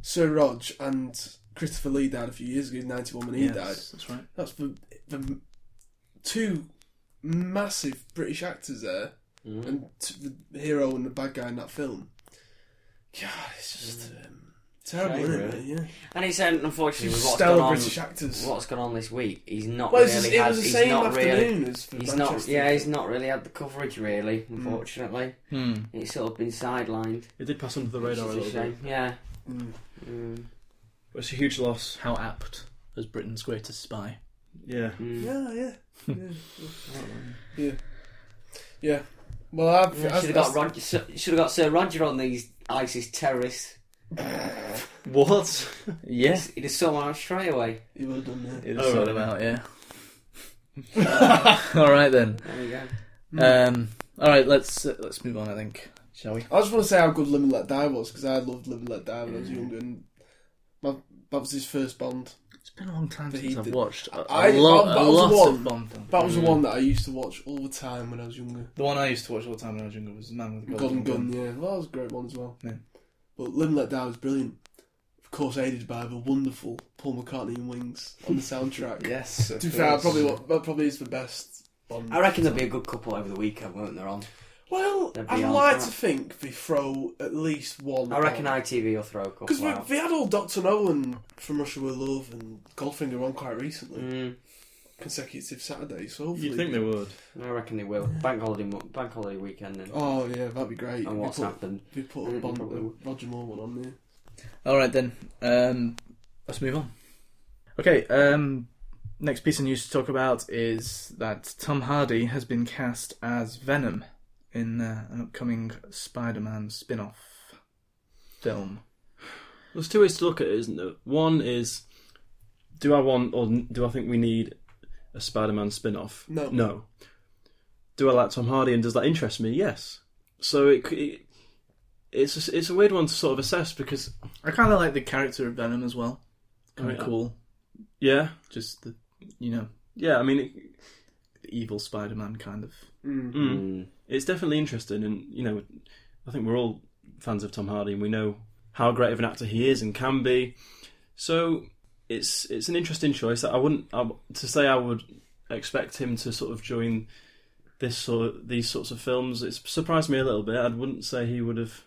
Sir Rog and Christopher Lee died a few years ago, ninety one when he
Yes,
died.
That's right.
That's the, the two massive British actors there,
Mm.
and t- the hero and the bad guy in that film. God, it's just um, terrible,
Mm. Shame,
isn't
really.
it? Yeah,
and he said, unfortunately, with what's gone
stellar
on,
British actors.
what's gone on this week, he's not
Well, it's
really
just- it
had.
was the
he's
same
not really.
afternoon as for
He's not.
Manchester.
Yeah, he's not really had the coverage, really. Unfortunately,
Hmm.
it's sort of been sidelined.
It did pass under the
Which is
radar a
a
little bit.
shame. Yeah.
Mm.
Mm.
But it's a huge loss.
How apt as Britain's greatest spy.
Yeah.
Mm.
Yeah, Oh, yeah, yeah, yeah. yeah. Well, I've,
Yeah,
I've-
should have got
I've-
Roger. Should have got Sir Roger on these ISIS terrorists.
What?
Yes,
He'd have saw him out straight away.
He would have done that.
it
Oh,
sort
right.
them out. Yeah. all right then.
There we go.
Um, all right, let's uh, let's move on. I think, shall we?
I just want to say how good Live and Let Die was because I loved Live and Let Die when I was younger, and my, that was his first Bond.
It's been a long time
But he
since I've
did-
watched a,
I-
a lot,
that
a
was
lot
one.
of Bond films.
That was the one that I used to watch all the time when I was younger.
The one I used to watch all the time when I was younger was Man with the
Golden
Golden,
Gun, yeah, well, that was a great one as well.
Yeah.
But Live and Let Die was brilliant. Of course, aided by the wonderful Paul McCartney and Wings on the soundtrack.
Yes. of
to be fair, I
course.
probably what that probably is the best Bond.
I reckon there'll be a good couple over the weekend, won't there? On
Well,
They're
I'd
beyond
like
that.
to think they throw at least one.
I reckon ITV will throw a couple
Because
out.
they had all Doctor No and From Russia with Love and Goldfinger on quite recently,
Mm,
consecutive Saturdays. So hopefully,
You'd think they would.
I reckon they will. Bank holiday, mo- bank holiday weekend, and,
Oh yeah, that'd be great.
and
we
what's
put,
happened.
We put a
Mm,
Bond,
probably.
a Roger Moore one on there.
All right then. Um, let's move on. Okay. Um, next piece of news to talk about is that Tom Hardy has been cast as Venom in uh, an upcoming Spider-Man spin-off film.
There's two ways to look at it, isn't there? One is, do I want or n- do I think we need a Spider-Man spin-off?
No.
No. Do I like Tom Hardy and does that interest me? Yes. So it, c- it it's a, s- it's a weird one to sort of assess because
I kind of like the character of Venom as well. Kind of
yeah.
cool.
yeah
Just the you know
yeah I mean it,
the evil Spider-Man kind of.
mm,
Mm.
it's definitely interesting and you know I think we're all fans of Tom Hardy and we know how great of an actor he is and can be. So it's it's an interesting choice. I wouldn't I, w- to say I would expect him to sort of join this sort of, these sorts of films. It's surprised me a little bit. I wouldn't say he would have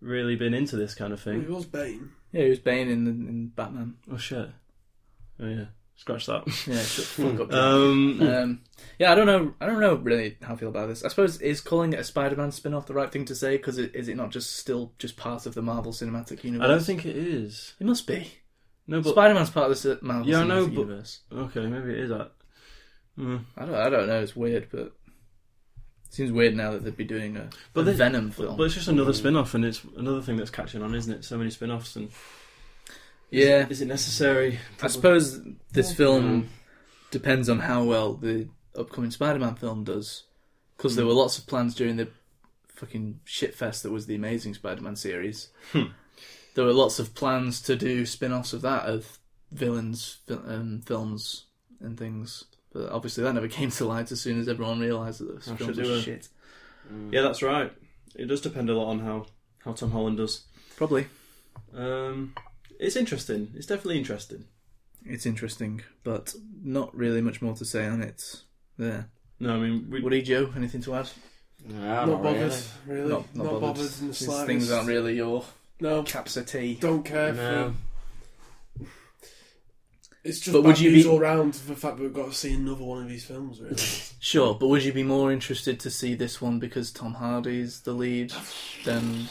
really been into this kind of
It
thing.
was Bane.
Yeah, he was Bane in, in Batman.
Oh shit! Oh yeah, scratch that.
Yeah, shut the fuck up.
Um,
Um, yeah, I don't know. I don't know really how I feel about this. I suppose is calling it a Spider-Man spin-off the right thing to say? Because is it not just still just part of the Marvel Cinematic Universe?
I don't think it is.
it must be.
No, but
Spider-Man's part of the ci- Marvel
Yeah, I
Cinematic
know, but-
Universe.
okay, maybe it is hmm. that.
I don't. I don't know. It's weird, but it seems weird now that they'd be doing a,
But
a
they-
Venom film.
But it's just another spin-off, and it's another thing that's catching on, isn't it? So many spin-offs, and
yeah,
is it necessary?
I suppose this film depends on how well the upcoming Spider-Man film does, because there were lots of plans during the fucking shitfest that was the Amazing Spider-Man series. there were lots of plans to do spin-offs of that of villains fil- um, films and things, but obviously that never came to light. As soon as everyone realised that those
I
films
should do
were
a-
Oh, shit,
Yeah, that's right. It does depend a lot on how, how Tom Holland does.
probably
Um, it's interesting. It's definitely interesting.
it's interesting, but not really much more to say on it. There,
No, I mean, we,
Woody Joe, anything to add?
No,
not
not really.
bothered, really.
Not, not, bothered.
in the
These
slightest.
Things aren't really your
No,
caps of tea.
don't care.
No.
It's just
But
bad
would you
news
be-
all round for the fact that we've got to see another one of these films. Really,
Sure, but would you be more interested to see this one because Tom Hardy's the lead than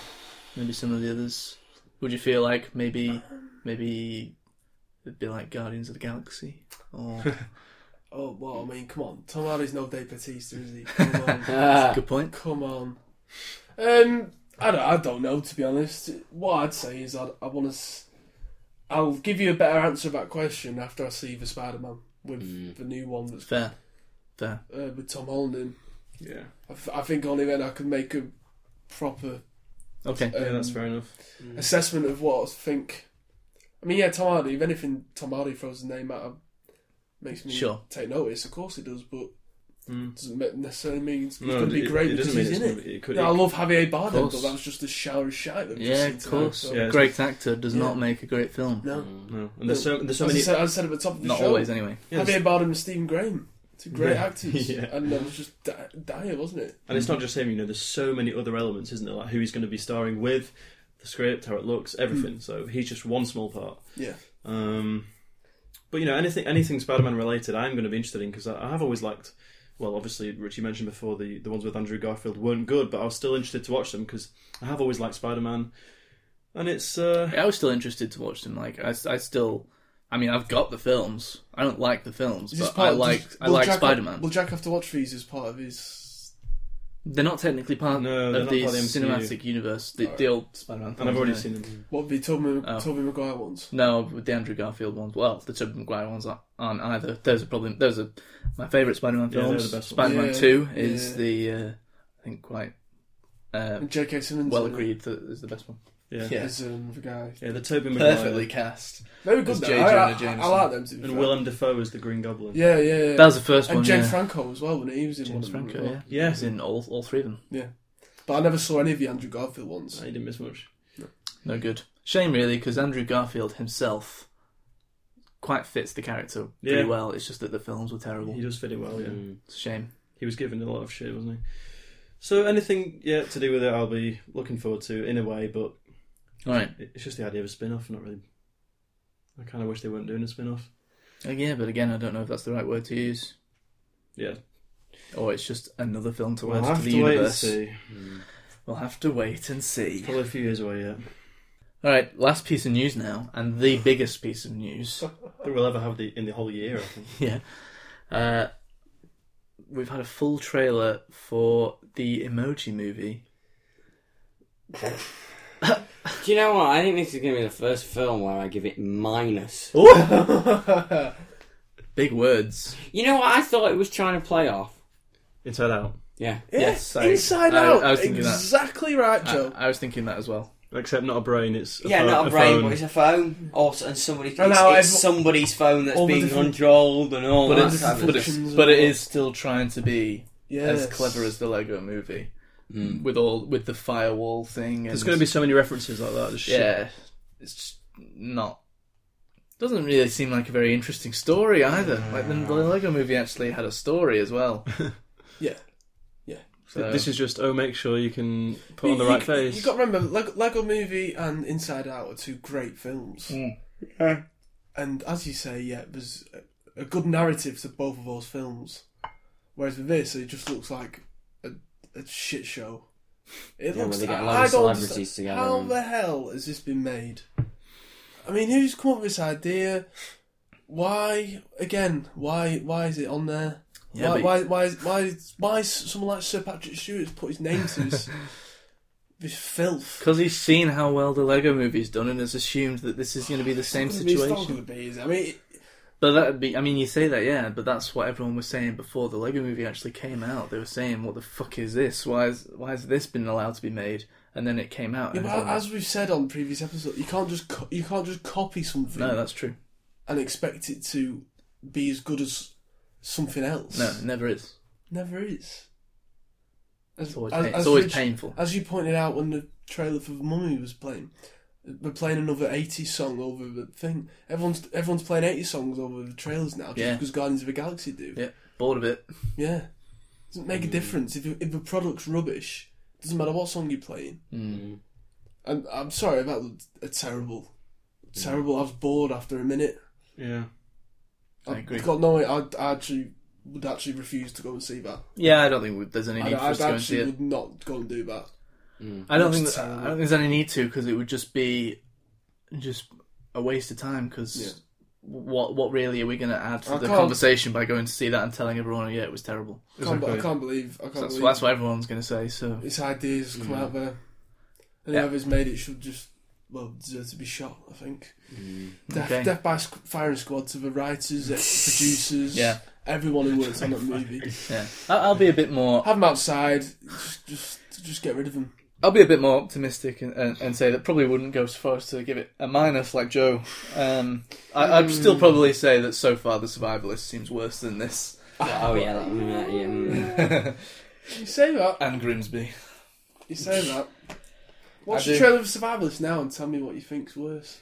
maybe some of the others? Would you feel like maybe maybe it'd be like Guardians of the Galaxy? Or
oh well, I mean, come on, Tom Hardy's no Dave Bautista, is he? Come on,
Ah,
good point.
come on. Um, I don't, I don't know to be honest. What I'd say is I'd, I want to. S- I'll give you a better answer to that question after I see the Spider-Man with
Mm.
the new one that's
Fair, fair.
uh, with Tom Holland in.
yeah,
I, th- I think only then I can make a proper
Okay,
yeah, that's
um,
fair enough.
assessment of what I think. I mean, yeah, Tom Hardy. If anything, Tom Hardy throws his name out, makes me
Sure.
take notice. Of course, it does, but
Mm.
doesn't me- necessarily mean it's
No,
going to be
it-
great
it
because
doesn't mean
he's in
it's
it.
gonna be- it could-
yeah, I love Javier Bardem,
course.
but that was just a shower of shite. That we've
yeah,
seen
of
tonight,
course.
so-
Yeah.
Great actor does
Yeah.
not make a great film.
No,
No, and there's so there's so
as
many.
I, said, as I said at the top of the
not
show,
always, anyway.
yeah,
Javier Bardem and Stephen Graham, two great
Yeah.
actors,
Yeah.
and that was just di- dire, wasn't it?
and it's not just him. You know, there's so many other elements, isn't there? Like who he's going to be starring with, the script, how it looks,
Hmm.
everything. So he's just one small part.
Yeah.
Um, but you know, anything anything Spider-Man related, I'm going to be interested in because I, I have always liked. Well, obviously, Richie mentioned before the the ones with Andrew Garfield weren't good, but I was still interested to watch them because I have always liked Spider-Man, and it's uh,
I was still interested to watch them. Like I, s- I still, I mean, I've got the films. I don't like the films,
Is this
but I
of-
like
does-
I
will
like
Jack-
Spider-Man.
Will Jack have to watch these as part of his
They're not technically part
No, they're
of
not
the
part of the MCU.
cinematic universe. The, the old Spider-Man.
and I've
films,
already
no.
seen them.
What the Toby,
Oh.
Toby Maguire ones?
No, with the Andrew Garfield ones. Well, the Tobey Maguire ones aren't- aren't either. Those are probably those are my favourite Spider-Man
Yeah, they're
films.
the best ones.
Spider-Man
Yeah,
Two is
yeah.
the uh, I think quite uh,
And J.K. Simmons.
well
in it
agreed that is the best one.
Yeah,
Yeah.
yeah,
As um, the guy.
the Toby Maguire
Perfectly cast.
Very good.
As
though.
J.
I,
Jonah
I, I,
Jameson.
like them to be
and
fair.
Willem Dafoe as the Green Goblin.
Yeah, yeah, yeah.
That was the first
and
one.
James
yeah.
Franco as well, when he was in
James
one. of them
Franco.
as well.
Yeah,
Yeah.
He's in all all three of them.
But I never saw any of the Andrew Garfield ones.
I didn't miss much.
No good. Shame really, because Andrew Garfield himself quite fits the character pretty
Yeah.
well. It's just that the films were terrible.
He does fit it well. Yeah,
mm.
It's a shame.
he was given a lot of shit, wasn't he? So anything yeah to do with it, I'll be looking forward to in a way, but
All right.
it- it's just the idea of a spin-off. Not really. I kind of wish they weren't doing a spin-off.
Uh, yeah, but again, I don't know if that's the right word to use,
Yeah,
or it's just another film to
we'll
add
have
to the
to wait and
universe.
see.
We'll have to wait and see.
Probably a few years away yet.
All right, last piece of news now, and the biggest piece of news.
I think we'll ever have the in the whole year. I think.
yeah, uh, we've had a full trailer for the Emoji Movie.
Do you know what? I think this is going to be the first film where I give it minus.
Big words.
You know what? I thought it was trying to play off.
Inside Out,
Yeah.
Yes, I-
Inside
I-
Out.
I was thinking that.
exactly right,
I,
Joe.
I was thinking that as well.
except not a brain. It's a
Yeah,
pho-
not a, brain,
phone.
but it's a phone. Or and somebody, it's,
And now
it's
everyone-
somebody's phone that's
all the
being
different-
controlled and all
But
that
it's,
type of
but, it's,
functions
but it
and all.
is still trying to be as
Yes.
clever as the Lego Movie, with all with the firewall thing. And,
Hmm. There's going to be so many references like that. Just shit.
yeah, it's just not. Doesn't really seem like a very interesting story either. Like the, the Lego Movie actually had a story as well.
Yeah.
So
This is just oh, make sure you can put on the
You-
right
you,
face.
You got to remember, Lego, Lego Movie and Inside Out are two great films. And as you say, yeah, there's a, a good narrative to both of those films. Whereas with this, it just looks like a, a shit show. It
Yeah,
looks.
where they get a
I-
load
I
of
don't
celebrities
understand-
together
How
and-
the hell has this been made? I mean, who's come up with this idea? Why again? Why? Why is it on there?
Yeah,
why,
but-
why, why, is- why, is- why is someone like Sir Patrick Stewart's put his name to this, this filth?
Because he's seen how well the Lego movie's done and has assumed that this is going to be the same
I mean, it's not
situation.
going to be, is it? I mean, it-
But that'd be, I mean, you say that, yeah, but that's what everyone was saying before the Lego movie actually came out. They were saying, what the fuck is this? Why, is, why has this been allowed to be made? And then it came out.
yeah,
and
but
everyone
as we've said on previous episodes, you can't just co- you can't just copy something
no, that's true.
and expect it to be as good as something else.
No, it never is.
never is.
It's always, pain- it's always painful.
As you pointed out when the trailer for The Mummy was playing, we're playing another 80s song over the thing. Everyone's everyone's playing 80 songs over the trailers now, just
Yeah.
because Guardians of the Galaxy do.
Yeah, bored of it.
Yeah. doesn't make a difference if you- if the product's rubbish. Doesn't matter what song you're playing.
Hmm.
Mm,
I'm I'm sorry that was a terrible, terrible. I was bored after a minute.
yeah.
I agree.
Got no, I I actually would actually refuse to go and see that.
Yeah, I don't think we- there's any
I,
need for
I
us to go and see
actually
it.
would not go and do that.
mm.
I don't think
Looks
that, I don't
terrible.
think there's any need to because it would just be just a waste of time. Because
Yeah.
what what really are we going to add to
I
the
can't-
conversation by going to see that and telling everyone, "Oh, yeah, it was terrible?
Can't, be- I can't believe I can't
That's,
believe
that's what everyone's going to say. So
this idea's come out there. And
Yeah.
whoever's made it should just well deserve to be shot. I think. Death,
Mm, Okay.
death by squ- firing squad to the writers, uh, producers,
Yeah.
everyone who worked on that movie.
yeah, I- I'll be a bit more.
Have them outside. Just, just, just get rid of them.
I'll be a bit more optimistic and, and, and say that probably wouldn't go so far as to give it a minus like Joe. Um, I, I'd
Hmm.
still probably say that so far the survivalist seems worse than this
Oh yeah, that, mm, that- yeah. mm.
You say that.
and Grimsby.
You say that. Watch
I
the
do.
trailer of Survivalist now and tell me what you think's worse.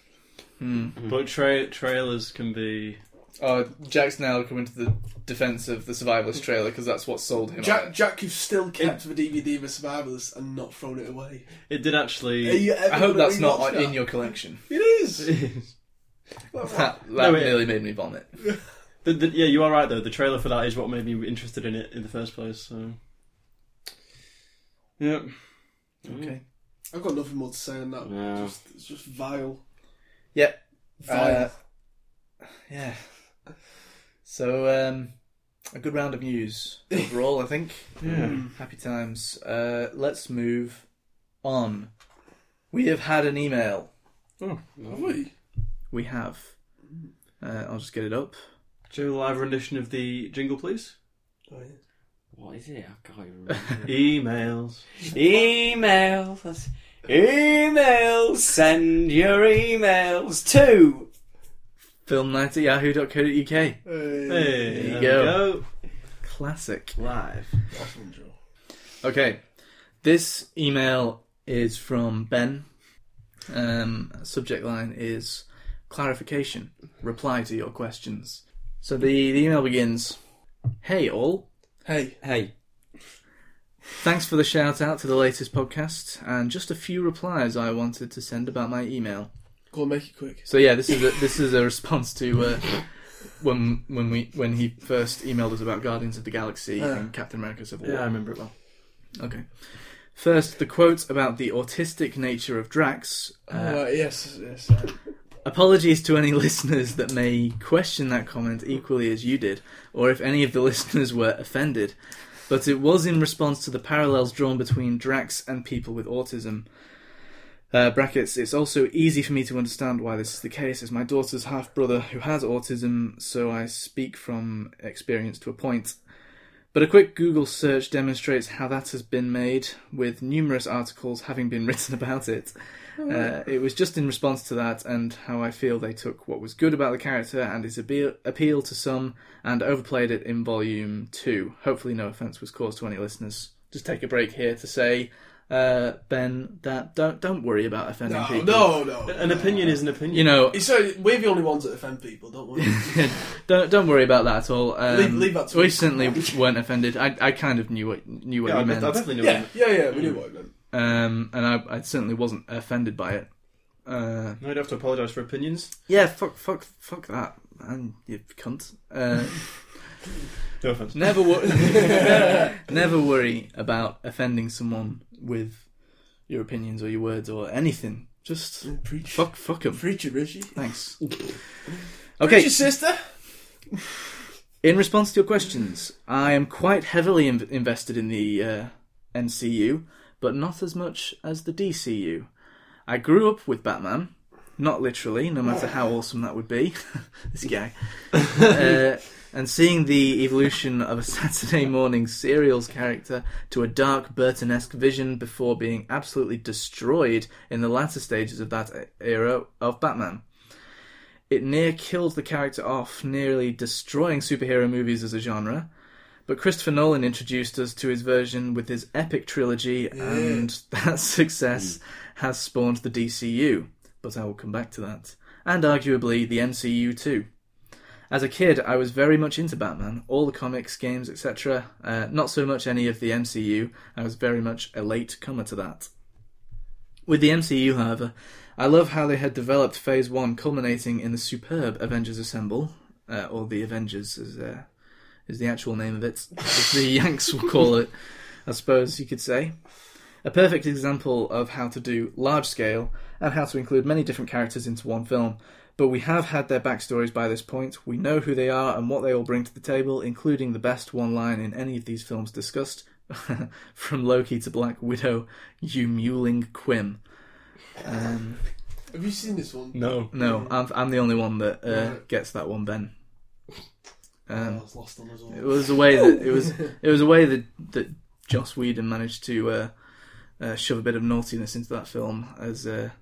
But tra- trailers can be.
Hmm. Oh, Jack's now coming to the defense of the survivalist trailer because that's what sold him. on
Jack,
it.
Jack, you've still kept the DVD of Survivalist and not thrown it away.
It did
Are
actually.
you ever
I hope
gonna
that's not
rewatch that?
in your collection.
It is.
That, that
No, it-
nearly made me vomit.
The, the, yeah, you are right though. The trailer for that is what made me interested in it in the first place. So, yeah,
Okay.
I've got nothing more to say on that.
No.
Just, it's just vile.
Yeah. Uh,
Vile.
yeah. So, um, a good round of news overall, I think.
yeah.
Hmm.
Happy times. Uh, let's move on. We have had an email.
Have we?
We have. Uh, I'll just get it up.
Do you have a live rendition of the jingle, please?
Oh, yeah.
What is it? I can't even remember.
Emails.
emails, emails. Send your emails to.
Film night at yahoo.co.uk.
Hey.
Hey,
There you
there
go.
we
Classic.
Live.
Okay. This email is from Ben. Um, subject line is clarification, reply to your questions. So the, the email begins Hey all,
Hey.
Hey,
Thanks for the shout out to the latest podcast and just a few replies I wanted to send about my email.
Go on, make it quick.
So yeah, this is a, this is a response to uh, when when we when he first emailed us about Guardians of the Galaxy
Ah.
and Captain America: Civil War.
Yeah, I remember it well.
Okay. First, the quote about the autistic nature of Drax. Uh,
Alright, yes, yes. uh,
Apologies to any listeners that may question that comment equally as you did, or if any of the listeners were offended. But it was in response to the parallels drawn between Drax and people with autism. Uh, brackets. It's also easy for me to understand why this is the case, as my daughter's half brother who has autism, so I speak from experience to a point. But a quick Google search demonstrates how that has been made, with numerous articles having been written about it. Uh, it was just in response to that and how I feel they took what was good about the character and his abe- appeal to some and overplayed it in volume two. Hopefully, no offense was caused to any listeners. Just take a break here to say, uh, Ben, that don't don't worry about offending
No,
people.
no, no.
An opinion is an opinion.
You know,
It's, uh, we're the only ones that offend people, don't we?
don't don't worry about that at all. Um,
Leave- leave that to
we
me.
certainly weren't offended. I, I kind of knew what knew what
Yeah, I,
you
I
meant.
definitely know.
yeah, yeah, yeah.
Mm.
We knew what it meant.
um, and I, I certainly wasn't offended by it. Uh,
No, you don't have to apologise for opinions.
yeah, fuck, fuck, fuck that, man, you cunt. Uh,
No offence.
never, wor- never worry about offending someone with your opinions or your words or anything. Just
Preach,
fuck, fuck 'em.
preach it, Richie.
Thanks.
Preach
Okay.
it, sister.
In response to your questions, I am quite heavily in- invested in the uh, MCU, but not as much as the DCU. I grew up with Batman, not literally, no matter how awesome that would be. this guy. uh, and seeing the evolution of a Saturday morning serials character to a dark Burton-esque vision before being absolutely destroyed in the latter stages of that era of Batman. It near killed the character off, nearly destroying superhero movies as a genre. But Christopher Nolan introduced us to his version with his epic trilogy, and that success has spawned the DCU. But I will come back to that. And arguably the MCU too. As a kid, I was very much into Batman, all the comics, games, etc. Uh, not so much any of the MCU. I was very much a late comer to that. With the MCU, however, I love how they had developed Phase 1, culminating in the superb Avengers Assemble, uh, or the Avengers is, uh, is the actual name of it, as the Yanks will call it, I suppose you could say. A perfect example of how to do large scale and how to include many different characters into one film. But we have had their backstories by this point, we know who they are and what they all bring to the table, including the best one line in any of these films discussed. From Loki to Black Widow, you mewling Quim. Um,
Have you seen this one?
no.
no, I'm, I'm the only one that uh,
Right.
gets that one, Ben.
Oh,
Um,
I was lost on us all.
it was a way that it was it was a way that that Joss Whedon managed to uh, uh, shove a bit of naughtiness into that film as a,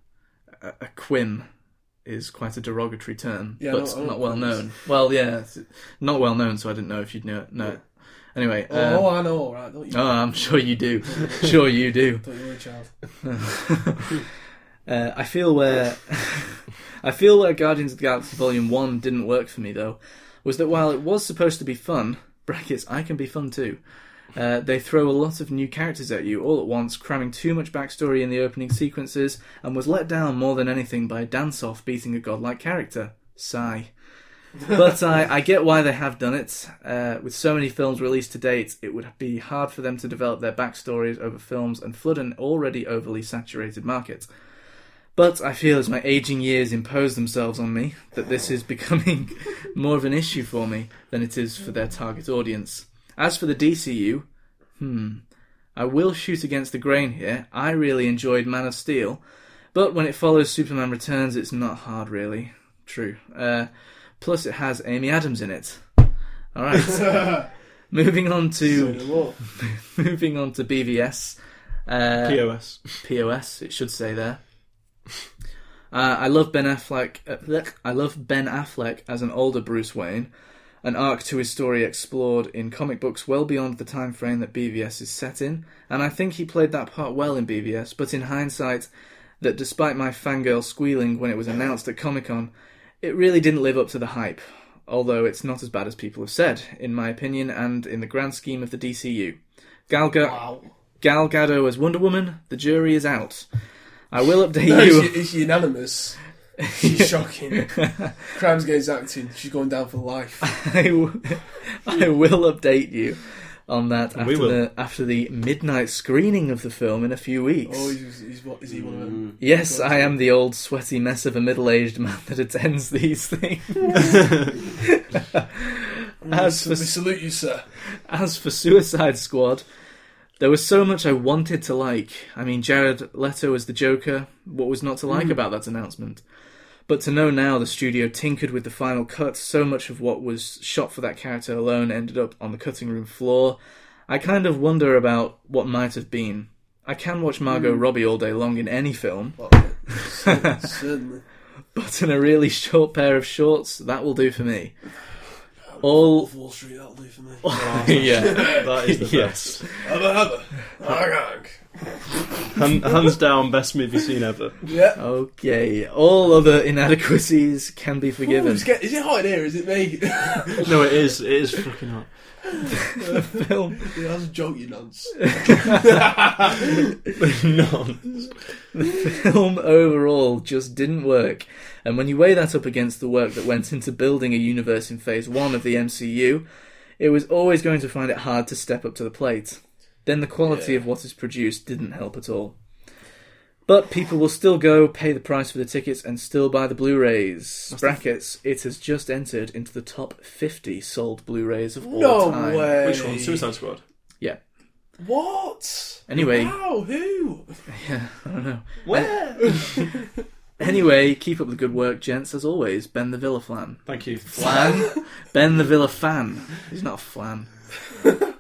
a, a quim is quite a derogatory term,
Yeah, I
but
know- I know
not well
quimps.
known. Well, yeah, it's not well known, so I didn't know if you'd know it. No. Anyway,
Oh,
um,
I know, all right. Don't you?
oh, I'm sure you do. sure you do.
Don't you worry, child.
Uh, I feel where I feel where Guardians of the Galaxy Volume One didn't work for me though, was that while it was supposed to be fun (brackets I can be fun too), uh, they throw a lot of new characters at you all at once, cramming too much backstory in the opening sequences, and was let down more than anything by Dansoff beating a godlike character. Sigh. but I, I get why they have done it. Uh, with so many films released to date, it would be hard for them to develop their backstories over films and flood an already overly saturated market. But I feel as my aging years impose themselves on me that this is becoming more of an issue for me than it is for their target audience. As for the DCU, hmm, I will shoot against the grain here. I really enjoyed Man of Steel, but when it follows Superman Returns, it's not hard, really. True. Uh, plus, it has Amy Adams in it. All right. moving on to moving on to BVS. Uh,
POS.
POS. It should say there. Uh, I love Ben Affleck. uh, blech. I love Ben Affleck as an older Bruce Wayne, an arc to his story explored in comic books well beyond the time frame that BVS is set in, and I think he played that part well in BVS. But in hindsight, that despite my fangirl squealing when it was announced at Comic Con, it really didn't live up to the hype. Although it's not as bad as people have said, in my opinion, and in the grand scheme of the DCU. Gal, Ga-
Wow.
Gal Gadot as Wonder Woman. The jury is out. I will update you.
It's, it's unanimous. She's shocking. Crimes against acting. She's going down for life.
I, w- I will update you on that after
will.
the after the midnight screening of the film in a few weeks.
Oh, he's, he's what? Is he one of them?
yes, I am the old sweaty mess of a middle-aged man that attends these things. Mm. as
We
for
salute you, sir.
as for Suicide Squad, there was so much I wanted to like. I mean, Jared Leto as the Joker, what was not to like about that announcement? But to know now the studio tinkered with the final cut, so much of what was shot for that character alone ended up on the cutting room floor. I kind of wonder about what might have been. I can watch Margot Robbie all day long in any film,
Certainly.
but in a really short pair of shorts, that will do for me. All,
Off Wall Street, that'll do for me.
yeah,
That is the
yes.
best.
Hubba, hubba. Hang, hang.
Han- hands down, best movie seen ever.
Yeah.
Okay, all other inadequacies can be
Ooh,
forgiven.
it's get- is it hot in here? Is it me?
No, it is. It is fucking hot.
film,
Yeah, That's a joke, you nonce.
no.
film overall just didn't work. And when you weigh that up against the work that went into building a universe in phase one of the MCU, it was always going to find it hard to step up to the plate. Then the quality of what is produced didn't help at all. But people will still go, pay the price for the tickets, and still buy the Blu-rays. Brackets. It has just entered into the top 50 sold Blu-rays of all
No
time.
way.
Which one? Suicide Squad.
Yeah.
What?
Anyway,
How? Who?
I don't know.
Where?
Anyway, keep up the good work, gents. As always, Ben the Villa Flan.
Thank you.
Flan? ben the Villa Fan. He's not a flan.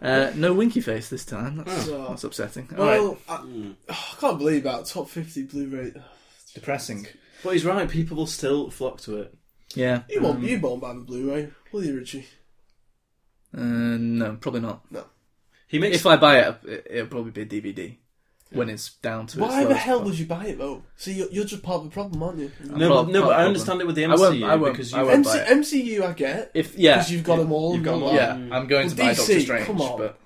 Uh, no winky face this time. That's, that's upsetting. All right.
Oh. Well, I,
Hmm.
oh, I can't believe that. Top 50 Blu-ray.
Depressing.
But he's right. People will still flock to it.
Yeah.
You won't, you won't buy the Blu-ray, will you, Richie?
Uh, no, probably not.
He makes.
If I buy it, it- it'll probably be a DVD when it's down to its
Why the
lowest
hell
point.
would you buy it, though? See, you're, you're just part of the problem, aren't you?
prob-
no, but, no.
prob-
But I
problem.
understand it with the
I
MCU
won't- I won't-
because
I
you.
won't.
MC,
buy it.
MCU, I get.
If yeah,
Because you've got them all.
you've got
and
them
all
all.
yeah,
that.
I'm going
Well,
to buy Doctor
DC,
Strange,
come on.
but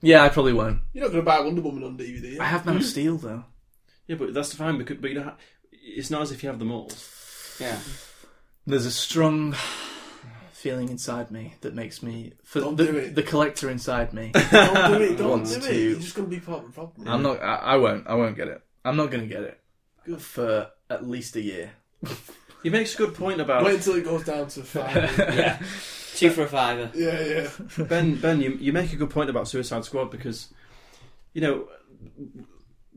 yeah, I probably won't.
You're not going to buy Wonder Woman on DVD.
I have Man of Steel though.
Yeah, but that's fine. Because, but you don't. Ha- it's not as if you have them all.
Yeah.
There's a strong feeling inside me that makes me for
Don't
the,
do it.
the collector inside me.
Don't do it. Don't
Wants
do it.
to-
You're just going to be part of the problem.
I'm not. I, I won't. I won't get it. I'm not going to get it for at least a year.
He makes a good point about
Wait until it goes down to five.
Yeah. Two for a fiver.
yeah, yeah.
Ben, Ben, you, you make a good point about Suicide Squad because, you know,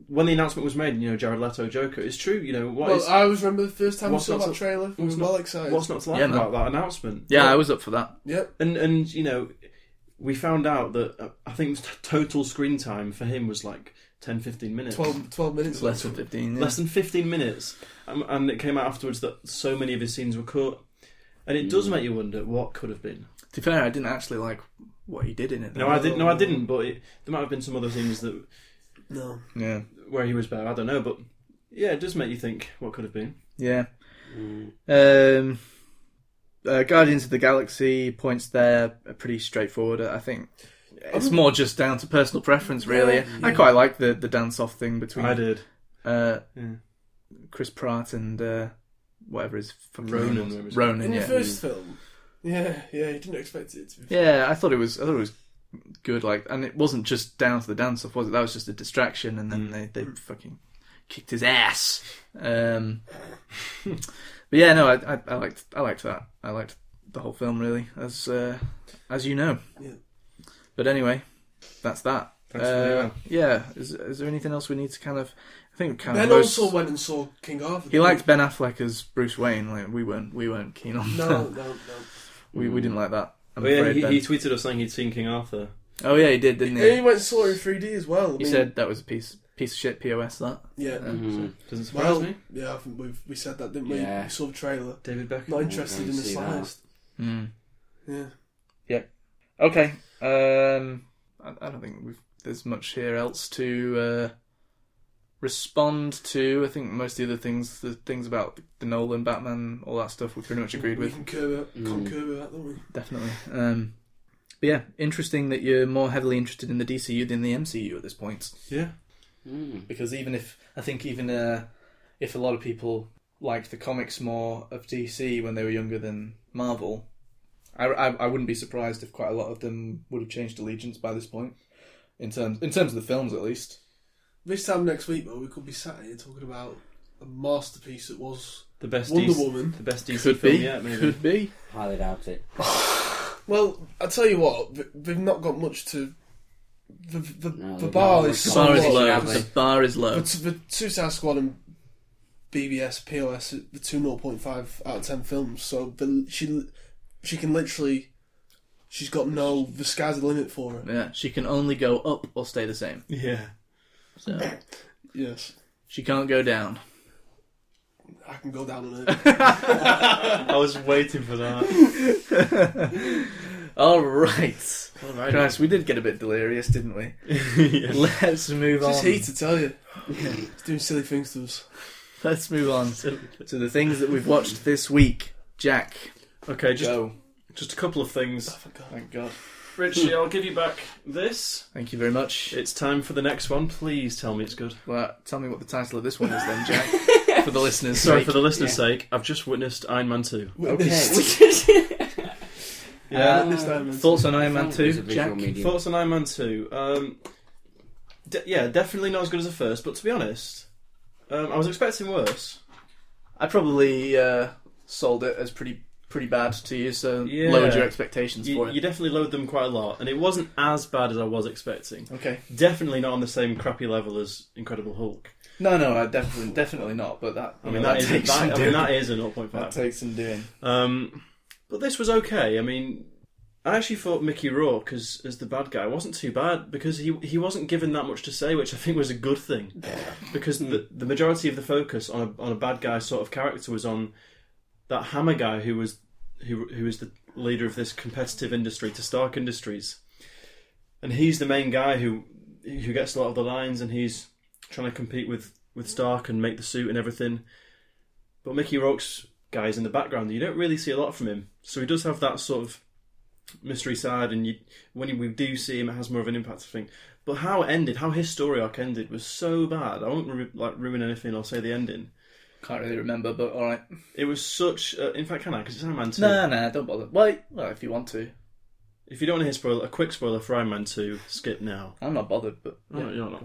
when the announcement was made, you know, Jared Leto Joker, it's true. You know, what
Well, uh,
is-
I always remember the first time we
What's
saw
not
that
to-
trailer. We were
not-
well excited.
what's not to like
Yeah, man.
about that announcement?
Yeah, I was up for that.
Yep.
and and you know, we found out that uh, I think t- total screen time for him was like 10, 15 minutes,
12, 12 minutes
Less than fifteen. yeah.
less than fifteen minutes, um, and it came out afterwards that so many of his scenes were cut, and it
Hmm.
does make you wonder what could have been.
To be fair, I didn't actually like what he did in it.
No, I didn't. No, I didn't. But it, there might have been some other things that
No.
Yeah.
where he was better. I don't know, but yeah, it does make you think what could have been.
Yeah. Um. Uh, Guardians of the Galaxy points there are pretty straightforward. I think it's more just down to personal preference, really. I quite like the the dance off thing between
I did.
uh,
Yeah.
Chris Pratt and uh, whatever his fucking name
Ronan,
was.
whatever his-
Ronan,
In
yeah.
the first film. Yeah, yeah, you didn't expect it to be.
Yeah, I thought it was. I thought it was good. Like, and it wasn't just down to the dance off, was it? That was just a distraction, and then they, they fucking kicked his ass. Um, but yeah, no, I, I, I liked I liked that. I liked the whole film really, as uh, as you know.
Yeah.
But anyway, that's that.
Thanks for the, uh,
yeah, is is there anything else we need to kind of? I think kind
Ben
of most-
also went and saw King Arthur.
He liked Ben Affleck as Bruce Wayne. Like we weren't we weren't keen on
No,
that.
no, no.
We we didn't like that. I'm
Oh yeah,
afraid,
he,
Ben.
he tweeted us saying he'd seen King Arthur.
oh yeah, he did, didn't
Yeah, he went and saw it in 3D as well. I
You
mean,
said that was a piece piece of shit POS that.
Yeah.
Mm-hmm.
Doesn't surprise
Well,
me.
yeah, I think we've, we said that, didn't we?
Yeah.
We saw the trailer.
David Beckham.
Not interested in the
see that.
slightest.
Mm.
Yeah.
Okay. Um I, I don't think we've there's much here else to uh respond to. I think most of the other things the things about the Nolan Batman all that stuff we pretty much agreed
We
with Mm.
concur, concur with that, don't we?
definitely. Um but But yeah, interesting that you're more heavily interested in the DCU than the MCU at this point.
Yeah.
Because even if I think even uh, if a lot of people liked the comics more of DC when they were younger than Marvel, I, I, I wouldn't be surprised if quite a lot of them would have changed allegiance by this point. In terms in terms of the films, at least.
This time next week, though, we could be sat here talking about a masterpiece that was
The best
Wonder
DC
Woman.
The best DC
Could
film
be.
yet, maybe.
Could be.
Highly doubt it.
Well, I tell you what, th- they've not got much to. The the,
No,
the
they've
bar
not.
is
The
The
so
bar is
Somewhat,
low.
sadly.
The bar is
Um,
low.
But the Suicide Squad and BBS POS the two 0.5 out of ten films. So the, she she can literally she's got no the sky's the limit for her.
Yeah, she can only go up or stay the same.
Yeah.
So
Yes,
she can't go down.
I can go down on it.
I was waiting for that.
All right. Christ, we did get a bit delirious, didn't we? Let's move
It's
on.
heat to tell you. It's doing silly things to us.
Let's move on to the things that we've watched this week. Jack,
Okay, just
go.
just a couple of
Oh,
things.
Thank God.
Richie, I'll give you back this.
Thank you very much.
It's time for the next one. Please tell me it's good.
Well, tell me what the title of this one is then, Jack, for the listeners.
Sorry
sake.
for the listener's sake. I've just witnessed Iron Man two.
Okay.
Yeah.
Uh,
This time,
thoughts on Iron Man
Found it was a
Two,
visual
Jack.
medium.
Thoughts on Iron Man two? Um, de- yeah, definitely not as good as the first. But to be honest, um, I was expecting worse.
I probably uh, sold it as pretty pretty bad to you, so
Yeah.
lowered your expectations
You,
for it.
you definitely load them quite a lot, and it wasn't as bad as I was expecting.
Okay.
Definitely not on the same crappy level as Incredible Hulk.
No, no, I definitely definitely not. But that
I mean, that is
takes some
that, I mean
doing.
that is a
That
0.5.
takes some doing.
Um, but this was okay. I mean, I actually thought Mickey Rourke as, as the bad guy wasn't too bad because he he wasn't given that much to say, which I think was a good thing. because the, the majority of the focus on a, on a bad guy sort of character was on that hammer guy who was who who was the leader of this competitive industry to Stark Industries, and he's the main guy who who gets a lot of the lines, and he's trying to compete with with Stark and make the suit and everything. But Mickey Rourke's guys in the background, you don't really see a lot from him, so he does have that sort of mystery side, and you when we do see him, it has more of an impact. I think. But how it ended, how his story arc ended, was so bad. I won't ru- like ruin anything or say the ending.
Can't really remember, but all right.
It was such. Uh, in fact, can I? Because it's Iron Man two.
No, no, don't bother. Well, well, if you want to,
If you don't want to hear spoiler, a quick spoiler for Iron Man 2, skip now.
I'm not bothered. But
No, you're not.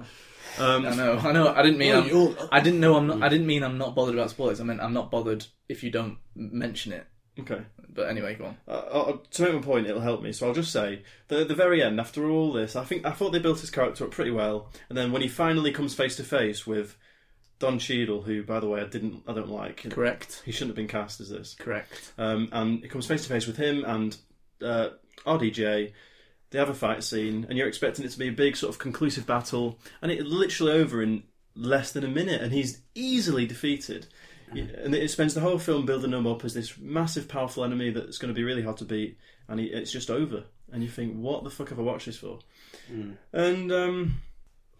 I
Um,
know, I know. I didn't mean.
Oh,
I'm,
you're not.
I didn't know. I'm not. I didn't mean I'm not bothered about spoilers. I meant I'm not bothered if you don't mention it.
okay.
But anyway, go on.
Uh, uh, to make my point, it'll help me. So I'll just say that at the very end, after all this, I think I thought they built his character up pretty well, and then when he finally comes face to face with Don Cheadle, who, by the way, I didn't, I don't like.
Correct.
He shouldn't have been cast as this.
Correct.
Um, and it comes face to face with him and uh, RDJ. They have a fight scene, and you're expecting it to be a big sort of conclusive battle, and it literally over in less than a minute, and he's easily defeated. And it spends the whole film building him up as this massive, powerful enemy that's going to be really hard to beat, and he, it's just over. And you think, what the fuck have I watched this for? And um,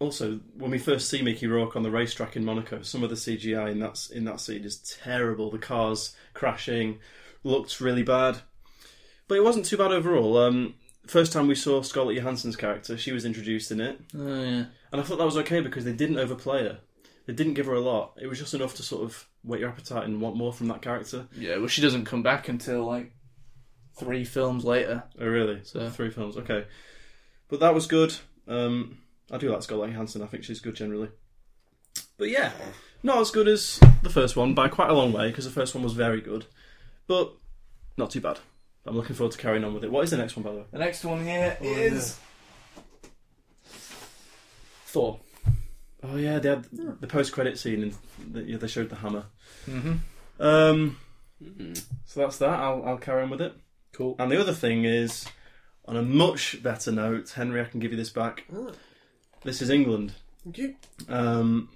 also, when we first see Mickey Rourke on the racetrack in Monaco, some of the CGI in that in that scene is terrible. The cars crashing looked really bad, but it wasn't too bad overall. Um, first time we saw Scarlett Johansson's character, she was introduced in it,
Oh, yeah.
and I thought that was okay because they didn't overplay her. They didn't give her a lot. It was just enough to sort of whet your appetite and want more from that character.
Yeah. Well, she doesn't come back until like three films later.
Oh, really?
So-
three films, okay. But that was good. Um, I do like Scarlett Johansson. I think she's good generally. But yeah, not as good as the first one by quite a long way because the first one was very good, but not too bad. I'm looking forward to carrying on with it. What is the next one, by the way?
The next one here is Thor.
Oh yeah, they had
Hmm.
the post-credit scene and the, yeah, they showed the hammer.
Mm-hmm.
Um, so that's that. I'll, I'll carry on with it.
Cool.
And the other thing is, on a much better note, Henry, I can give you this back. This is England.
Hmm. Thank you.
Um,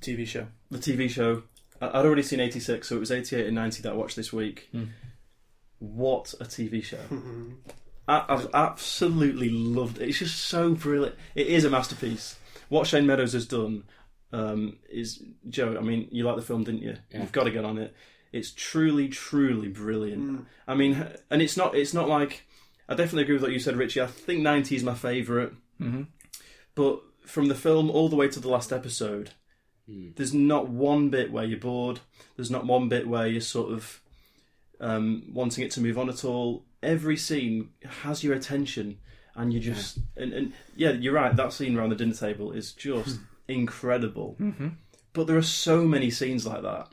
TV show.
the TV show. I- I'd already seen 86, so it was 88 and 90 that I watched this week. What a TV show. I, I've absolutely loved it. It's just so brilliant. It is a masterpiece. What Shane Meadows has done um, is, Joe, I mean, you like the film, didn't you? You've got to get on it. It's truly, truly brilliant. I mean, and it's not, it's not like I definitely agree with what you said, Richie. I think 90 is my favorite But from the film all the way to the last episode, there's not one bit where you're bored. There's not one bit where you're sort of um, wanting it to move on at all. Every scene has your attention, and you just and, and yeah, you're right. That scene around the dinner table is just incredible. Mm-hmm. But there are so many scenes like that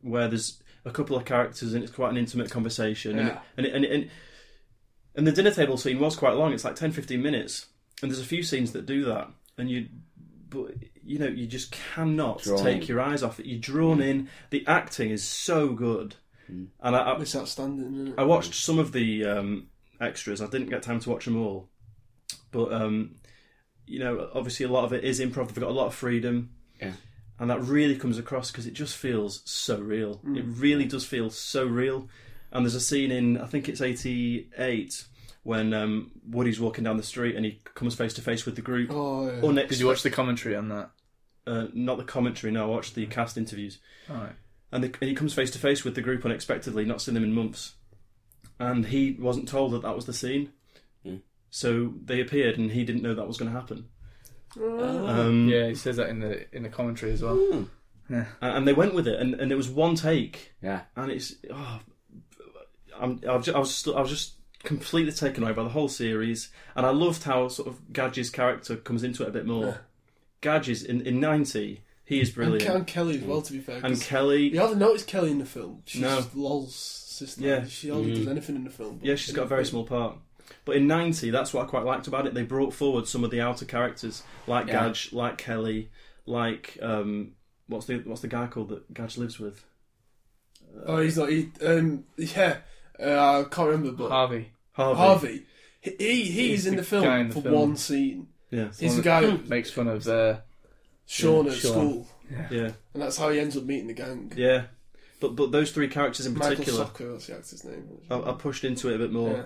where there's a couple of characters and it's quite an intimate conversation,
Yeah.
and, it, and, it, and it- and and the dinner table scene was quite long. It's like 10, 15 minutes, and there's a few scenes that do that, and you but you know you just cannot
Drawn
take
in.
your eyes off it. You're drawn in. The acting is so good, and I, I,
It's outstanding, isn't it?
I watched some of the um, extras. I didn't get time to watch them all, but um, you know, obviously a lot of it is improv. They've got a lot of freedom,
Yeah.
and that really comes across because it just feels so real. It really does feel so real. And there's a scene in I think it's '88 when um, Woody's walking down the street and he comes face to face with the group.
Oh, yeah.
Unexpe-
Did you watch the commentary on that?
uh, not the commentary. No, I watched the cast interviews,
All right.
and, the, and he comes face to face with the group unexpectedly, not seen them in months, and he wasn't told that that was the scene. So they appeared, and he didn't know that was going to happen. Um,
Yeah, he says that in the in the commentary as well.
and and they went with it, and, and it was one take,
Yeah.
and it's oh, I'm I've just, I was just, I was just completely taken away by the whole series, and I loved how sort of Gadge's character comes into it a bit more. Gadge's in in ninety, he is
and,
brilliant,
Ke- and Kelly as well, to be fair.
and
'cause
Kelly,
you haven't noticed Kelly in the film. She's
No.
just Lol's sister.
Yeah.
She hardly does anything in the film. but-
Yeah, she's got a very small part. But in 90, that's what I quite liked about it. They brought forward some of the outer characters, like
Yeah.
Gadge, like Kelly, like um, what's the what's the guy called that Gadge lives with?
Oh, he's not. He, um, yeah, uh, I can't remember, but
Harvey.
Harvey.
Harvey. He, he he's,
He's
in
the
the film
guy in the
for
film.
one scene.
Yeah,
He's
One
the
that
guy with
makes fun of uh,
Sean
Yeah,
at
Sean.
school,
yeah,
and that's how he ends up meeting the gang.
yeah. But but those three characters in
Michael
particular,
Soccer, that's the actor's name.
Oh.
I, I pushed into it a bit more,
Yeah.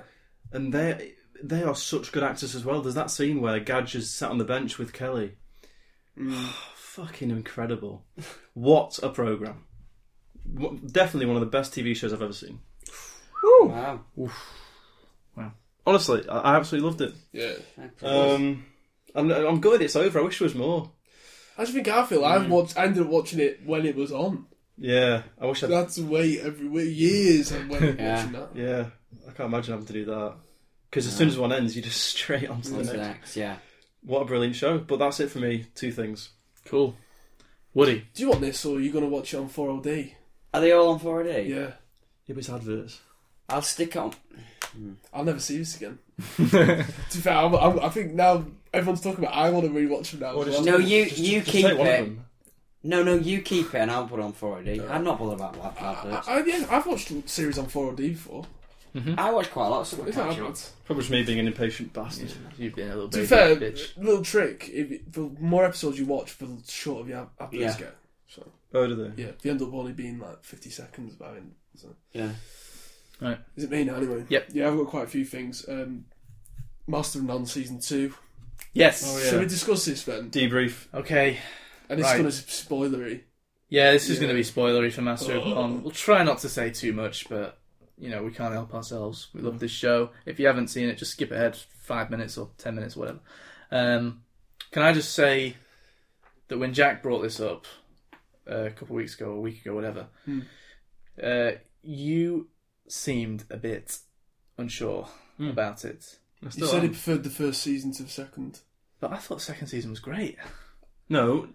and they they are such good actors as well. There's that scene where Gadge is sat on the bench with Kelly. Fucking incredible! What a program! Definitely one of the best TV shows I've ever seen.
Wow.
Honestly, I I absolutely loved it.
Yeah.
Um, I'm, I'm good. It's over. I wish there was more.
I just think I feel
Mm.
I've watched. I ended up watching it when it was on.
Yeah, I wish I.
That's the way every way, years I went and
Yeah.
watching that.
Yeah, I can't imagine having to do that. Because as soon as one ends, you're just straight on to the
What's
next.
next? Yeah.
What a brilliant show! But that's it for me. Two things.
cool. Woody.
Do you want this or are you gonna watch it on 4LD?
Are they all on 4D?
Yeah.
Yeah, but it's adverts.
I'll stick on.
I'll never see this again. to be fair, I'm, I'm, I think now everyone's talking about. it, I want to rewatch them now. as well.
No, you you
Just
keep
take one of
it.
them.
No, no, you keep it, and I'll put it on 4D. I'm not bothered about black
I,
adverts.
I, yeah, I've watched series on 4LD before.
I watch quite a lot. So I'm
It's not
catching up.
bad.
Probably just me being an impatient bastard.
You've been a little
To be
bit
fair,
bitch.
little trick: if it, the more episodes you watch, the shorter the ep- episodes
Yeah.
get. So
Oh, do they?
yeah, they end up only being like fifty seconds by the end. So.
Yeah.
Right.
Is it me now anyway?
Yep.
Yeah, I've got quite a few things. Um, Master of None season two.
Yes.
Oh,
Shall
yeah.
we discuss this then?
Debrief.
Okay.
And it's
Right.
gonna be spoilery.
Yeah, Oh. this is going to be spoilery for Master of None. We'll try not to say too much, but you know we can't help ourselves. We love this show. If you haven't seen it, just skip ahead five minutes or ten minutes, whatever. Um, can I just say that when Jack brought this up uh, a couple of weeks ago, a week ago, whatever, uh, you seemed a bit unsure about it.
I
You
still
said
am.
he preferred the first season to the second.
But I thought second season was great.
No,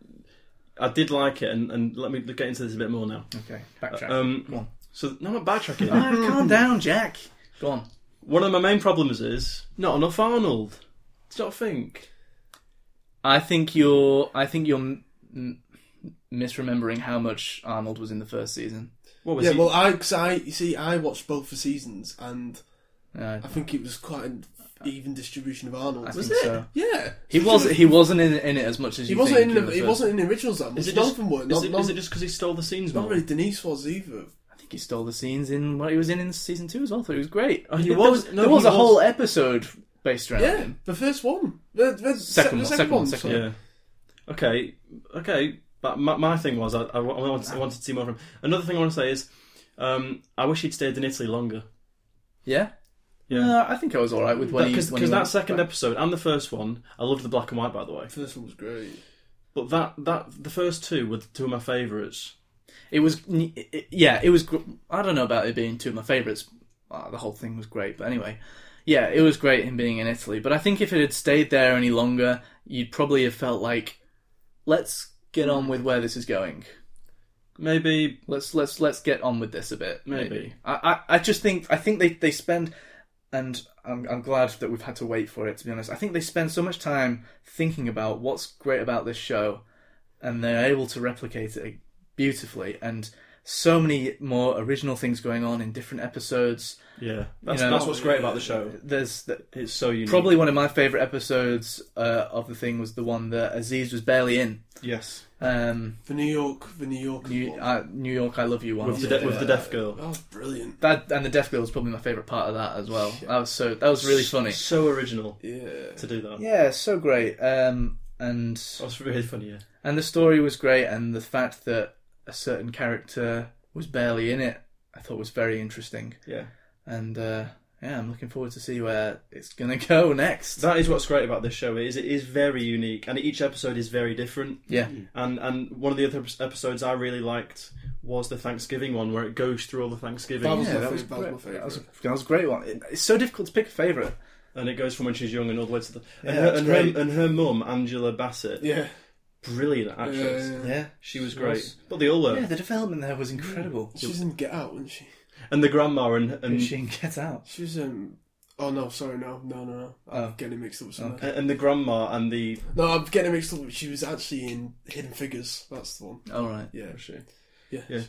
I did like it, and, and let me get into this a bit more now.
Okay, backtrack.
Um,
Go on.
So, no, I'm not backtracking.
Ah, calm down, Jack. Go on.
One of my main problems is not enough Arnold. Do you not think?
I think you're. I think you're m- m- misremembering how much Arnold was in the first season.
What was
Yeah,
he?
well, I, cause I, you see, I watched both the seasons, and
Uh,
I think it was quite an even distribution of Arnold.
I
was
think
it?
so.
Yeah,
he was. He wasn't in, in it as much as
He
you
wasn't
think
in the,
the
he
first-
wasn't in the originals that much.
Is it
None
just-
of them were.
is
Not,
it-
none-
is it just because he stole the scenes?
not
more?
really Denise was either.
I think he stole the scenes in what he was in in season two as well. I thought he was great.
Oh, he
There
was- no,
there was
he
a
was.
whole episode based around
Yeah,
him.
the first one. The, the
Second
se-
one, second
the
one, second
sorry.
Yeah. Okay. Okay. But my, my thing was, I, I, wa- I wanted, I wanted to see more from. Another thing I want to say is, um, I wish he'd stayed in Italy longer.
Yeah.
Yeah.
Uh, I think I was all right with when he
Because
when he
that
went
second
back.
episode and the first one, I loved the black and white, by the way.
First one was great.
But that that the first two were two of my favourites.
It was, it- it- yeah, it was. gr- I don't know about it being two of my favourites. Ah, the whole thing was great, but anyway, yeah, it was great him being in Italy. But I think if it had stayed there any longer, you'd probably have felt like, let's get on with where this is going.
Maybe
Let's let's let's get on with this a bit.
Maybe.
I, I, I just think I think they they spend, and I'm I'm glad that we've had to wait for it. To be honest, I think they spend so much time thinking about what's great about this show, and they're able to replicate it beautifully. And so many more original things going on in different episodes.
yeah. That's,
You know-
that's what's great about the show.
There's the,
It's so unique.
probably one of my favorite episodes uh, of the thing was the one that Aziz was barely in.
yes.
Um,
The New York, the New York.
New,
one.
uh, New York, I love you one.
With the, de- with the deaf girl.
that was brilliant.
That and the Death Girl was probably my favorite part of that as well. That was so that was really funny.
So original
Yeah.
to do that.
Yeah, so great. Um, and
That was really funny. Yeah.
and the story was great, and the fact that a certain character was barely in it, I thought was very interesting.
Yeah.
And uh, yeah, I'm looking forward to see where it's gonna go next.
That is what's great about this show. Is it is very unique, and each episode is very different.
Yeah,
And and one of the other ep- episodes I really liked was the Thanksgiving one, where it goes through all the Thanksgiving,
That was
yeah,
my
that was
favorite. That was my
great.
favorite.
That was, a, that was a great one. It- it's so difficult to pick a favorite.
and it goes from when she's young and all the way to the and
Yeah,
her
that's
and,
great.
her and her mum Angela Bassett,
yeah.
brilliant actress.
Yeah.
Yeah,
She was great, but they all were.
yeah. The development there was incredible.
She's in Get Out, isn't she?
And the grandma and and,
She can get out.
She's um. Oh no, sorry, no, no, no, no. I'm
Oh.
getting it mixed up with something.
and the grandma and the
No, I'm getting it mixed up. with- She was actually in Hidden Figures. That's the one.
All right.
Yeah,
she?
yeah.
Yeah.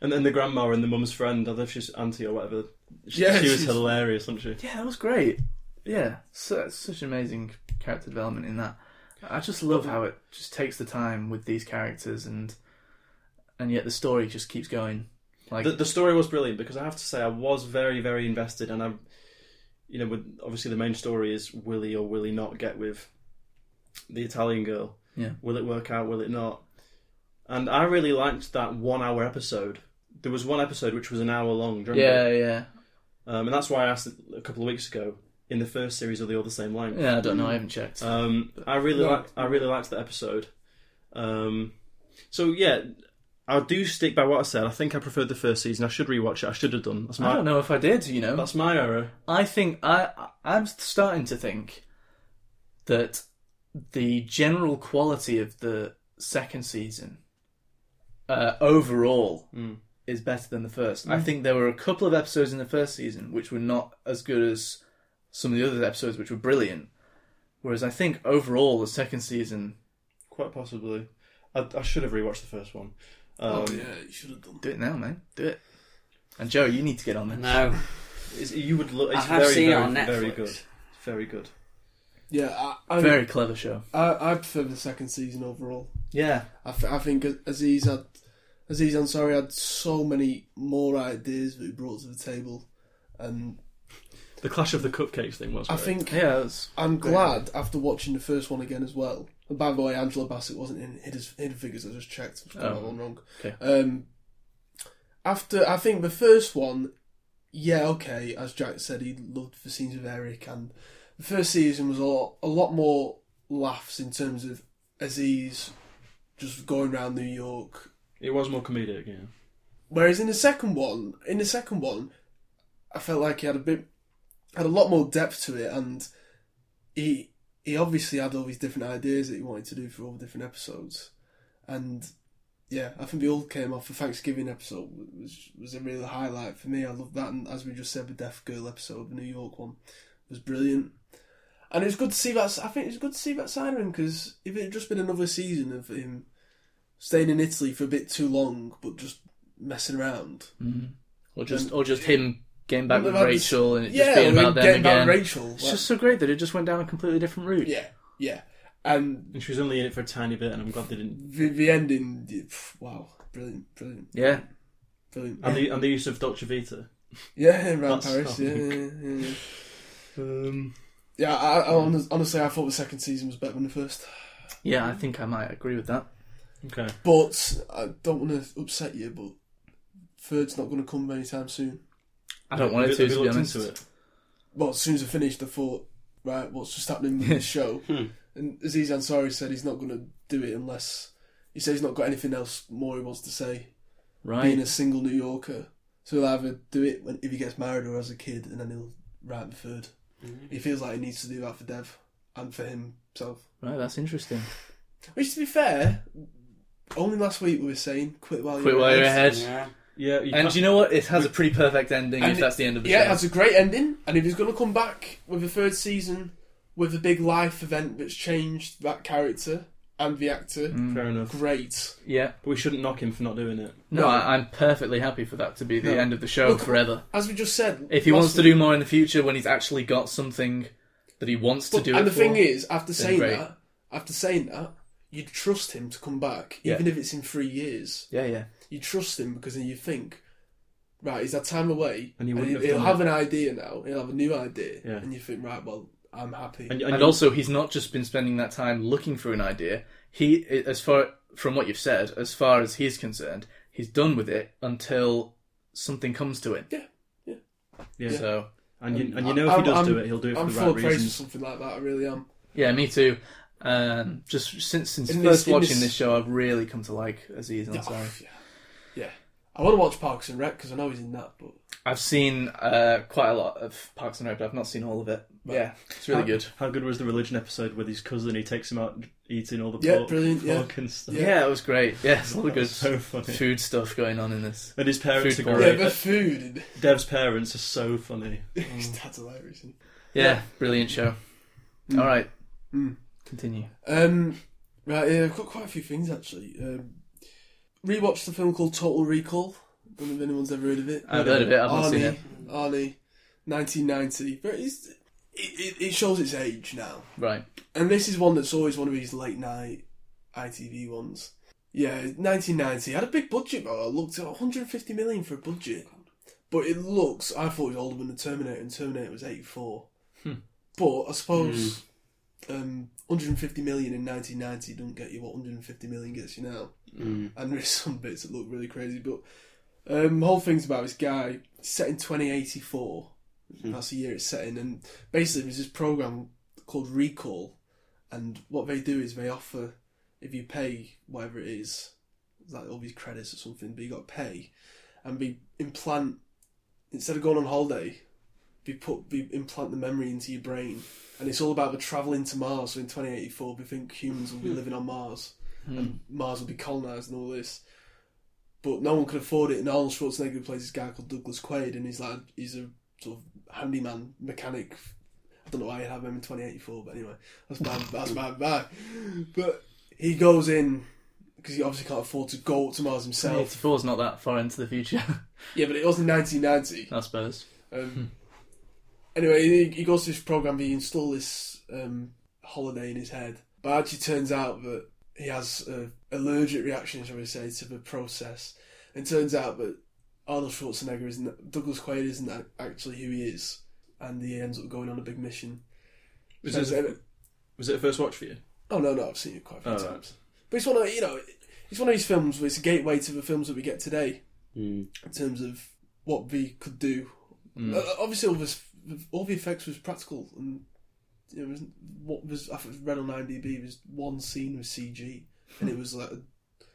and then the grandma and the mum's friend. I don't know if she's auntie or whatever. She,
Yeah,
she was
she's-
hilarious, wasn't she?
Yeah, that was great. Yeah, so, such amazing character development in that. I just love how it just takes the time with these characters, and and yet the story just keeps going. Like
The, the story was brilliant because I have to say I was very very invested, and I, you know, with obviously the main story is will he or will he not get with the Italian girl?
Yeah.
Will it work out? Will it not? And I really liked that one hour episode. There was one episode which was an hour long. Do you remember?
yeah, yeah,
Um, and that's why I asked a couple of weeks ago in the first series, are they all the same length?
yeah. I don't know. I haven't checked.
Um, I really like I really liked that episode. Um, so yeah, I do stick by what I said. I think I preferred the first season. I should rewatch it. I should have done. That's
I
my
don't know if I did. You know,
that's my error.
I think I I- I'm starting to think that the general quality of the second season uh, overall is better than the first. I think there were a couple of episodes in the first season which were not as good as some of the other episodes which were brilliant. Whereas I think overall the second season
Quite possibly, I, I should have rewatched the first one. Um,
Oh yeah, you should have done.
do it now, man, do it. And Joe, you need to get on there.
No.
it's, you would look. It's
I have
very,
seen it
very,
on
very
Netflix.
good. It's Very good.
Yeah, I, I,
Very clever show.
I, I prefer the second season overall.
Yeah,
I, th- I think Aziz had Aziz Ansari had so many more ideas that he brought to the table, and
The Clash of the Cupcakes thing was.
I
great.
think
yeah. It was,
I'm glad after watching the first one again as well. And by the way, Angela Bassett wasn't in Hidden, Hidden Figures. I just checked. I got
Oh,
that one wrong.
okay.
Um, after I think the first one, yeah, okay. As Jack said, he loved the scenes with Eric, and the first season was a lot, a lot more laughs in terms of Aziz just going around New York
it was more comedic. Yeah.
Whereas in the second one, in the second one, I felt like he had a bit, had a lot more depth to it, and he he obviously had all these different ideas that he wanted to do for all the different episodes, and yeah, I think they all came off. The Thanksgiving episode was was a real highlight for me. I loved that, and as we just said, the Deaf Girl episode, the New York one, was brilliant. And it was good to see that. I think it was good to see that side of him because if it had just been another season of him staying in Italy for a bit too long, but just messing around.
or just or just him getting back with
About this-
Rachel and it
yeah,
just being
we're
about them
getting
again.
Back with Rachel.
It's
like-
just so great that it just went down a completely different route.
yeah, yeah. And
And she was only in it for a tiny bit, and I'm glad they didn't.
the, the ending, yeah, pff, wow, brilliant, brilliant,
Yeah.
brilliant.
And the and the use of Dolce Vita.
yeah, around
That's
Paris.
so
Yeah, yeah, yeah.
Um,
yeah I, I hon- honestly, I thought the second season was better than the first,
Yeah, I think I might agree with that.
okay.
but I don't want to upset you, but third's not going to come anytime soon.
I don't want it to,
Have you
to be
looked
honest.
into it?
well, as soon as I finished, I thought, right, what's just happening with this show?
Hmm.
and Aziz Ansari said he's not going to do it unless he says he's not got anything else more he wants to say. Being a
Right.
single New Yorker, so he'll either do it when, if he gets married or as a kid, and then he'll write the 3rd
Mm.
He feels like he needs to do that for Dev and for himself.
Right, that's interesting.
Which, to be fair, only last week we were saying quit while
Quit
you're
while you're
ahead.
ahead.
Yeah.
Yeah, you
And
can't-
do you know what? It has a pretty perfect ending
And
if
it-
that's the end of the
Yeah,
show.
that's a great ending. And if he's going to come back with a third season with a big life event that's changed that character and the actor,
Mm.
fair enough.
great.
Yeah.
But we shouldn't knock him for not doing it.
No, I, I'm perfectly happy for that to be the
No.
end of the show
Look,
forever.
As we just said,
If he
last
wants to
week-
do more in the future when he's actually got something that he wants to
Look,
do
And
it
the thing
for.
is, after saying
great.
that, after saying that, you trust him to come back,
Yeah.
even if it's in three years.
Yeah, yeah.
You trust him because then you think, right, he's had time away,
And he
will
wouldn't have done
have an idea now. He'll have a new idea,
Yeah.
and you think, right, well, I'm happy.
And,
And
you-
also, he's not just been spending that time looking for an idea. He, as far from what you've said, as far as he's concerned, he's done with it until something comes to him.
Yeah, yeah.
Yeah.
So
and you, and you know if he
I'm-
does
I'm-
do it, he'll do it for
I'm
the
full
right
of praise for
reasons.
something like that. I really am.
yeah, me too. Um, just since since
In
first
this- in
watching this,
this-
show, I've really come to like Aziz Ansari.
Yeah. Yeah. I want to watch Parks and Rec because I know he's in that, but
I've seen uh, quite a lot of Parks and Rec, but I've not seen all of it. But yeah, it's
Uh,
really good.
How good was the religion episode with his cousin? He takes him out eating all the
Yeah,
pork,
brilliant, yeah.
pork and stuff.
Yeah. it was great. Yeah, there's a lot of good
That's so funny.
food stuff going on in this.
And his parents
Food
are
porn.
yeah,
great.
the food.
Dev's parents are so funny.
That's hilarious. Isn't it?
Yeah, brilliant show.
Mm.
All right, continue.
Um, right, yeah, I've got quite a few things actually. Um, rewatched the film called Total Recall. don't know if anyone's ever heard of it.
I've heard of it. I've not
Arnie,
seen it.
Arnie, 1990. But it's, it, it, it shows its age now.
Right.
And this is one that's always one of these late night ITV ones. Yeah, 1990. had a big budget, though. I looked at 150 million for a budget. But it looks, I thought it was older than the Terminator, and Terminator was 84. But I suppose um, 150 million in 1990 don't get you what 150 million gets you now. And there's some bits that look really crazy. But um, the whole thing's about this guy set in 2084. That's the year it's set in. And basically, there's this program called Recall. And what they do is they offer, if you pay whatever it is, like all these credits or something, but you got to pay, and they implant instead of going on holiday, they put they implant the memory into your brain, and it's all about the traveling to Mars. So in 2084, we think humans will be living on Mars, and Mars will be colonized and all this. But no one could afford it, and Arnold Schwarzenegger plays this guy called Douglas Quaid, and he's like he's a sort of handyman mechanic. I don't know why you have him in 2084, but anyway, that's my that's my bad. But he goes in because he obviously can't afford to go to Mars himself.
84 is not that far into the future,
Yeah, but it was in 1990.
I suppose.
Um, anyway, he, he goes to this program. He installs this um, holiday in his head, but actually turns out that he has a allergic reaction, shall we say, to the process. And turns out that Arnold Schwarzenegger isn't Douglas Quaid isn't ac- actually who he is, and he ends up going on a big mission.
Was
Turns
it,
out-
was it a first watch for you?
Oh no, no, I've seen it quite a few
Oh,
times.
right.
But it's one of you know, it's one of these films where it's a gateway to the films that we get today,
Mm.
in terms of what we could do. Uh, obviously, all this, all the effects was practical, and you know, it was, what was I think it was read on IMDb was one scene was CG, and it was like a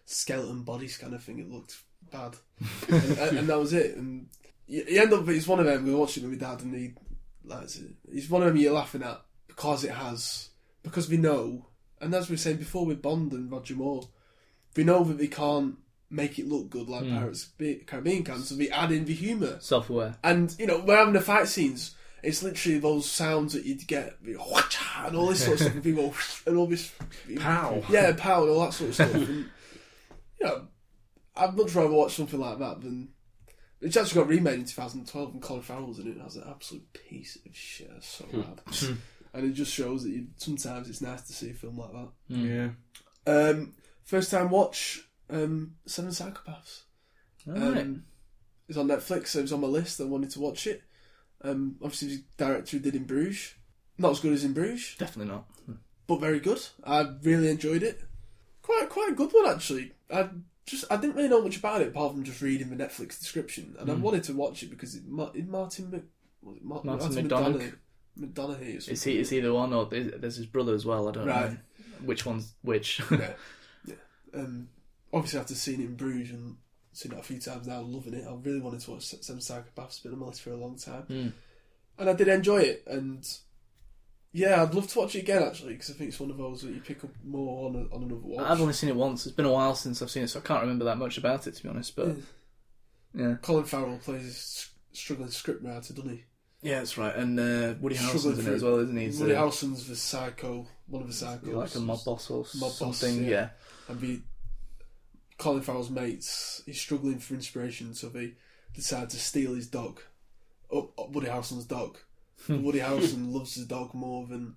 skeleton body scanner thing. It looked bad, and, and, and that was it. And you, you end up, it's one of them. We watched it with my dad, and he, that's it. It's one of them you're laughing at because it has because we know, and as we were saying before with Bond and Roger Moore, we know that they can't make it look good like Pirates of the Caribbean can, so they add in the humour.
Self aware.
And, you know, we're having the fight scenes, it's literally those sounds that you'd get, you know, "Whacha," and all this sort of stuff, and people, and all this.
Pow.
Yeah, pow, and all that sort of stuff. And, you know, I'd much rather watch something like that than. It's actually got remade in 2012 and Colin Farrell's in it. and That's an absolute piece of shit. That's so bad. and it just shows that you, sometimes it's nice to see a film like that.
Yeah.
Um, first time watch um, Seven Psychopaths.
Alright.
Um, it's on Netflix. so It was on my list. I wanted to watch it. Um, obviously, the director who did in Bruges, not as good as in Bruges,
Definitely not.
but very good. I really enjoyed it. Quite quite a good one actually. I just I didn't really know much about it apart from just reading the Netflix description, and I wanted to watch it because it, Ma- it Martin Mc, was it Ma-
Hmm. Martin
Martin
McDonagh.
McDonagh or something.
Is he is either one or th- there's his brother as well? I don't
Right.
know which one's which.
um, obviously after seeing it in Bruges and seen it a few times now, loving it. I really wanted to watch Se- Seven Psychopaths. Been on my list for a long time,
Hmm.
and I did enjoy it. And yeah, I'd love to watch it again actually because I think it's one of those that you pick up more on, a, on another watch.
I've only seen it once. It's been a while since I've seen it, so I can't remember that much about it to be honest.
Mm.
But yeah,
Colin Farrell plays a s- struggling scriptwriter, doesn't he?
yeah, that's right. And uh, Woody
Struggling
Harrelson's in
for-
it as well, isn't he? He's,
Woody
uh,
Harrelson's the psycho, one of the psychos,
like a mob boss or
boss,
something.
yeah.
yeah.
and be Colin Farrell's mates. He's struggling for inspiration, so they decide to steal his dog, up, up Woody Harrelson's dog. But Woody Harrelson loves his dog more than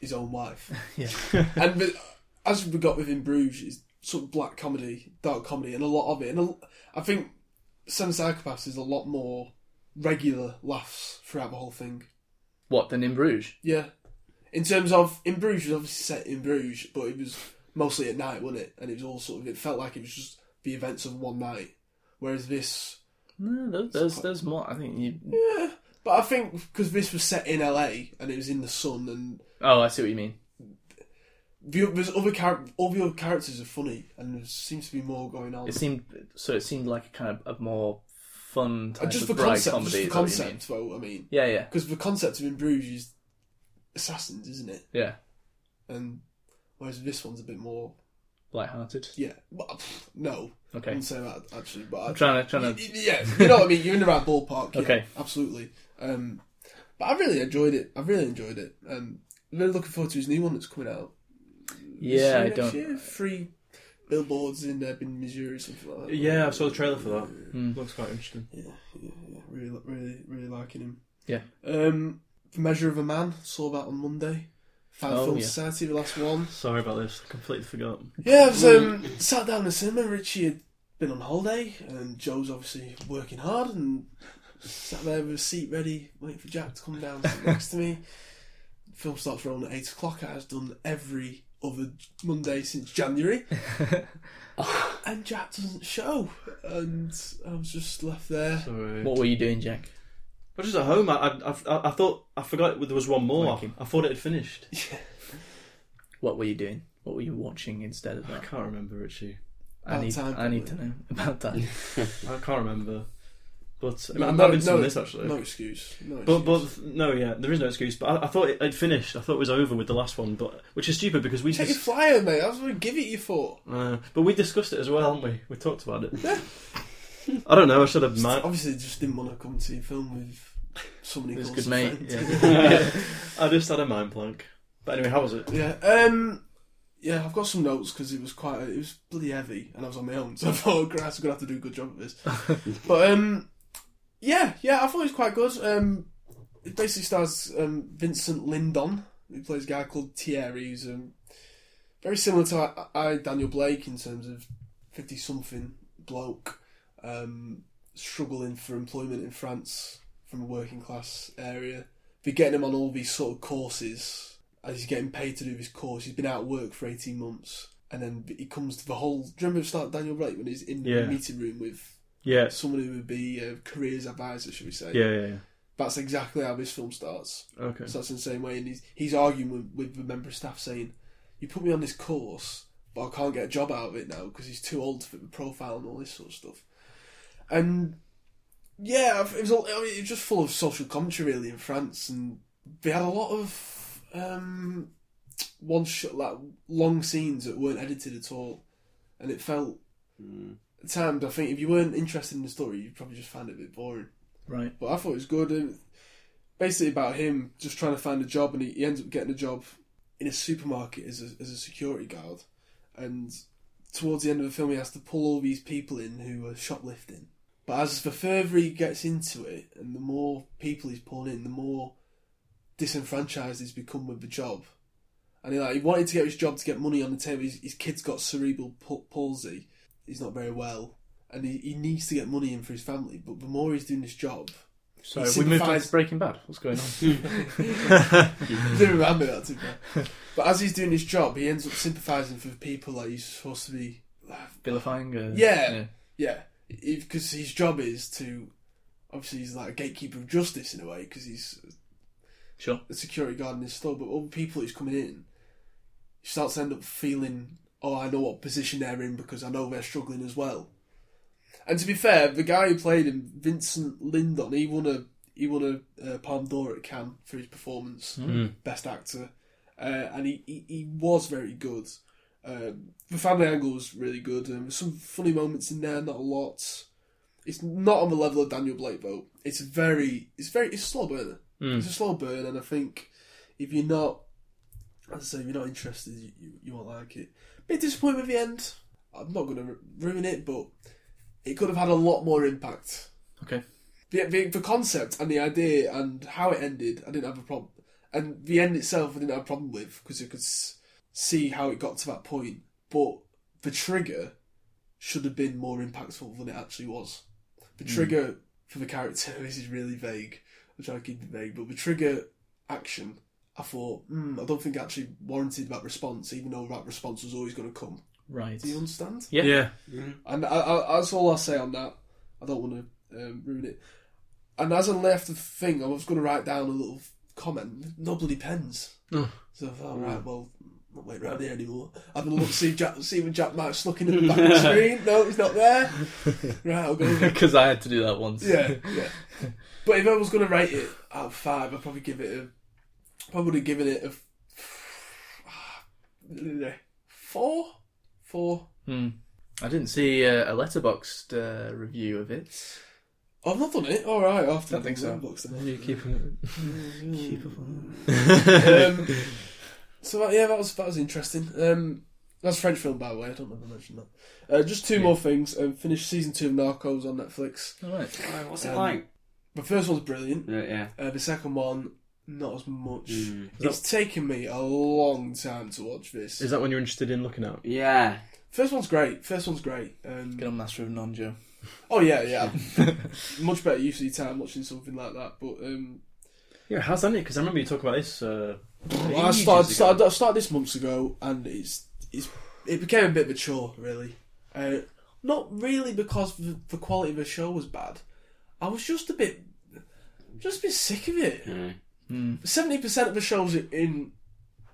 his own wife.
Yeah.
and the- as we got within Bruges, is sort of black comedy, dark comedy, and a lot of it. And a, I think Seven Psychopaths is a lot more regular laughs throughout the whole thing.
What then in Bruges?
Yeah. In terms of in Bruges, it was obviously set in Bruges, but it was mostly at night, wasn't it? And it was all sort of it felt like it was just the events of one night. Whereas this,
No, there- there's there's more. I think you.
but I think because this was set in LA and it was in the sun, and
Oh, I see what you mean.
the, there's other char- all the other characters are funny, and there seems to be more going on.
It seemed so. It seemed like a kind of a more fun type
Uh, just the
of bright
concept,
comedy.
just the
is that what you mean?
concept. Well, I mean,
Yeah, yeah,
because the concept of in Bruges is assassins, isn't it?
yeah.
And whereas this one's a bit more,
Light-hearted.
yeah, but, pff, no, I
Okay.
wouldn't say that actually. But I,
I'm trying to trying to.
Y- yeah, you know what I mean. You're in the right ballpark. yeah,
Okay.
absolutely. Um, but I really enjoyed it. I really enjoyed it. Um, really looking forward to his new one that's coming out.
Yeah, I
Next
don't.
year, Three billboards in uh, in Missouri or something like that.
Yeah, I saw the trailer for that. Looks quite interesting.
yeah, yeah, yeah. Really, really, really liking him.
Yeah.
Um, the Measure of a Man saw that on Monday. Fan
Oh,
Film
yeah.
Society, the last one.
Sorry about this. Completely forgot.
Yeah, I was um,
Mm.
sat down in the cinema. Richie had been on holiday, and Joe's obviously working hard, and sat there with a seat ready, waiting for Jack to come down and sit next to me. Film starts rolling at eight o'clock, as done every other Monday since January, and Jack doesn't show, and I was just left there.
Sorry.
What were you doing, Jack?
But just at home, I, I, I, I thought I forgot there was one more.
Wanking.
I thought it had finished.
What were you doing? What were you watching instead of
I
that?
can't remember Richie.
I need.
About time,
I need to know about that.
I can't remember. But I mean,
No,
I'm
no-
having some
no-
of this actually.
No excuse. No
But
excuse.
but no, yeah, there is no excuse. But I, I thought it had finished. I thought it was over with the last one, but which is stupid because we
take your
dis-
flyer, mate. That's what we give it you for.
uh, but we discussed it as well, haven't we? We talked about it. I don't know. I should have. mi-
Obviously, just didn't want to come to your film with so many.
It's
calls
good,
to
mate.
friends.
Yeah.
I just had a mind blank. But anyway, how was it?
Yeah. Um. Yeah, I've got some notes because it was quite it was bloody heavy, and I was on my own, so I thought, oh, Christ, I'm gonna have to do a good job of this. but um, yeah, yeah, I thought it was quite good. Um, it basically stars um Vincent Lindon, who plays a guy called Thierry, who's um very similar to I, I Daniel Blake in terms of fifty something bloke, um, struggling for employment in France from a working class area. They're getting him on all these sort of courses as he's getting paid to do his course. He's been out of work for 18 months. And then he comes to the whole. Do you remember start Daniel Blake when he's in
Yeah.
the meeting room with
Yeah,
someone who would be a careers advisor, should we say?
yeah, yeah. yeah.
That's exactly how this film starts.
Okay.
Starts in the same way, and he's he's arguing with, with the member of staff, saying, "You put me on this course, but I can't get a job out of it now because he's too old to fit the profile and all this sort of stuff." And yeah, it was all, I mean, it was just full of social commentary really in France, and they had a lot of um, one shot like long scenes that weren't edited at all, and it felt. At times, I think if you weren't interested in the story, you'd probably just find it a bit boring
Right.
but I thought it was good. And basically about him just trying to find a job, and he, he ends up getting a job in a supermarket as a, as a security guard. And towards the end of the film, he has to pull all these people in who are shoplifting. But as the further he gets into it, and the more people he's pulling in, the more disenfranchised he's become with the job. And he like he wanted to get his job to get money on the table. His, his kid's got cerebral pa- palsy. He's not very well, and he, he needs to get money in for his family. But the more he's doing this job,
So
It
we moved on
signifies-
to Breaking Bad. What's going on?
didn't remember that too bad. But as he's doing his job, he ends up sympathising for people like he's supposed to be.
Vilifying. Uh,
Yeah. Yeah, because his job is to obviously he's like a gatekeeper of justice in a way because he's
Sure.
a security guard in his store. But all the people who's coming in, you start to end up feeling, oh, I know what position they're in because I know they're struggling as well. And to be fair, the guy who played him, Vincent Lindon, he won a he won a uh, Palme d'Or at Cannes for his performance, best actor, uh, and he, he he was very good. Um, the family angle was really good. Um, some funny moments in there, not a lot. It's not on the level of Daniel Blake though. It's very, it's very, it's a slow burner. It's a slow burn, and I think if you're not, as I say, if you're not interested, you, you, you won't like it. Bit disappointed with the end. I'm not going to ru- ruin it, but it could have had a lot more impact.
Okay.
The, the the concept and the idea and how it ended, I didn't have a problem. And the end itself, I didn't have a problem with because I could s- see how it got to that point. But the trigger should have been more impactful than it actually was. The trigger for the character, this is really vague. I'm trying to keep it vague, but the trigger action, I thought, mm, I don't think actually warranted that response, even though that response was always going to come.
Right.
Do you understand?
Yeah. Yeah.
And I, I, that's all I'll say on that. I don't want to um, ruin it. And as I left the thing, I was going to write down a little comment. No bloody pens. So I thought, right, well, I'm not waiting around here anymore. Having a look, see, if Jack, see when Jack Mark's looking at the back of the screen. No, he's not there. Right, I'll go. over.
Because I had to do that once.
Yeah, yeah. But if I was going to rate it out of five, I'd probably give it a. Probably would have given it a. f- Four? Four?
Hmm. I didn't see uh, a letterboxed uh, review of it.
I've not done it. All right, I after
Don't think so.
You keep on-
um, so that, yeah, that was that was interesting. Um, that's a French film, by the way. I don't know if I mentioned that. Uh, just two more things. Um, finished season two of Narcos on Netflix.
All right.
Oh, what's it
Um,
like?
The first one's brilliant.
Yeah, Um, yeah.
Uh, the second one, not as much.
Mm.
It's taken me a long time to watch this.
Is that when you're interested in looking at?
Yeah.
First one's great. First one's great. Um,
Get on Master of None, Joe.
oh yeah, yeah. Much better use of your time watching something like that. But um,
Yeah, how's that? Because I remember you talking about this. Uh,
Well, I
ages
started,
ago.
started I started this months ago, and it's it's it became a bit mature, really. Uh, not really because the, the quality of the show was bad. I was just a bit, just a bit sick of it.
Hmm.
Seventy percent of the shows in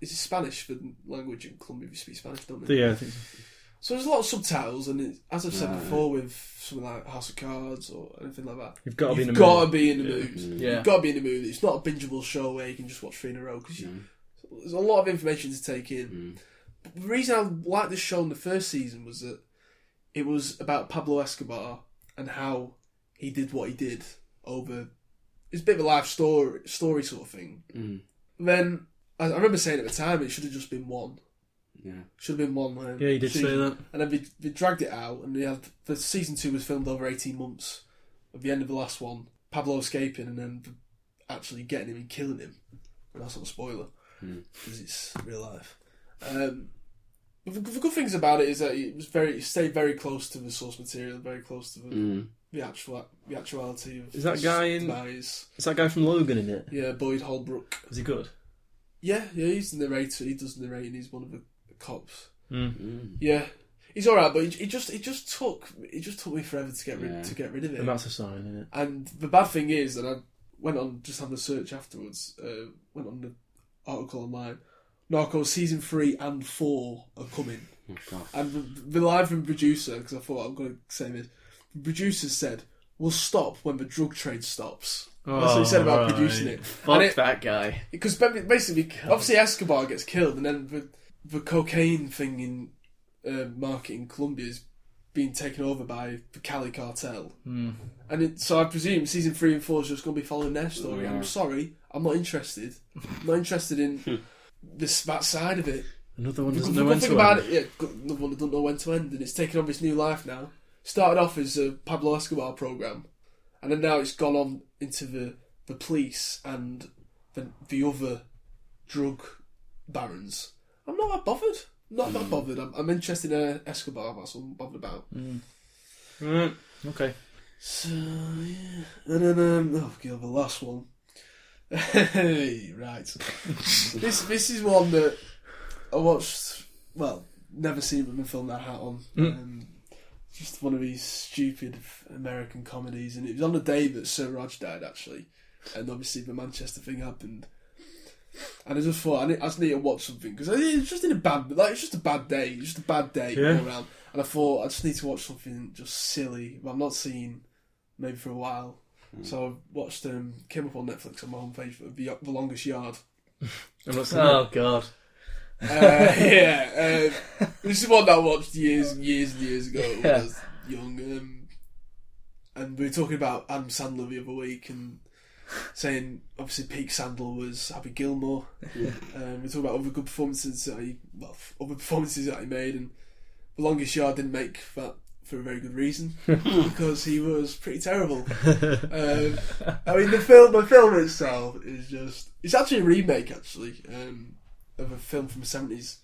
is it Spanish the language in Colombia. You speak Spanish, don't they?
yeah, I think so.
So there's a lot of subtitles, and it, as I've said before, with something like House of Cards or anything like that,
You've gotta be in
you've
the
got to
mood.
be in the
Yeah.
mood.
Yeah.
You've got to be in the mood. It's not a bingeable show where you can just watch three in a row because there's a lot of information to take in. But the reason I liked this show in the first season was that it was about Pablo Escobar and how he did what he did over. It's a bit of a life story, story sort of thing. Then I, I remember saying at the time it should have just been one.
Yeah.
Should have been one. Um,
Yeah, you did say
season.
that.
And then they, they dragged it out, and they had the season two was filmed over eighteen months. At the end of the last one, Pablo escaping, and then the- actually getting him and killing him. And that's not a spoiler because it's real life. Um, but the, the good things about it is that it was very it stayed very close to the source material, very close to the,
Mm.
the actual the actuality of
Is that guy in-
Demise.
It's that guy from Logan in it.
yeah Boyd Holbrook.
Is he good?
Yeah, yeah, he's the narrator. He does narrate, and he's one of the, the cops.
Mm.
Yeah, he's all right, but it, it just it just took it just took me forever to get rid
Yeah.
to get rid of
And
it.
that's a sign, isn't it?
And the bad thing is that I went on just having a search afterwards. Uh, went on the article online. Narcos season three and four are coming. And the, the live from producer, because I thought I'm going to say this, the producer said, "We'll stop when the drug trade stops." That's what he said about
Alright.
producing it.
Fuck
And it-
that guy.
because basically, obviously Escobar gets killed, and then the, the cocaine thing in uh, market in Colombia is being taken over by the Cali cartel. Mm. And it, so I presume season three and four is just going to be following their story. I'm sorry, I'm not interested. I'm not interested in this that side of it.
Another one
The
doesn't
good-
know
the
when
good
to
thing about
end.
it, yeah, good- the one that don't know when to end, and it's taken on this new life now. Started off as a Pablo Escobar program, and then now it's gone on into the the police and the the other drug barons. I'm not that bothered. Not
Hmm.
that bothered. I'm, I'm interested in Escobar. That's what I'm bothered about.
Mm. Hmm. Okay.
So yeah, and then um, oh god, the last one. Hey, right. this this is one that I watched. Well, never seen women film their hat on. Um, just one of these stupid American comedies, and it was on the day that Sir Rog died, actually, and obviously the Manchester thing happened. And I just thought I, need, I just need to watch something because it's just in a bad like it's just a bad day, it's just a bad day
Yeah.
all around. And I thought I just need to watch something just silly that I've not seen maybe for a while. So I watched um came up on Netflix on my homepage for the, the longest yard.
Oh God.
Uh, yeah, uh, this is one that I watched years and years and years ago when I was young. Um, and we were talking about Adam Sandler the other week and saying, obviously, Pete Sandler was Happy Gilmore. Um, we talked about other good performances that he, well, f- other performances that he made, and The Longest Yard didn't make that for a very good reason because he was pretty terrible. um, I mean, the film, the film itself is just—it's actually a remake, actually. Um, of a film from the seventies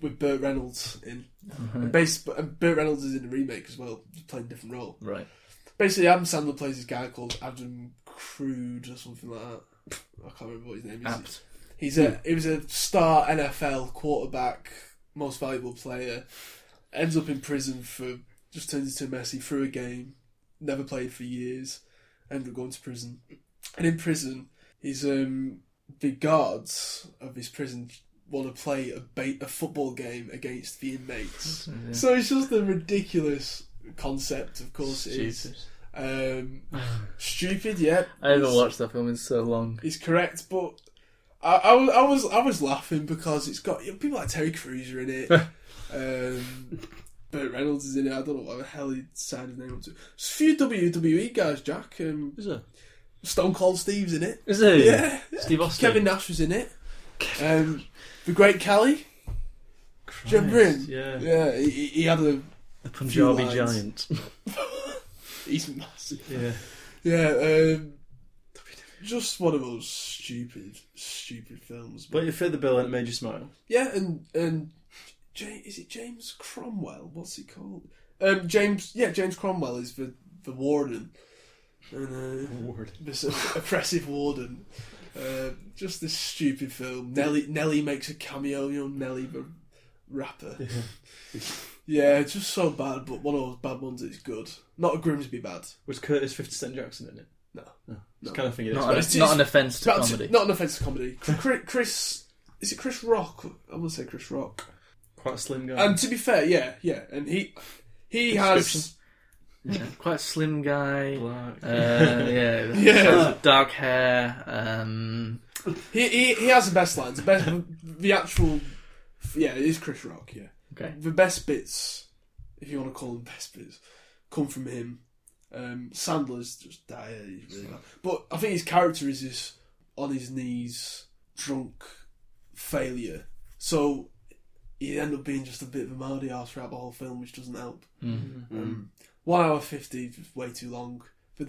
with Burt Reynolds in. And bas- and Burt Reynolds is in the remake as well, just playing a different role.
Right.
Basically, Adam Sandler plays this guy called Adam Crude or something like that. I can't remember what his name is.
Apt.
He's a he was a star NFL quarterback, most valuable player. Ends up in prison for just turns into a messy through a game. Never played for years. Ended up going to prison, and in prison, he's um the guards of his prison want to play a ba- a football game against the inmates. So it's just a ridiculous concept. Of course, it is
Jesus.
um, stupid. Yeah,
I haven't watched that film in so long.
is correct, but I, I, was- I was I was laughing because it's got you know, people like Terry Crews are in it, um, Burt Reynolds is in it. I don't know what the hell he signed his name up to. There's a few WWE guys, Jack. Um,
Is it?
Stone Cold Steve's in it.
Is it?
Yeah.
Steve Austin.
Kevin Nash was in it. Um, the Great Kelly. Do you remember him?
Yeah.
Yeah, he, he he had a
The Punjabi
Few lines.
giant.
he's massive.
yeah.
Yeah, um, just one of those stupid, stupid films.
But you fit the bill and it made you smile.
Yeah, and and James, is it James Cromwell? What's he called? Um, James, yeah, James Cromwell is the the warden, and uh,
Ward.
this oppressive warden. Uh, just this stupid film. Nelly Nelly makes a cameo. You know Nelly the rapper. Yeah. it's just so bad. But one of those bad ones. It's good. Not a Grimsby bad.
Was Curtis 50 Cent Jackson in it?
No.
No. It's kind of thing it is.
Not
it's-
an, not an offence
It's
to
about to-
comedy.
not an offensive comedy. Chris, Chris is it Chris Rock? I'm gonna say Chris Rock.
Quite a slim guy.
And to be fair, yeah, yeah, and he he has
Quite a slim guy.
Black.
Uh, yeah,
Yeah.
lots of dark hair. Um,
he, he he has the best lines, the best the actual yeah, it is Chris Rock, yeah.
okay,
The best bits, if you want to call them best bits, come from him. Um, Sandler's just dire, he's really bad. But I think his character is this on his knees, drunk failure. So he end up being just a bit of a mardy arse throughout the whole film, which doesn't help. Um, one hour fifty is way too long. But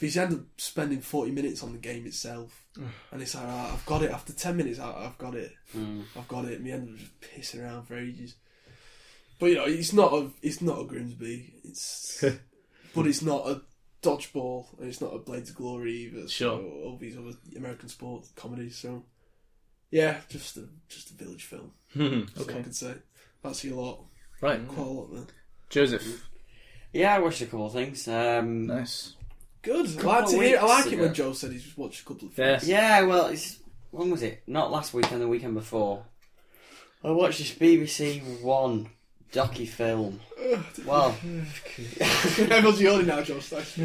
he's end up spending forty minutes on the game itself, and it's like "Ah, I've got it. After ten minutes, I, I've got it.
Mm.
I've got it. And we end up just pissing around for ages. But you know, it's not a it's not a Grimsby. It's but it's not a dodgeball, and it's not a Blades of Glory either.
Sure.
So, all these other American sport comedies. So yeah, just a just a village film.
Hmm.
That's all I
okay,
can say. That's your lot.
right.
Quite a lot there.
Joseph,
Yeah, I watched a couple of things. Um,
nice.
Good. I like,
of
to hear, I
weeks
like it
ago.
when Joe said he's just watched a couple of
Yes.
films.
Yeah, well, it's, when was it? Not last weekend, the weekend before. I watched this BBC One docu film. Well,
Everyone's yawning now, Joe. Thanks.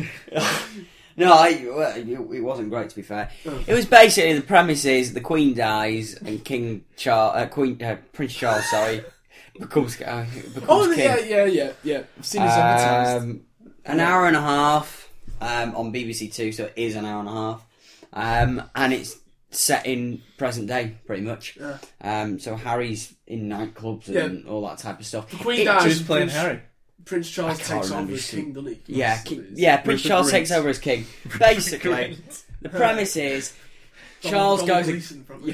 no, I, well, it wasn't great to be fair. It was basically the premise is the Queen dies and King Charles, uh, Queen uh, Prince Charles, sorry, becomes uh, becomes
Oh,
king.
yeah, yeah, yeah, yeah. I've seen it
Uh,
advertised.
Um, an hour and a half um, on BBC Two, so it is an hour and a half, um, and it's set in present day, pretty much. Um, so Harry's in nightclubs and all that type of stuff.
Queen
It-
dies.
Who's playing Harry?
Prince
I
Charles
can't
takes
remember
over as
his
king, doesn't he?
Yeah,
That's-
ki-
it's-
yeah. Prince
Rupert
Charles
Grint.
takes over as king. Basically, the premise is Charles
Donald
goes.
Gleeson, probably.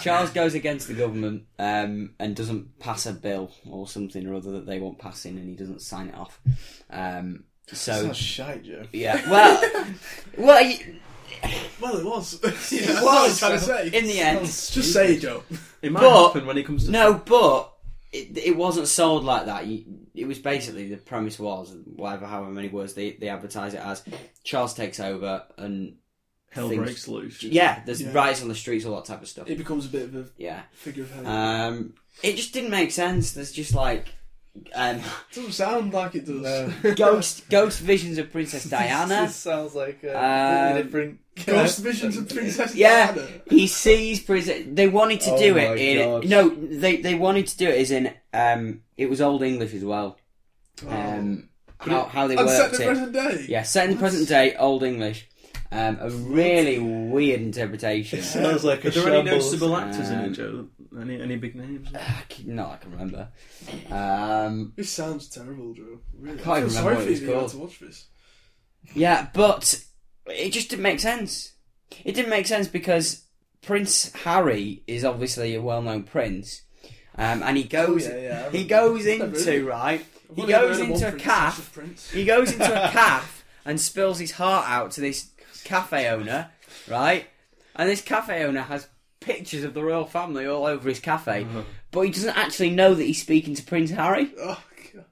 Charles goes against the government um, and doesn't pass a bill or something or other that they want passing, and he doesn't sign it off. Um, so
That's Oh, shite, Joe.
yeah, well, well, you-
Well, it was. yeah, that's
Well,
what I was trying to say.
in the end.
Just say it, Joe.
It might
But-
happen when he comes to.
No, but it, it wasn't sold like that. You, it was basically the premise was whatever, however many words they, they advertise it as. Charles takes over and
Hell
things-
breaks loose.
yeah, there's
Yeah.
riots on the streets, all that type of stuff.
It becomes a bit of a
yeah,
figure of hate.
um, it just didn't make sense. There's just like um,
doesn't sound like it does.
ghost ghost visions of Princess Diana.
This sounds like a
Um,
completely different
Ghost visions of Princess
Yeah,
Diana.
he sees prison. They wanted to
Oh
do
my
it in
God.
no. They they wanted to do it as in um. It was old English as well. Um, how how they
And set
worked
the
it.
present Oh, day.
Yeah, set in the present day, old English. Um, a really weird interpretation.
Sounds like
Are
a
there any
shambles.
noticeable actors in
Um,
it, Joe? Any any big names?
I can- Not I can remember. Um,
This sounds terrible, Drew. Really. I
can't even remember
feel sorry
what
for
it was
you. You had
called.
to watch this.
yeah, but it just didn't make sense. It didn't make sense because Prince Harry is obviously a well-known prince, um, and he goes
Oh, yeah, yeah, I
he
remember.
goes
Never really.
into right. He
I've only
goes
heard of one
into a
Princess
calf.
of Prince.
He goes into a calf and spills his heart out to this cafe owner, right? And this cafe owner has pictures of the royal family all over his cafe, but he doesn't actually know that he's speaking to Prince Harry.
Oh, God.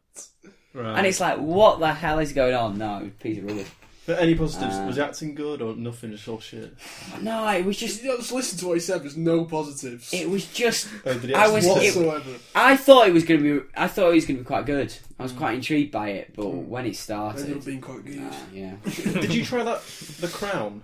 Right.
And it's like, what the hell is going on? No, it was a piece of rubbish.
But any positives?
Uh,
was the acting good or nothing? Just all shit.
No, it was just.
You know, just listen to what he said. There's no positives
It was just.
Oh, did he
I
actually
was. It,
whatsoever.
I thought it was going to be. I thought it was going to be quite good. I was quite intrigued by it, but when it
Ended up
started,
being quite good.
uh, yeah,
did you try that? The Crown.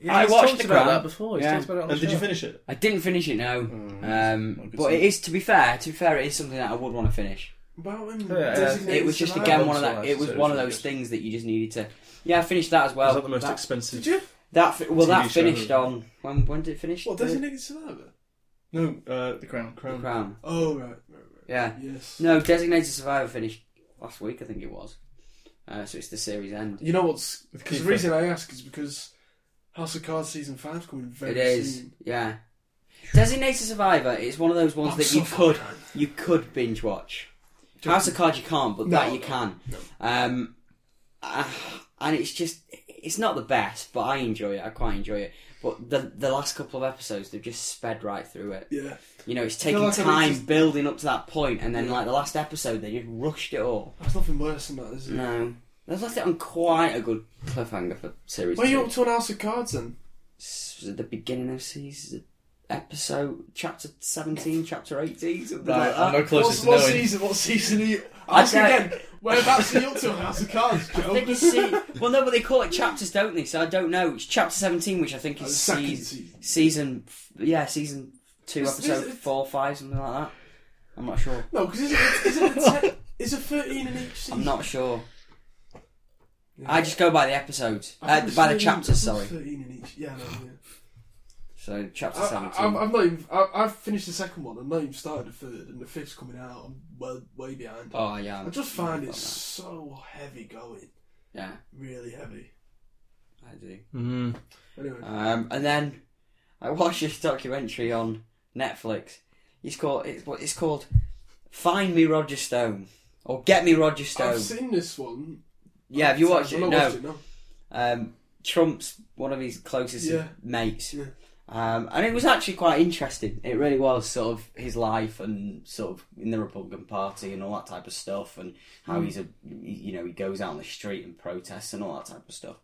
Yeah,
I
he's
watched
talked
The
about
Crown.
that before. He's
Yeah.
talked about it on
And
the
did you
show.
finish it?
I didn't finish it. No,
Hmm.
um,
good
but it is to be fair. To be fair, it is something that I would want to finish.
About him
Yeah, yeah.
designated
Uh, it was just
survivor.
again one of that.
Survivor,
It was
so
one of
it's
those
really
things that you just needed to. Yeah, I finished that as well.
was that the most
that,
expensive?
Did you?
that fi- well,
TV
that
show?
finished on when? When did it finish?
What,
The-
designated survivor?
No, uh,
The Crown.
The
Crown.
Crown.
Oh, right. right, right.
Yeah.
Yes.
No, Designated Survivor finished last week. I think it was. Uh, so it's the series end.
You know what's.
With
Because the
Kiefer.
reason I ask is because House of Cards Season 5's coming very
It is.
soon.
Yeah. Designated Survivor is one of those ones
I'm
that
so
you could
far behind.
you could binge watch. House of Cards you can't, but
No,
that you
no,
can. Um, uh, and it's just it's not the best, but I enjoy it. I quite enjoy it. But the the last couple of episodes they've just sped right through it.
Yeah.
You know, it's
feel
taking
like I've
time
just-
building up to that point, and then like the last episode they just rushed it all.
There's nothing worse than that, is there?
No, they've left it on quite a good cliffhanger for series.
Why are
two.
you up to an House of Cards then?
S- was it the beginning of season episode chapter 17 chapter 18 something
Right,
like that
I'm no closer
What's-
to
what
knowing.
season? What season are you?
I
Ask
don't-
again. Whereabouts are you up to on House of Cards, Joe?
I think it's se- well no but they call it chapters don't they so I don't know it's chapter 17 which I think
Oh,
is
the second
season,
season.
season f- yeah season 2
Is- is
episode
it-
4 5 something like that I'm not sure
No, because isn't it, isn't it ten, is it thirteen in each season?
I'm not sure I just go by the episodes
I
uh,
think
by the
it's
chapters
13
sorry
Thirteen in each. Yeah, no, yeah.
so chapter
I,
17
I, I've not even. I, I've finished the second one. I've not even started the third, and the fifth's coming out. I'm well, way behind.
oh yeah
I just find it so heavy going.
yeah
Really heavy.
I do
Mm.
Anyway,
Um, and then I watched this documentary on Netflix. It's called it's, what- it's called Find Me Roger Stone or Get Me Roger Stone.
I've seen this one.
yeah, have you watched
I've
it?
not
No.
watched it, no.
Um, Trump's one of his closest
Yeah.
mates.
Yeah.
Um, and it was actually quite interesting. It really was sort of his life and sort of in the Republican Party and all that type of stuff, and how
Hmm.
he's a you know he goes out on the street and protests and all that type of stuff.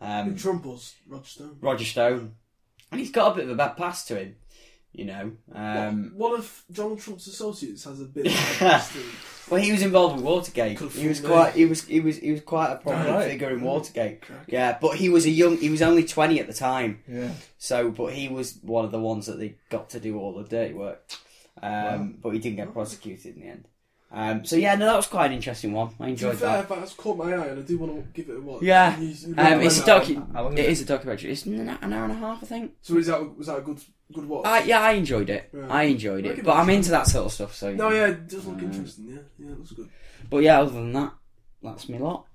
Um,
Trump was Rod Stone.
Roger Stone, and he's got a bit of a bad past to him, you know. Um,
One of Donald Trump's associates has a bit of a history.
well, he was involved with Watergate.
Could've
He was
fooled me.
quite, he was, he was, he was quite a prominent
Alright.
figure in Watergate.
Cracking.
Yeah, but he was a young, he was only twenty at the time.
Yeah.
So, but he was one of the ones that they got to do all the dirty work. Um, But he didn't get prosecuted in the end. Um, so yeah, no, that was quite an interesting one. I
To be
enjoyed
fair,
that.
but that's caught my eye, and I do want to give it a watch.
Yeah.
You- you
Um,
recommend
it's a
that one?
How long
docu.
is
It
it?
is a documentary. It's an an hour and a half, I think.
So is that was that a good good watch?
I, yeah, I enjoyed it.
Right.
I enjoyed
Look
it,
at
but
that.
I'm into that sort of stuff. So
no, yeah, it does look
Mm.
interesting. Yeah, yeah, it looks good.
But yeah, other than that, that's me lot.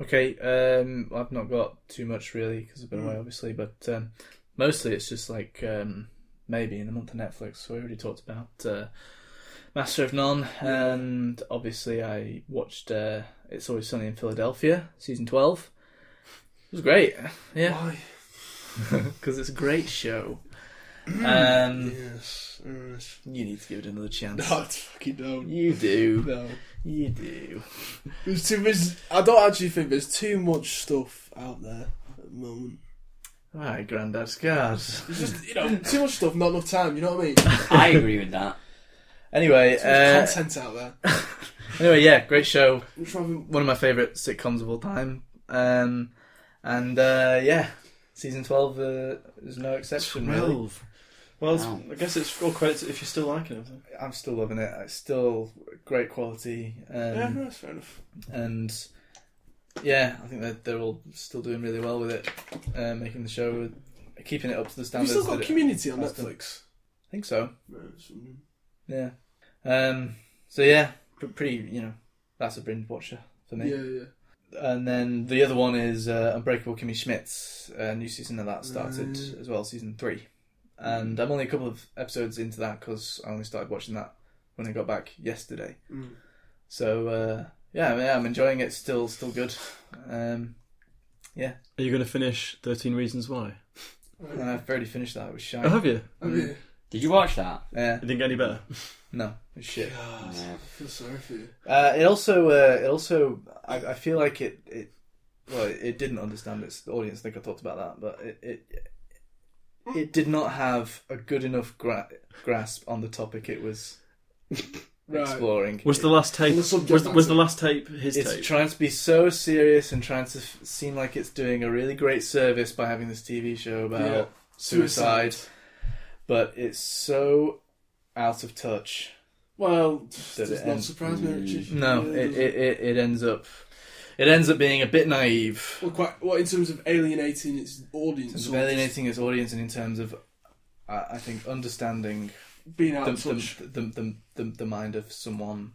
Okay, um, I've not got too much really because I've been away, obviously, but um, mostly it's just like um, maybe in the month of Netflix. So we already talked about uh, Master of None, and obviously I watched uh, It's Always Sunny in Philadelphia, season twelve. It was great, yeah,
Why?
because it's a great show.
Um,
Yes. yes.
You need to give it another chance.
No, I fucking don't.
You do.
No.
You do.
There's too there's, I don't actually think there's too much stuff out there at the moment.
Right, Grandad's cards.
There's just, you know, too much stuff, not enough time, you know what I mean?
I agree with that.
Anyway, uh,
There's content out there.
anyway, yeah, great show.
I'm trying
One of my favourite sitcoms of all time. Um, and uh, yeah, season twelve uh, is no exception. Really,
Twelve. Well, it's-
Wow.
I guess it's all credit if you're still liking it. isn't it?
I'm still loving it. It's still great quality. Um,
yeah, no, that's fair enough.
and yeah, I think that they're all still doing really well with it, uh, making the show, keeping it up to the
Have you
standards.
still
that
got
it-
Community on
that's the-
Netflix?
I think so.
Right, so-
Yeah. Um. So yeah, pr- pretty. You know, that's a binge watcher for me.
Yeah, yeah.
And then the other one is uh, Unbreakable Kimmy Schmidt. A new season of that started
Mm.
as well, season three. And I'm only a couple of episodes into that because I only started watching that when I got back yesterday.
Mm.
So uh, yeah, yeah, I'm enjoying it. Still, still good. Um,
Are you going to finish Thirteen Reasons Why?
and
Oh,
I've already finished that. It was
Oh,
shite.
have you?
Okay.
Did you watch that? Uh,
Yeah,
It didn't get any better.
no, it was shit.
God,
Yeah.
I feel sorry for you.
Uh, it also, uh, it also, I, I feel like it, it, well, it didn't understand its audience. I think I talked about that, but it, it,
Hmm.
it did not have a good enough gra- grasp on the topic it was
Right.
exploring.
Was the last tape?
the
Was,
subject
the- was
matter.
the last tape his
it's
tape?
trying to be so serious and trying to f- seem like it's doing a really great service by having this TV show about
Yeah.
suicide, but it's so out of touch.
Well,
Did
does
it
not
end- Mm.
surprise me, Richard.
No,
Yeah,
it,
doesn't.
it, it, it ends up, it ends up being a bit naive.
Well, quite, well, in terms of alienating its audience,
terms
or
of alienating his audience and in terms of I I think understanding
just being out
the,
of touch
the, the, the, the, the mind of someone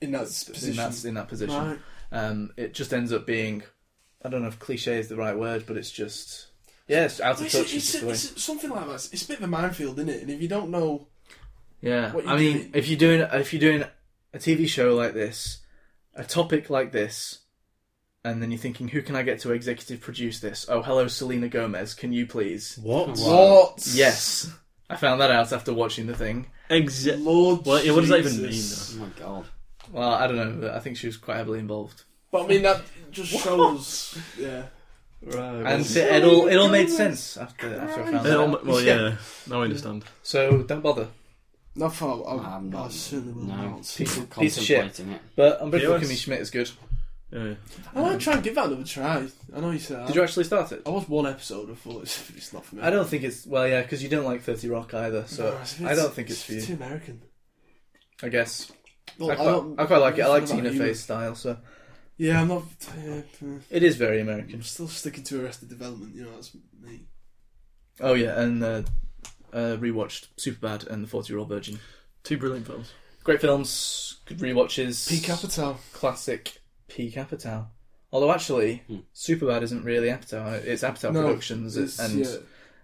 in that
in
position.
that, in that position.
Right.
Um, it just ends up being, I don't know if cliche is the right word, but it's just, yeah, it's out of
Well, it's,
touch.
it's,
is the way.
it's, something like that. It's a bit of a minefield, isn't it? And if you don't know,
yeah,
what you
I mean,
doing-
if you're doing if you're doing a TV show like this, a topic like this, and then you're thinking, who can I get to executive produce this? Oh, hello, Selena Gomez, can you please?
What?
what,
Yes, I found that out after watching the thing.
Exit.
Lord,
Well, yeah, what does that even
Jesus.
Oh my god.
Well, I don't know. I think she was quite heavily involved,
But I mean, that just shows. Yeah,
Uh,
and it, it all it all made sense after after I found
It
that.
all-
out.
well, yeah. Now I understand.
So don't bother.
not for. I,
I'm
I
not-
certainly will
no.
not.
Piece of, piece of shit.
Contemplating it.
But Unbreakable
Yes.
Kimmy Schmidt is good.
Uh-huh.
Yeah.
I might try and give that another try. I know you said.
Did you actually start it?
I watched one episode. I thought it's, it's not for me.
I don't think it's well, yeah, because you don't like Thirty Rock either. So
No,
I don't think it's for
It's
you.
too American.
I guess
Well,
I, quite,
don't-
I quite like it. I like
don't know
Tina
about you.
Fey's style, so
Yeah, I'm not. Yeah, yeah.
it is very American.
I'm still sticking to Arrested Development. You know, that's me.
Oh yeah, and uh, uh, rewatched Superbad and The Forty Year Old Virgin.
Two brilliant films.
Great films, good rewatches.
P. Capital.
classic P. Apatow. Although actually, Superbad isn't really Apatow. It's Apatow
Hmm. No,
Productions,
it's-
and
yeah.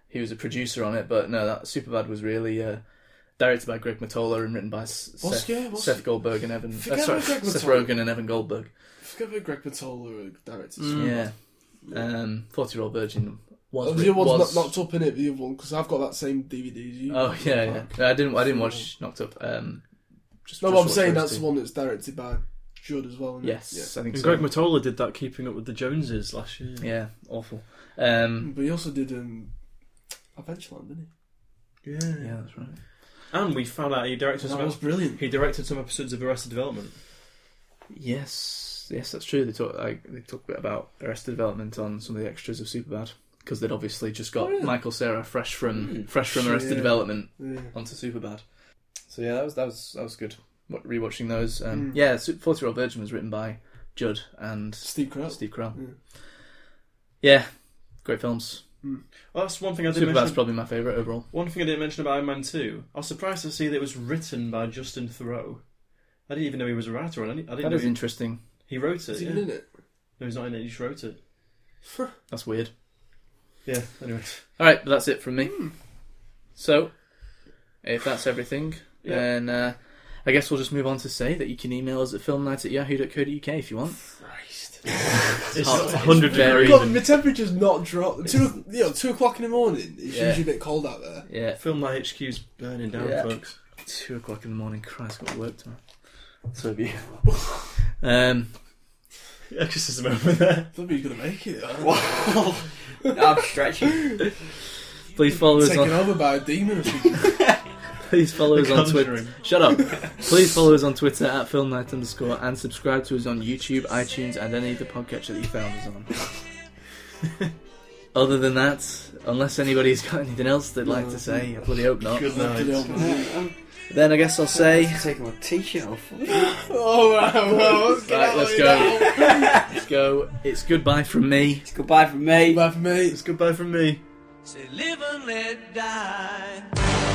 he was a producer on it. But no, that Superbad was really uh, directed by Greg Matola and written by S-
What's-
Seth,
yeah, what's-
Seth Goldberg and Evan. Uh,
Forget
sorry,
about Greg
Seth
Matola.
Rogen and Evan Goldberg.
Forget about Greg Patola directed.
Yeah, um, forty-year-old virgin was.
Hmm. Oh,
re-
the other one's
was-
not knocked up in it. The other one because I've got that same DVD as you.
Oh yeah, yeah. No, I didn't. I didn't watch Knocked Up. Um, just, just
no, but I'm
watched
saying
those
that's
two.
the one that's directed by Judd as well. Isn't
Yes,
It?
I think
And
so.
Greg Matola did that Keeping Up with the Joneses last year.
yeah, awful. Um,
Yeah. But he also did um, Adventureland, didn't
Yeah.
yeah, that's right.
And we found out he
he?
directed some.
That was brilliant.
He directed some episodes of Arrested Development.
Yes, yes, that's true. They talk like they talk a bit about Arrested Development on some of the extras of Superbad because they'd obviously just got
Oh, really?
Michael Sarah fresh from fresh from
Sure,
Arrested
yeah.
Development
Yeah.
onto Superbad. So yeah, that was that was that was good. Wa- Rewatching those, um,
Mm.
yeah, Su- Forty Year Old Virgin was written by Judd and
Steve Carell.
Steve Carell.
Oh. Yeah.
Yeah, great films.
Well, that's one thing I didn't
Superbad's
mention.
probably my favourite overall.
One thing I didn't mention about Iron Man 2, I was surprised to see that it was written by Justin Thoreau. I didn't even know he was a writer on it. I didn't
That
know
is
he,
interesting.
he wrote it.
Is he
yeah.
in it?
No, he's not in it, he just wrote it.
That's weird.
Yeah, anyway.
All right, but that's it from me. So, if that's everything,
Yeah.
then uh, I guess we'll just move on to say that you can email us at filmnight at yahoo.co.uk if you want.
It's,
It's
hot.
100
very-
degrees.
God, my temperature's not dropped. Two, o- you know, two o'clock in the morning. It's
Yeah.
usually a bit cold out there.
Yeah.
Film Night HQ's burning down,
Yeah.
folks.
Two o'clock in the morning. Christ, got work tomorrow. So have you. Um,
Exorcism over there.
Somebody's gonna make it.
Wow. I'm stretching.
please follow us
Taken
on.
over by a demon. or something.
Please follow us
The
on Twitter.
Conjuring.
Shut up. Please follow us on Twitter at film night underscore and subscribe to us on YouTube, iTunes, and any of the podcatcher that you found us on. Other than that, unless anybody's got anything else they'd like to say, I bloody hope not.
Good luck to the old man.
I'm
Then I guess I'll say.
taking my t-shirt off.
Oh wow, wow, let's get
Right,
out of
let's
here
go.
now.
Let's go. It's goodbye from me.
It's goodbye from me.
Bye for me.
It's goodbye from me.
Say live and let die.